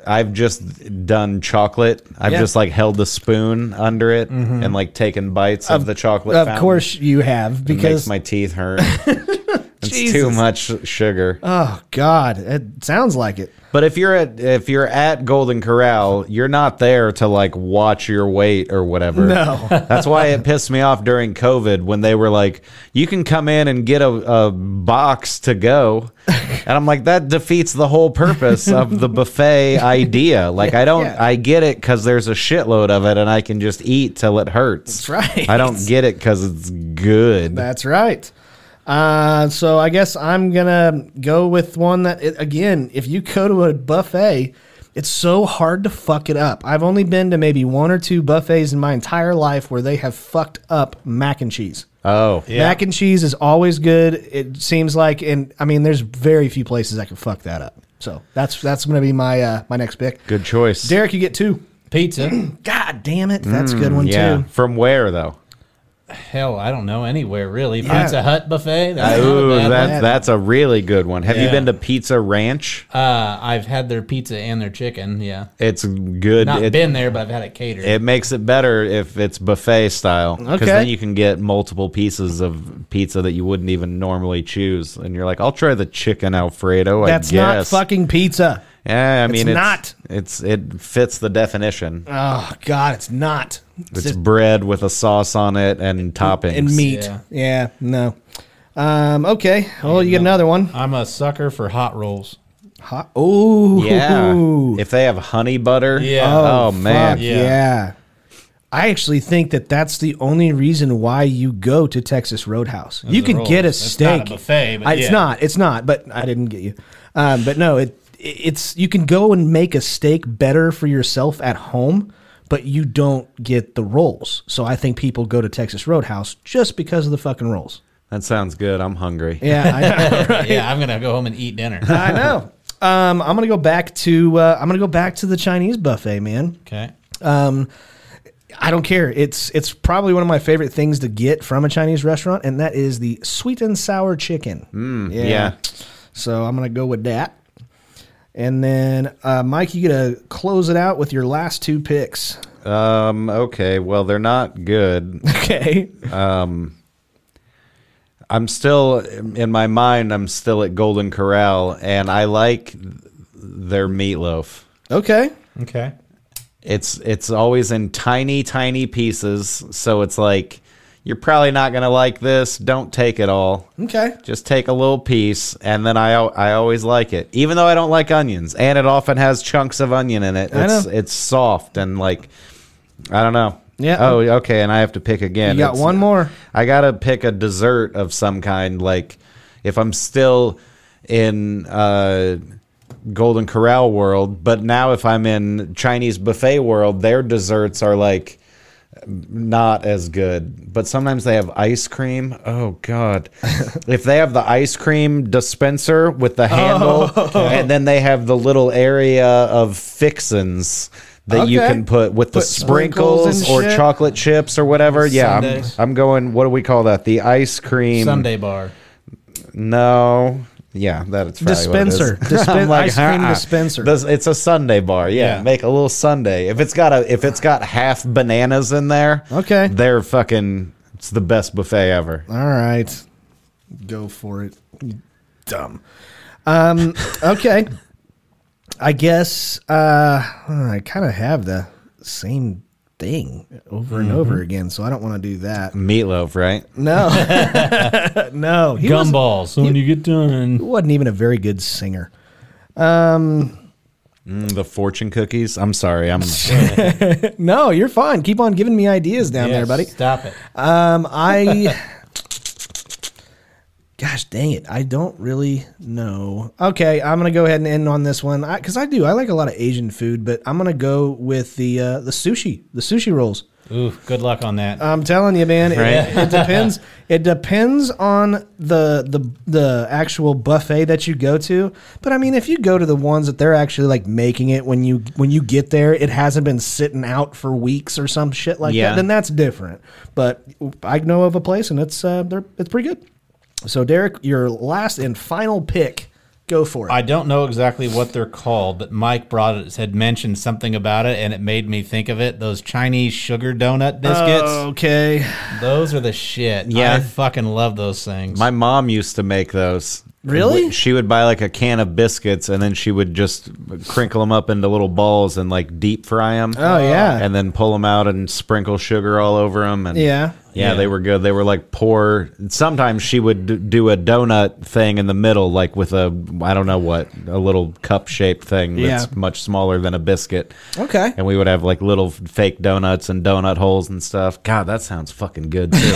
S2: I've just done chocolate. I've
S1: Yeah. Mm-hmm.
S2: just like held the spoon under it and like taken bites of, the chocolate.
S1: of
S2: fountain.
S1: course you have
S2: it makes
S1: because
S2: my teeth hurt.
S1: <laughs>
S2: it's too
S1: Jesus.
S2: much sugar.
S1: oh god, it sounds like it.
S2: But if you're at if you're at Golden Corral, you're not there to like watch your weight or whatever.
S1: No.
S2: <laughs> that's why it pissed me off during COVID when they were like, "You can come in and get a, a box to go," and I'm like, that defeats the whole purpose of the
S1: <laughs>
S2: buffet idea. Like, I don't,
S1: Yeah.
S2: I get it because there's a shitload of it, and I can just eat till it hurts.
S1: That's right.
S2: I don't get it because it's good.
S1: That's right. Uh, so I guess I'm gonna go with one that it, again, if you go to a buffet, it's so hard to fuck it up. I've only been to maybe one or two buffets in my entire life where they have fucked up mac and cheese.
S2: oh,
S1: Mac and cheese is always good. It seems like, and I mean, there's very few places I can fuck that up. So that's that's gonna be my uh, my next pick.
S2: good choice.
S1: Derek, you get two.
S4: Pizza.
S1: God damn it, that's a good one
S2: Mm, yeah,
S1: too.
S2: from where though?
S4: Hell, I don't know anywhere really. Pizza Hut buffet. That's not a
S2: Ooh,
S4: bad
S2: that,
S4: one.
S2: that's a really good one. Have you
S4: Yeah.
S2: been to Pizza Ranch?
S4: Uh, I've had their pizza and their chicken. Yeah.
S2: It's good.
S4: Not
S2: It,
S4: been there, but I've had it catered.
S2: it makes it better if it's buffet style because
S1: Okay.
S2: then you can get multiple pieces of pizza that you wouldn't even normally choose, and you're like, "I'll try the chicken Alfredo."
S1: That's
S2: I guess.
S1: not fucking pizza.
S2: Yeah, I mean, it's,
S1: not.
S2: It's it fits the definition.
S1: Oh God, it's not.
S2: it's bread with a sauce on it and toppings
S1: and meat.
S4: Yeah.
S1: Yeah, no. Um, okay. Well, you get another one.
S4: I'm a sucker for hot rolls.
S1: Hot. Ooh.
S2: Yeah,
S1: <laughs>
S2: if they have honey butter,
S4: Yeah.
S2: Oh,
S4: Oh,
S2: man,
S1: Fuck,
S4: Yeah.
S1: yeah. I actually think that that's the only reason why you go to Texas Roadhouse. you
S4: the
S1: can
S4: rolls.
S1: get a
S4: It's not a
S1: steak.
S4: buffet, but
S1: I- it's
S4: yeah.
S1: not. It's not. But I didn't get you. Um, but no, it it's you can go and make a steak better for yourself at home, but you don't get the rolls. So I think people go to Texas Roadhouse just because of the fucking rolls.
S2: that sounds good. I'm hungry.
S1: Yeah, I know.
S4: Yeah, I'm gonna go home and eat dinner. <laughs>
S1: I know. Um, I'm gonna go back to uh, I'm gonna go back to the Chinese buffet, man.
S4: Okay.
S1: I don't care. It's it's probably one of my favorite things to get from a Chinese restaurant, and that is the sweet and sour chicken. yeah.
S2: Mm, yeah.
S1: So I'm gonna go with that. And then uh, Mike, you get to close it out with your last two picks. <laughs>
S2: Um. Okay. Well, they're not good.
S1: Okay.
S2: I'm still in my mind. I'm still at Golden Corral, and I like their meatloaf.
S1: Okay.
S4: Okay.
S2: It's it's always in tiny, tiny pieces, so it's like you're probably not gonna like this. Don't take it all.
S1: Okay.
S2: Just take a little piece, and then I al- I always like it, even though I don't like onions, and it often has chunks of onion in it.
S1: I
S2: It's
S1: know.
S2: it's soft and like I don't know.
S1: Yeah.
S2: Oh, okay. And I have to pick again.
S1: You got
S2: It's- uh,
S1: one more.
S2: I gotta pick a dessert of some kind. Like if I'm still in uh, Golden Corral world, but now if I'm in Chinese buffet world, their desserts are like not as good. But sometimes they have ice cream. Oh
S1: <laughs>
S2: god. if they have the ice cream dispenser with the handle
S1: Oh,
S2: and then they have the little area of fixins that you
S1: Okay.
S2: can put with the
S1: sprinkles
S2: sprinkles,
S1: and
S2: or
S1: shit.
S2: chocolate chips or whatever. Yeah, I'm,
S4: Sundaes.
S2: I'm going what do we call that? The ice cream
S4: Sunday bar.
S2: No. Yeah, that's probably
S1: Dispenser.
S2: What it is. <laughs> I'm
S1: Dispen- ice
S2: <laughs>
S1: cream dispenser.
S2: This- it's a Sunday bar. Yeah,
S4: Yeah.
S2: make a little Sunday. If it's got a if it's got half bananas in there,
S1: Okay.
S2: they're fucking. It's the best buffet ever.
S1: All right. Go for it. you Dumb. Um, okay. I guess uh, I kind of have the same thing over and over again, so I don't want to do that.
S2: Meatloaf, right?
S1: No. <laughs> no. He wasn't-
S4: Gumballs. So when you get done,
S1: wasn't even a very good singer.
S2: Mm, the fortune cookies. I'm sorry. I'm
S1: No, you're fine. Keep on giving me ideas down
S4: Yeah,
S1: there, buddy.
S4: Stop it.
S1: Um, I. Gosh dang it! I don't really know. Okay, I'm gonna go ahead and end on this one because I, do. I like a lot of Asian food, but I'm gonna go with the uh, the sushi, the sushi rolls.
S4: Ooh, good luck on that.
S1: I'm telling you, man. it- It,
S2: <laughs>
S4: Right.
S1: depends. It depends on the the the actual buffet that you go to. But I mean, if you go to the ones that they're actually like making it when you when you get there, it hasn't been sitting out for weeks or some shit like
S2: Yeah.
S1: that. Then that's different. But I know of a place and it's uh, they're it's pretty good. So Derek, your last and final pick. Go for it.
S4: I don't know exactly what they're called, but Mike brought it had mentioned something about it, and it made me think of it. Those Chinese sugar donut biscuits.
S1: Oh. okay.
S4: Those are the shit.
S2: Yeah.
S4: I fucking love those things.
S2: My mom used to make those.
S1: Really?
S2: She would buy like a can of biscuits and then she would just crinkle them up into little balls and like deep fry them.
S1: Oh, yeah.
S2: And then pull them out and sprinkle sugar all over them. And
S1: Yeah.
S2: Yeah,
S4: Yeah.
S2: they were good. They were like pour. Sometimes she would d- do a donut thing in the middle, like with a, I don't know what, a little cup shaped thing that's
S1: Yeah.
S2: much smaller than a biscuit.
S1: Okay.
S2: And we would have like little fake donuts and donut holes and stuff. God, that sounds fucking good
S1: <laughs>
S2: too.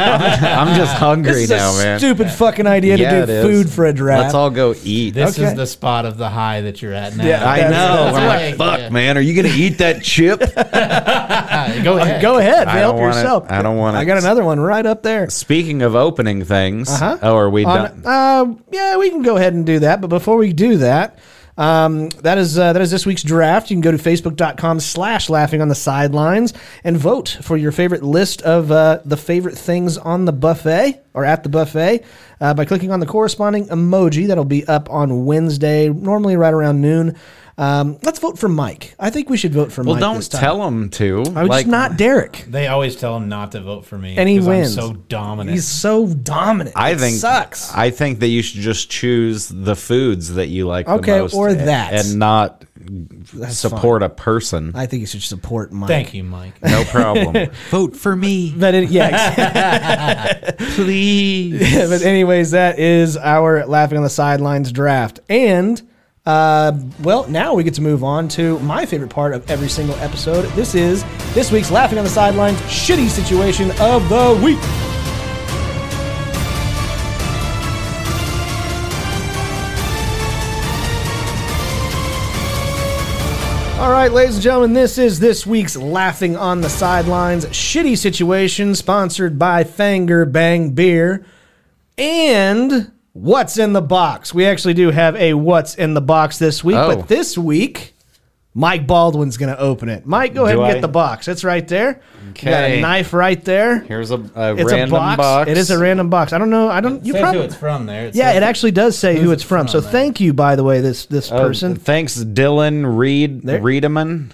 S2: I'm just hungry
S1: This is
S2: now,
S1: a
S2: man.
S1: stupid fucking idea
S2: Yeah,
S1: to do
S2: it
S1: food
S2: is.
S1: for a draft.
S2: Let's all go eat.
S4: this
S1: Okay.
S4: is the spot of the high that you're at now.
S1: Yeah,
S2: I
S1: That's-
S2: know.
S4: that's
S2: I'm
S4: right.
S2: like, fuck,
S4: Yeah.
S2: man. Are you gonna eat that chip?
S1: <laughs>
S4: Go ahead.
S1: Go ahead,
S2: I
S1: help
S2: don't want it.
S1: yourself.
S2: I don't want
S1: I
S2: it.
S1: got another one right up there.
S2: Speaking of opening things, oh, are we done?
S1: Uh-huh. On- uh, yeah, we can go ahead and do that. But before we do that, um, that is uh, that is this week's draft. You can go to facebook.com slash laughing on the sidelines and vote for your favorite list of uh, the favorite things on the buffet or at the buffet uh, by clicking on the corresponding emoji. That'll be up on Wednesday, normally right around noon. Um, let's vote for Mike. I think we should vote for
S2: well,
S1: Mike.
S2: don't
S1: this time.
S2: tell him to.
S1: I was just not Derek.
S4: They always tell him not to vote for me.
S1: And he
S4: 'cause I'm
S1: wins.
S4: so dominant.
S1: He's so dominant.
S2: I
S1: It
S2: think
S1: sucks.
S2: I think that you should just choose the foods that you like
S1: Okay,
S2: the most
S1: or that.
S2: and not support
S1: <laughs>
S2: a person.
S1: I think you should support Mike.
S4: Thank you, Mike.
S2: No
S1: <laughs>
S2: problem. Vote for me,
S1: But it, yeah, exactly. <laughs>
S2: please.
S1: but anyways, that is our laughing on the sidelines draft, and uh, well, now we get to move on to my favorite part of every single episode. This is this week's laughing on the sidelines shitty situation of the week. All right, ladies and gentlemen, this is this week's Laughing on the Sidelines Shitty Situation, sponsored by Fanger Bang Beer. And What's in the Box? We actually do have a What's in the Box this week,
S2: Oh.
S1: but this week, Mike Baldwin's going to open it. Mike, go ahead
S2: Do
S1: and
S2: I?
S1: get the box. It's right there. Okay. got a
S2: Okay.
S1: knife right there.
S2: Here's a, a
S1: it's
S2: random
S1: a box. It is a random box. I don't know. I don't. You
S4: Says
S1: probably.
S4: who it's from there.
S1: yeah,
S4: says
S1: it actually does say who
S4: who's
S1: it's from.
S4: from
S1: So
S4: there.
S1: thank you, by the way, this this
S2: Oh,
S1: person.
S2: Thanks, Dylan Reed
S1: There-
S2: Reedeman.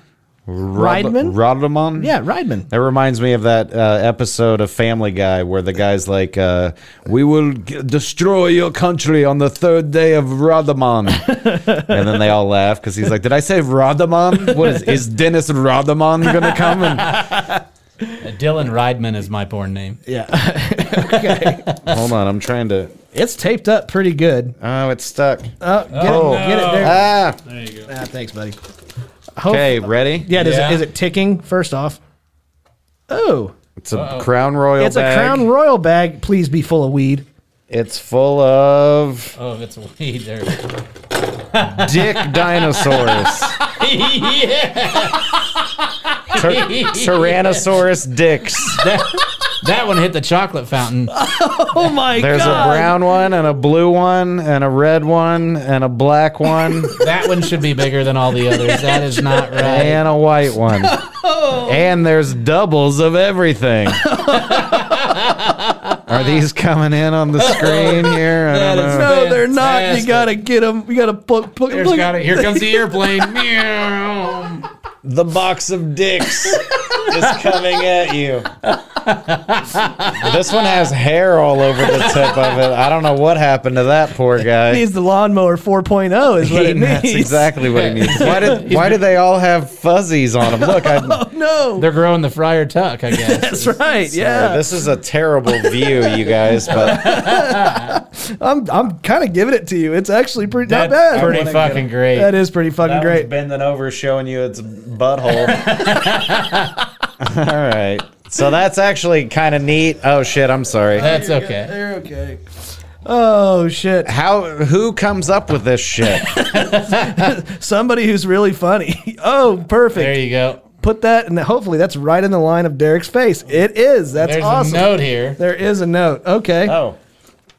S2: Rod-
S1: Rideman?
S2: Rodeman?
S1: Yeah, Rideman.
S2: That reminds me of that uh, episode of Family Guy where the guy's like, uh, "We will g- destroy your country on the third day of
S1: <laughs>
S2: Radaman," and then they all laugh because he's like, "Did I say Radaman? What is is Dennis Radaman gonna come?"
S1: <laughs>
S2: And
S4: Dylan Rideman is my born name.
S1: Yeah,
S2: hold on, I'm trying to.
S1: it's taped up pretty good.
S2: Oh, it's stuck.
S1: Oh, get,
S2: Oh.
S1: it, get it there. Oh.
S2: Ah.
S4: There you go.
S1: Ah, thanks, buddy.
S2: Okay, ready?
S1: Yeah, does
S4: Yeah.
S1: It, is it ticking? First off, oh,
S2: It's a Crown Royal.
S1: it's a
S2: bag.
S1: Crown Royal bag. Please be full of weed.
S2: It's
S1: <laughs>
S2: full of
S4: Oh, if it's a weed <laughs> there.
S2: dick dinosaurs.
S4: yeah.
S1: <laughs>
S2: Tyrannosaurus dicks.
S4: that one hit the chocolate
S1: <laughs>
S4: fountain.
S1: Oh my
S2: There's a
S1: god!
S2: brown one and a blue one and a red one and a black <laughs> one
S4: That one should be bigger than all the others. That is
S1: <laughs>
S4: not right.
S2: and a white <laughs> one. And there's doubles of <laughs> everything. Are these coming in on the <laughs> screen here? I don't know.
S1: no, they're not. You
S4: Fantastic.
S1: gotta get them. You gotta put. put
S4: There's
S1: look-
S4: got it. Here comes the
S1: <laughs>
S4: airplane. Meow.
S2: The box of dicks is coming at you. this one has hair all over the tip of it. I don't know what happened to that poor guy.
S1: It needs the lawnmower 4.0 is what it needs.
S2: That's exactly what he needs. Why <laughs> did why do they all have fuzzies on them? Look, I,
S1: No,
S4: They're growing the Friar Tuck, I
S2: <laughs>
S4: guess.
S1: <laughs> that's right. Yeah,
S2: this is a terrible view, you guys. <laughs> But
S1: I'm I'm kind of giving it to you. It's actually pretty not
S4: That's
S1: bad.
S4: Pretty fucking great.
S1: That is pretty fucking
S2: that
S1: great.
S2: one's bending over, showing you its butthole. <laughs> all right. So that's actually kind of neat. Oh shit! I'm sorry.
S4: That's okay.
S1: They're okay. Oh shit!
S2: How? Who comes up with this shit?
S1: Somebody who's really funny. <laughs> Oh,
S4: There
S1: perfect.
S4: you go.
S1: Put that, and hopefully that's right in the line of Derek's face. It is. That's
S4: There's
S1: awesome.
S4: a note here.
S1: There is a note. Okay.
S2: <laughs> Oh,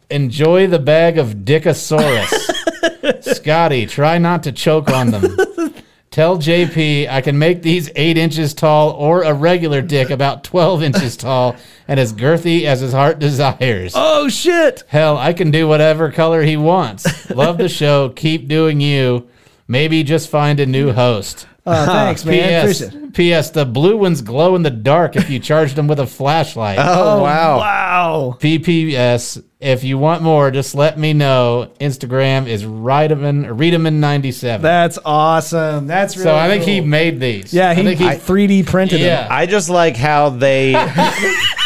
S4: Enjoy the bag of Dickosaurus.
S1: <laughs>
S4: Scotty, try not to choke on them. Tell JP I can make these eight inches tall or a regular dick about 12 inches tall and as girthy as his heart desires.
S1: Oh shit!
S4: Hell, I can do whatever color he
S1: <laughs>
S4: wants. Love the show. Keep doing you. Maybe just find a new host.
S2: <laughs>
S1: Oh, thanks, man.
S4: P.S.
S1: Appreciate it.
S4: P.S. The blue ones glow in the dark if you charge them with a flashlight.
S2: Oh,
S1: Oh.
S2: wow.
S1: Wow.
S4: PPS. If you want more, just let me know. Instagram is Reedeman Reedeman ninety seven.
S1: That's awesome. That's really
S4: So I think
S1: cool.
S4: he made these.
S1: Yeah,
S4: I
S1: he,
S4: think
S1: he 3D printed
S4: yeah.
S1: <laughs> it.
S2: I just like how <laughs> they.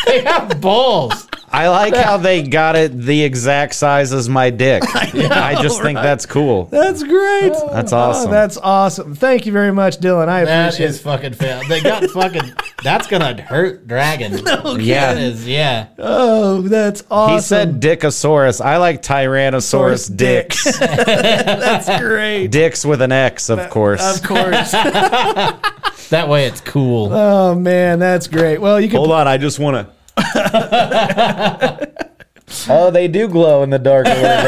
S4: they have balls.
S2: I like how they got it the exact size as my dick. <laughs> I, just think that's cool.
S1: That's great.
S2: That's
S1: Oh,
S2: awesome.
S1: that's awesome. Thank you very much, Dylan. I
S4: That
S1: appreciate
S4: is fucking fail. They got fucking. That's gonna hurt
S1: <laughs>
S4: Dragon.
S2: yeah.
S4: That is yeah.
S1: it. Oh, that's awesome.
S2: He said Dickosaurus. I like Tyrannosaurus
S4: <laughs>
S1: Saurus
S2: dicks.
S1: that's great.
S2: dicks with an X, of course.
S1: Of course.
S4: That way it's cool.
S1: oh man, that's great. Well, you can
S2: Hold on, I just want to. <laughs> oh, they do glow in the dark a little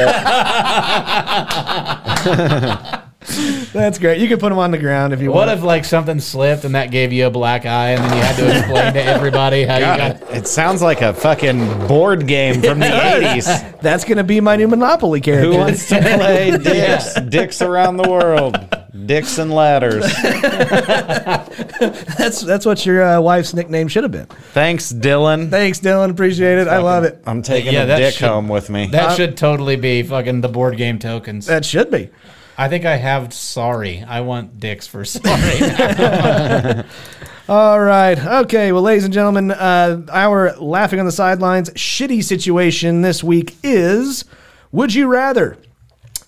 S2: <laughs> bit.
S1: That's great. You can put them on the ground if you
S4: what
S1: want.
S4: if like something slipped and that gave you a black eye and then you had to explain to everybody how
S2: <laughs>
S4: you got
S2: it sounds like a fucking board game <laughs> from the 80s.
S1: That's going to be my new Monopoly character. <laughs>
S2: Who wants to <laughs> play dicks? Dicks around the world. Dicks and <laughs> ladders.
S1: that's that's what your uh, wife's nickname should have been.
S2: Thanks, Dylan.
S1: Thanks, Dylan. Appreciate it. I love it.
S2: I'm taking
S4: Yeah,
S2: a
S4: that
S2: dick
S4: should-
S2: home with me.
S4: that should totally be fucking the board game tokens.
S1: That should be.
S4: I think I have sorry. I want dicks for sorry.
S1: All right. Okay. Well, ladies and gentlemen, uh, our laughing on the sidelines shitty situation this week is: Would you rather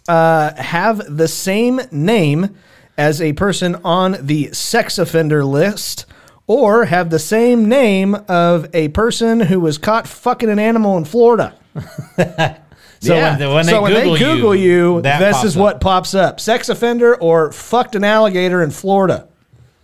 S1: uh, have the same name as a person on the sex offender list, or have the same name of a person who was caught fucking an animal
S4: <laughs>
S1: in Florida?
S4: so
S1: Yeah.
S4: when, they- when they
S1: so when
S4: Google
S1: they Google you,
S4: that
S1: this
S4: pops
S1: is
S4: up.
S1: what pops up: sex offender or fucked an alligator in Florida,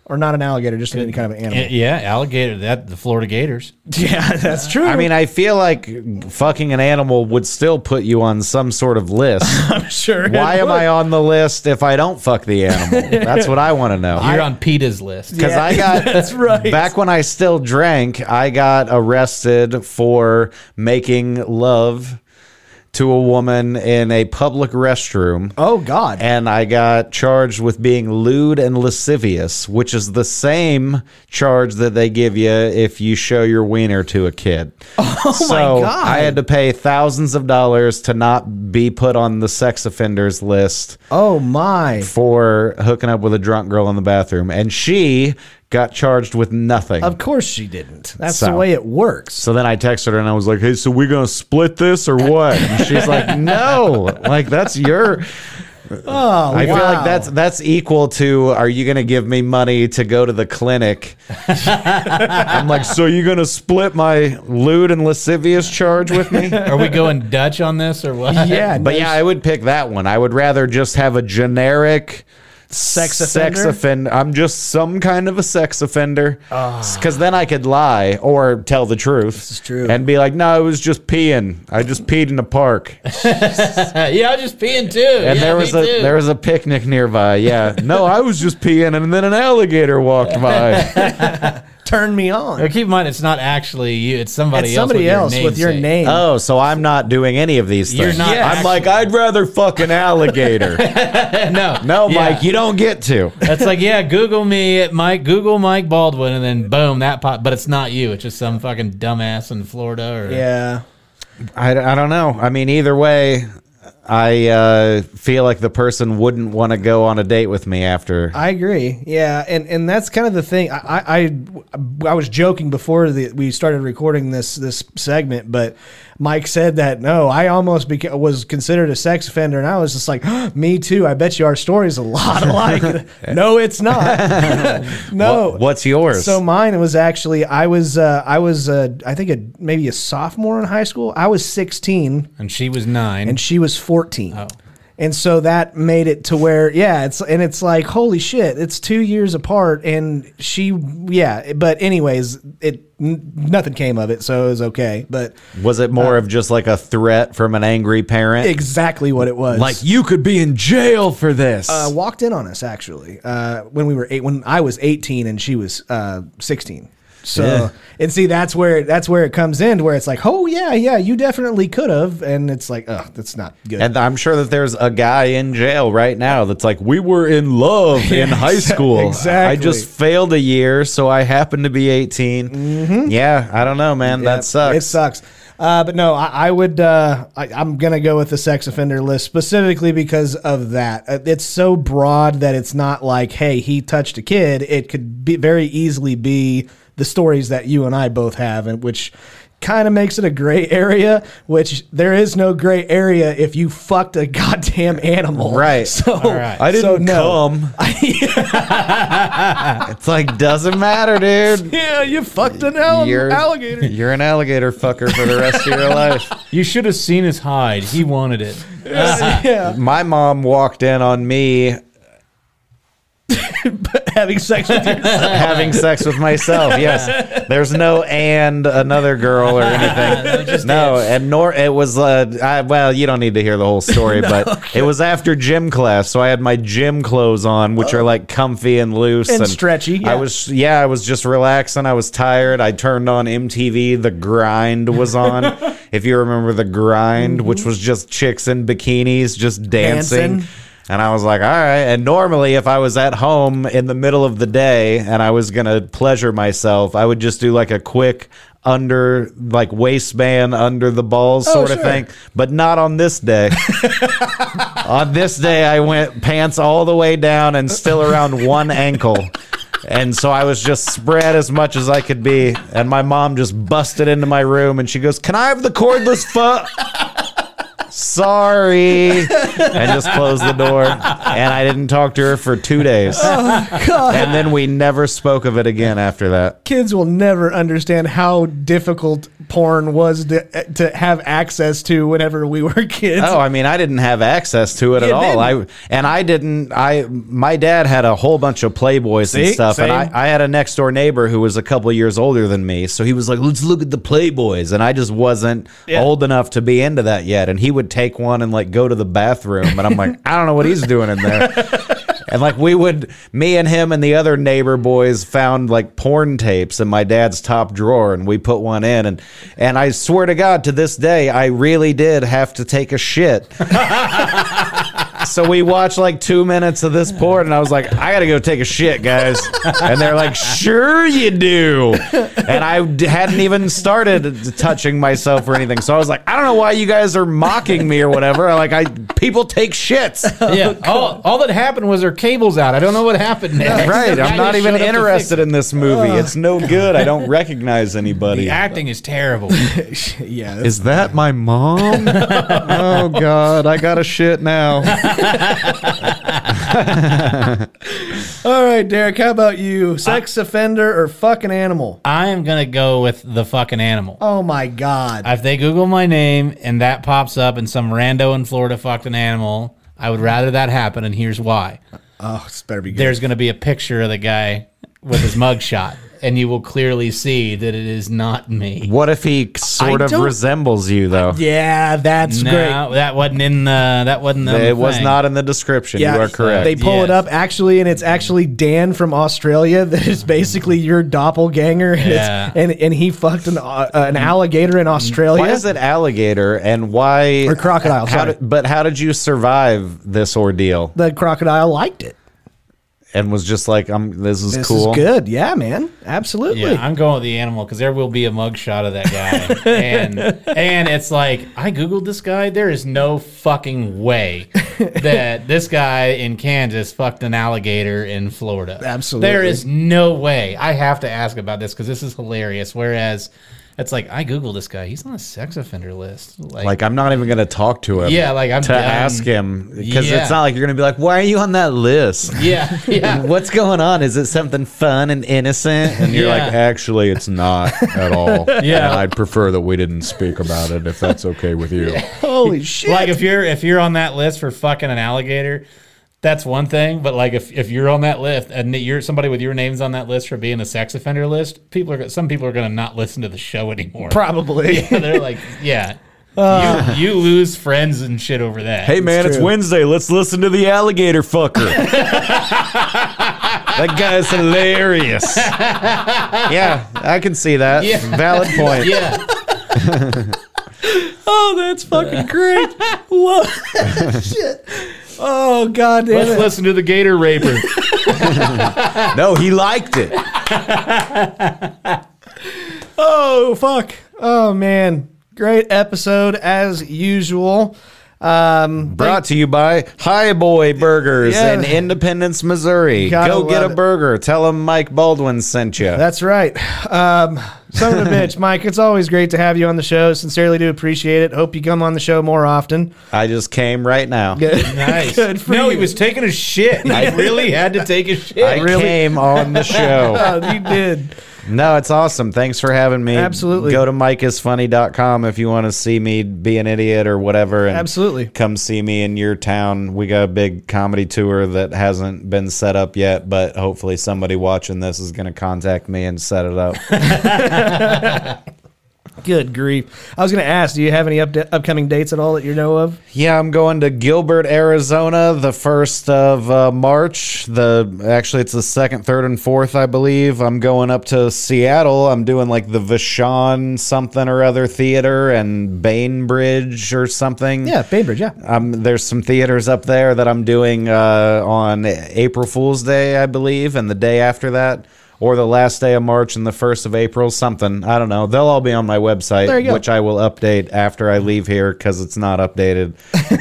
S1: or not an alligator, just any kind of an
S4: Y-
S1: animal.
S4: Yeah, alligator. That the Florida Gators.
S1: Yeah, that's true.
S2: I mean, I feel like fucking an animal would still put you on some sort of <laughs> list.
S1: I'm sure. it
S2: Why am
S1: would.
S2: I on the list if I don't fuck the <laughs> animal? That's what I want to know.
S4: You're on PETA's list.
S1: <laughs>
S2: Because I got
S1: That's right.
S2: back when I still drank, I got arrested for making love to a woman in a public restroom.
S1: Oh God.
S2: and I got charged with being lewd and lascivious, which is the same charge that they give you if you show your wiener to
S1: <laughs>
S2: a kid. Oh so
S1: God.
S2: I had to pay thousands of dollars to not be put on the sex offenders list
S1: oh my.
S2: for hooking up with a drunk girl in the bathroom, and she got charged with nothing.
S1: Of course she didn't. That's the
S2: So-
S1: way it works. <laughs>
S2: so then I texted her and I was like, "Hey, so we gonna split this or what?" And
S1: <laughs>
S2: she's like, "No, like that's your."
S1: Oh,
S2: I feel
S1: wow.
S2: like that's that's equal to are you gonna give me money to go to
S1: <laughs>
S2: the clinic? I'm like, so you gonna split my lewd and lascivious charge with me?
S4: Are we going Dutch on this or what?
S1: Yeah.
S2: But yeah, I would pick that one. I would rather just have a generic
S1: Sex
S2: Sex
S1: offender?
S2: offender. I'm just some kind of a sex offender.
S4: Ah.
S2: Because then I could lie or tell the truth. This
S5: is true.
S2: And be like, no, I was just peeing. I just peed in a park.
S4: <laughs> yeah, I was just peeing too. <laughs>
S2: And
S4: yeah,
S2: there was
S4: me
S2: a
S4: too.
S2: there was a picnic
S4: <laughs>
S2: nearby. Yeah. No, I was just peeing, and then an alligator walked
S4: <laughs>
S2: by.
S1: Turn me on.
S4: Now, keep in mind, it's not actually you. It's somebody
S1: It's
S4: else.
S1: somebody else with your
S4: namesake.
S1: name.
S2: oh, so I'm not doing any of these things.
S4: You're not.
S1: Yes.
S2: I'm like, I'd rather fuck an
S4: <laughs>
S2: alligator.
S4: no,
S2: no,
S4: Yeah.
S2: Mike, you don't get to.
S4: That's like, yeah, Google me at Mike, Google Mike Baldwin, and then boom, that pop. But it's not you. It's just some fucking dumbass in Florida. Or
S1: yeah.
S2: I, I don't know. I mean, either way, I uh, feel like the person wouldn't want to go on a date with me after.
S1: I agree. Yeah, and and that's kind of the thing. I I, I, I was joking before the, we started recording this this segment, but Mike said that no, I almost beca- was considered a sex offender, and I was just like, <gasps> me too. I bet you our story's a lot <laughs> alike. no, it's not. <laughs> no,
S2: What- what's yours?
S1: So mine was actually I was uh, I was uh, I think a, maybe a sophomore in high school. I was sixteen
S4: and she was nine.
S1: and she was 14. And so that made it to where, yeah, it's and it's like, holy shit, it's two years apart, and she, yeah. But anyways, it n- nothing came of it, so it was okay. But
S2: Was it
S1: uh,
S2: more of just like a threat from an angry parent?
S1: exactly what it was,
S2: Like you could be in jail for this.
S1: uh, walked in on us actually uh, when we were eight, when I was 18 and she was uh, 16. So
S2: Yeah.
S1: and see that's where that's where it comes in, where it's like, oh yeah, yeah, you definitely could have, and it's like, oh, that's not good.
S2: and I'm sure that there's a guy in jail right now that's like, we were in
S1: <laughs>
S2: love in high school.
S1: exactly.
S2: I just failed a year, so I happened to be 18. Yeah, I don't know, man.
S1: Mm-hmm. Yep,
S2: that sucks.
S1: It sucks. Uh, but no, I, I would. Uh, I, I'm gonna go with the sex offender list specifically because of that. Uh, It's so broad that it's not like, hey, he touched a kid. It could be very easily be the stories that you and I both have, and which kind of makes it a gray <laughs> area. Which there is no gray area if you fucked a <laughs> goddamn animal,
S2: Right.
S1: So
S4: right.
S2: I
S1: so
S2: didn't
S1: no.
S2: come.
S1: <laughs>
S2: it's like doesn't matter, dude.
S1: Yeah, you fucked an al-
S2: You're, <laughs>
S1: alligator.
S2: You're an alligator fucker for the rest of your life.
S4: you should have seen his hide. He wanted it.
S1: yeah,
S2: My mom walked in on me
S1: having sex with your
S2: having sex with myself. Yes, there's no and another girl
S1: <laughs>
S2: or anything. no, and nor it was. Uh, I, well, you don't need to hear the
S1: <laughs>
S2: whole story, but it was after gym class, so I had my gym clothes on, which are like comfy and loose
S1: Uh, And stretchy, yeah.
S2: I was yeah, I was just relaxing. I was tired. I turned on MTV. The Grind
S1: <laughs>
S2: was on. if you remember The Grind, which was just chicks in bikinis just dancing.
S1: Mm-hmm. Dancing.
S2: And I was like, all right. And normally, if I was at home in the middle of the day and I was going to pleasure myself, I would just do like a quick under, like waistband under the balls sort of
S1: Oh, sure.
S2: thing. But not on this day.
S1: <laughs>
S2: on this day, I went pants all the way down and still around one ankle. And so I was just spread as much as I could be. And my mom just busted into my room and she goes, Can I have the cordless fuck? sorry and just closed the door and i didn't talk to her for two days
S1: Oh,
S2: and then we never spoke of it again after that
S1: kids will never understand how difficult porn was to, to have access to whenever we were <laughs> kids.
S2: oh i mean i didn't have access to it at
S1: You
S2: all i
S1: didn't.
S2: and i didn't i my dad had a whole bunch of playboys and
S1: See?
S2: stuff and I,
S1: Same.
S2: I had a next door neighbor who was a couple years older than me so he was like let's look at the playboys and i just wasn't old enough to be into that yet and he would take one and like go to the bathroom and i'm like <laughs> i don't know what he's doing in
S1: <laughs>
S2: there And like we would, me and him and the other neighbor boys found like porn tapes in my dad's top drawer, and we put one in. And and I swear to God, to this day, I really did have to take a shit. so we watched like two minutes of this porn, and I was like, I gotta go take a shit, guys. And they're like, Sure you do. And I d- hadn't even started touching myself or anything, so I was like, I don't know why you guys are mocking me or whatever. Like I people take shits.
S4: <laughs> <laughs> yeah. all, all that happened was her cables out. I don't know what happened next.
S2: Right.
S4: <laughs> I
S2: I'm not
S4: just
S2: even
S4: showed up to
S2: interested
S4: fix
S2: in this movie. It's no good. I don't recognize
S4: it.
S2: anybody.
S4: The acting is <laughs> terrible.
S1: yeah.
S2: Is that my <laughs> mom? oh God, I got a shit now.
S1: All right, Derek, how about
S2: Uh,
S1: you? Sex offender or fucking animal?
S4: I am gonna go with the fucking animal.
S1: Oh my
S2: Uh,
S1: god.
S4: If they Google my name and that pops up and some rando in Florida fucked an animal, I would rather that happen. And here's why.
S6: Oh, this better be good.
S4: there's going to be a picture of the guy with his mugshot, and you will clearly see that it is not me.
S2: What if he sort
S6: I
S2: of
S6: don't-
S2: resembles you though?
S6: yeah, that's
S4: no,
S6: great.
S4: that wasn't in the. That wasn't. on the
S2: It was
S4: thing.
S2: not in the description.
S6: Yeah,
S2: you are correct.
S1: They pull it
S4: Yes.
S1: up actually, and it's actually Dan from Australia that is
S2: <laughs>
S1: basically your doppelganger. <laughs> And, it's-
S4: Yeah.
S1: and and he fucked an uh, an alligator in Australia.
S2: why is it alligator and why
S1: Or crocodile,
S2: How
S1: sorry.
S2: did, but how did you survive this ordeal?
S1: the crocodile liked it?
S2: And was just like, "I'm. This is
S1: This
S2: cool.
S1: is good. Yeah, man. Absolutely.
S4: Yeah, I'm going with the animal because there will be a mugshot of that guy, and and it's like I googled this guy. There is no fucking way that this guy in Kansas fucked an alligator in Florida.
S1: Absolutely.
S4: there is no way. I have to ask about this because this is hilarious. Whereas it's like I googled this guy. He's on a sex offender list.
S2: Like I'm not even going to talk to him.
S4: Yeah, like, I'm
S2: to
S4: done.
S2: ask him because
S4: Yeah.
S2: it's not like you're going to be like, "Why are you on that list?
S4: <laughs> yeah, <laughs> yeah.
S2: What's going on? Is it something fun and innocent?" And you're like,
S4: Yeah.
S2: "Actually, it's not at all.
S4: <laughs> Yeah.
S2: And I'd prefer that we didn't speak about it if that's okay
S4: <laughs>
S2: with you."
S1: Holy shit.
S4: Like if you're if you're on that list for fucking an alligator, that's one thing. But like if, if you're on that list and you're somebody with your name's on that list for being a sex offender list, people are some people are gonna not listen to the show anymore. <laughs>
S1: Probably.
S4: They're like, <laughs> yeah, you, you lose friends and shit over that.
S2: Hey man, it's Wednesday. Let's listen to the alligator <laughs> fucker. that guy's hilarious. yeah, I can see that.
S4: Yeah.
S2: Valid
S4: <laughs>
S2: point.
S4: yeah,
S1: Oh, that's fucking great. Whoa. <laughs> shit. Oh, god damn
S4: let's
S1: it.
S4: listen to the gator <laughs> raper.
S2: No, he liked it.
S1: Oh, fuck. Oh, man. Great episode as usual. Um,
S2: Brought to you by High Boy Burgers
S1: Yeah.
S2: in Independence, Missouri.
S1: Gotta
S2: Go get a
S1: love it.
S2: burger. Tell him Mike Baldwin sent you.
S1: That's right. Um, son of
S4: <laughs>
S1: a bitch, Mike, it's always great to have you on the show. Sincerely do appreciate it. Hope you come on the show more often.
S2: I just came right
S1: <laughs>
S2: now.
S4: Nice.
S1: Good for
S4: no,
S1: you.
S4: he was taking a shit. <laughs> I really had to take a shit.
S2: I came on
S4: <laughs>
S2: the show.
S1: Oh, you did.
S2: No, it's awesome. Thanks for having me.
S1: Absolutely.
S2: Go to mikeisfunny.com if you want to see me be an idiot or whatever. And
S1: Absolutely.
S2: Come see me in your town. We got a big comedy tour that hasn't been set up yet, but hopefully somebody watching this is going to contact me and set it up.
S1: Good grief. I was going to ask, do you have any upda- upcoming dates at all that you know of?
S2: Yeah, I'm going to Gilbert, Arizona, the first of uh, March. The actually, it's the second, third, and fourth, I believe. I'm going up to Seattle. I'm doing like the Vashon something or other theater and Bainbridge or something.
S1: Yeah, Bainbridge, yeah.
S2: Um, there's some theaters up there that I'm doing uh, on April Fool's Day, I believe, and the day after that, or the last day of March and the first of April, something. I don't know. They'll all be on my
S1: There you
S2: website,
S1: go.
S2: which I will update after I leave here because it's not updated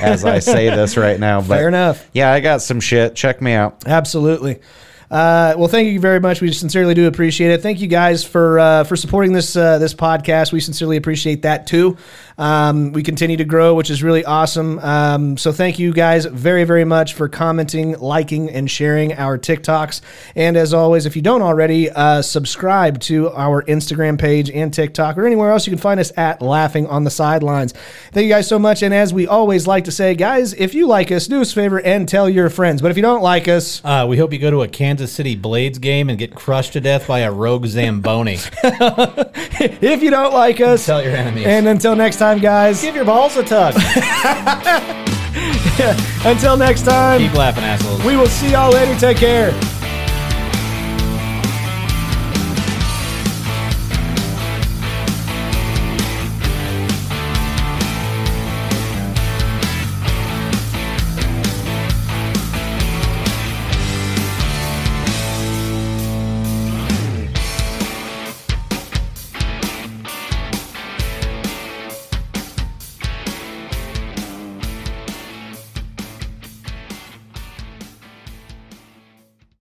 S2: as I say this right now.
S1: <laughs>
S2: But
S1: Fair enough.
S2: Yeah, I got some shit. Check me out.
S1: Absolutely. Uh, well, thank you very much. We sincerely do appreciate it. Thank you guys for uh, for supporting this uh, this podcast. We sincerely appreciate that too. Um, we continue to grow, which is really awesome. Um, so thank you guys very very much for commenting, liking, and sharing our TikToks. And as always, if you don't already, uh, subscribe to our Instagram page and TikTok or anywhere else you can find us at Laughing on the Sidelines. Thank you guys so much. And as we always like to say, guys, if you like us, do us a favor and tell your friends. But if you don't like us,
S4: Uh, we hope you go to a Kansas City Blades game and get crushed to death by a rogue Zamboni.
S1: if you don't like us.
S4: Tell your enemies.
S1: And until next time, guys.
S4: Give your balls a
S1: <laughs>
S4: tug.
S1: Until next time,
S4: Keep laughing, assholes.
S1: we will see y'all later. Take care.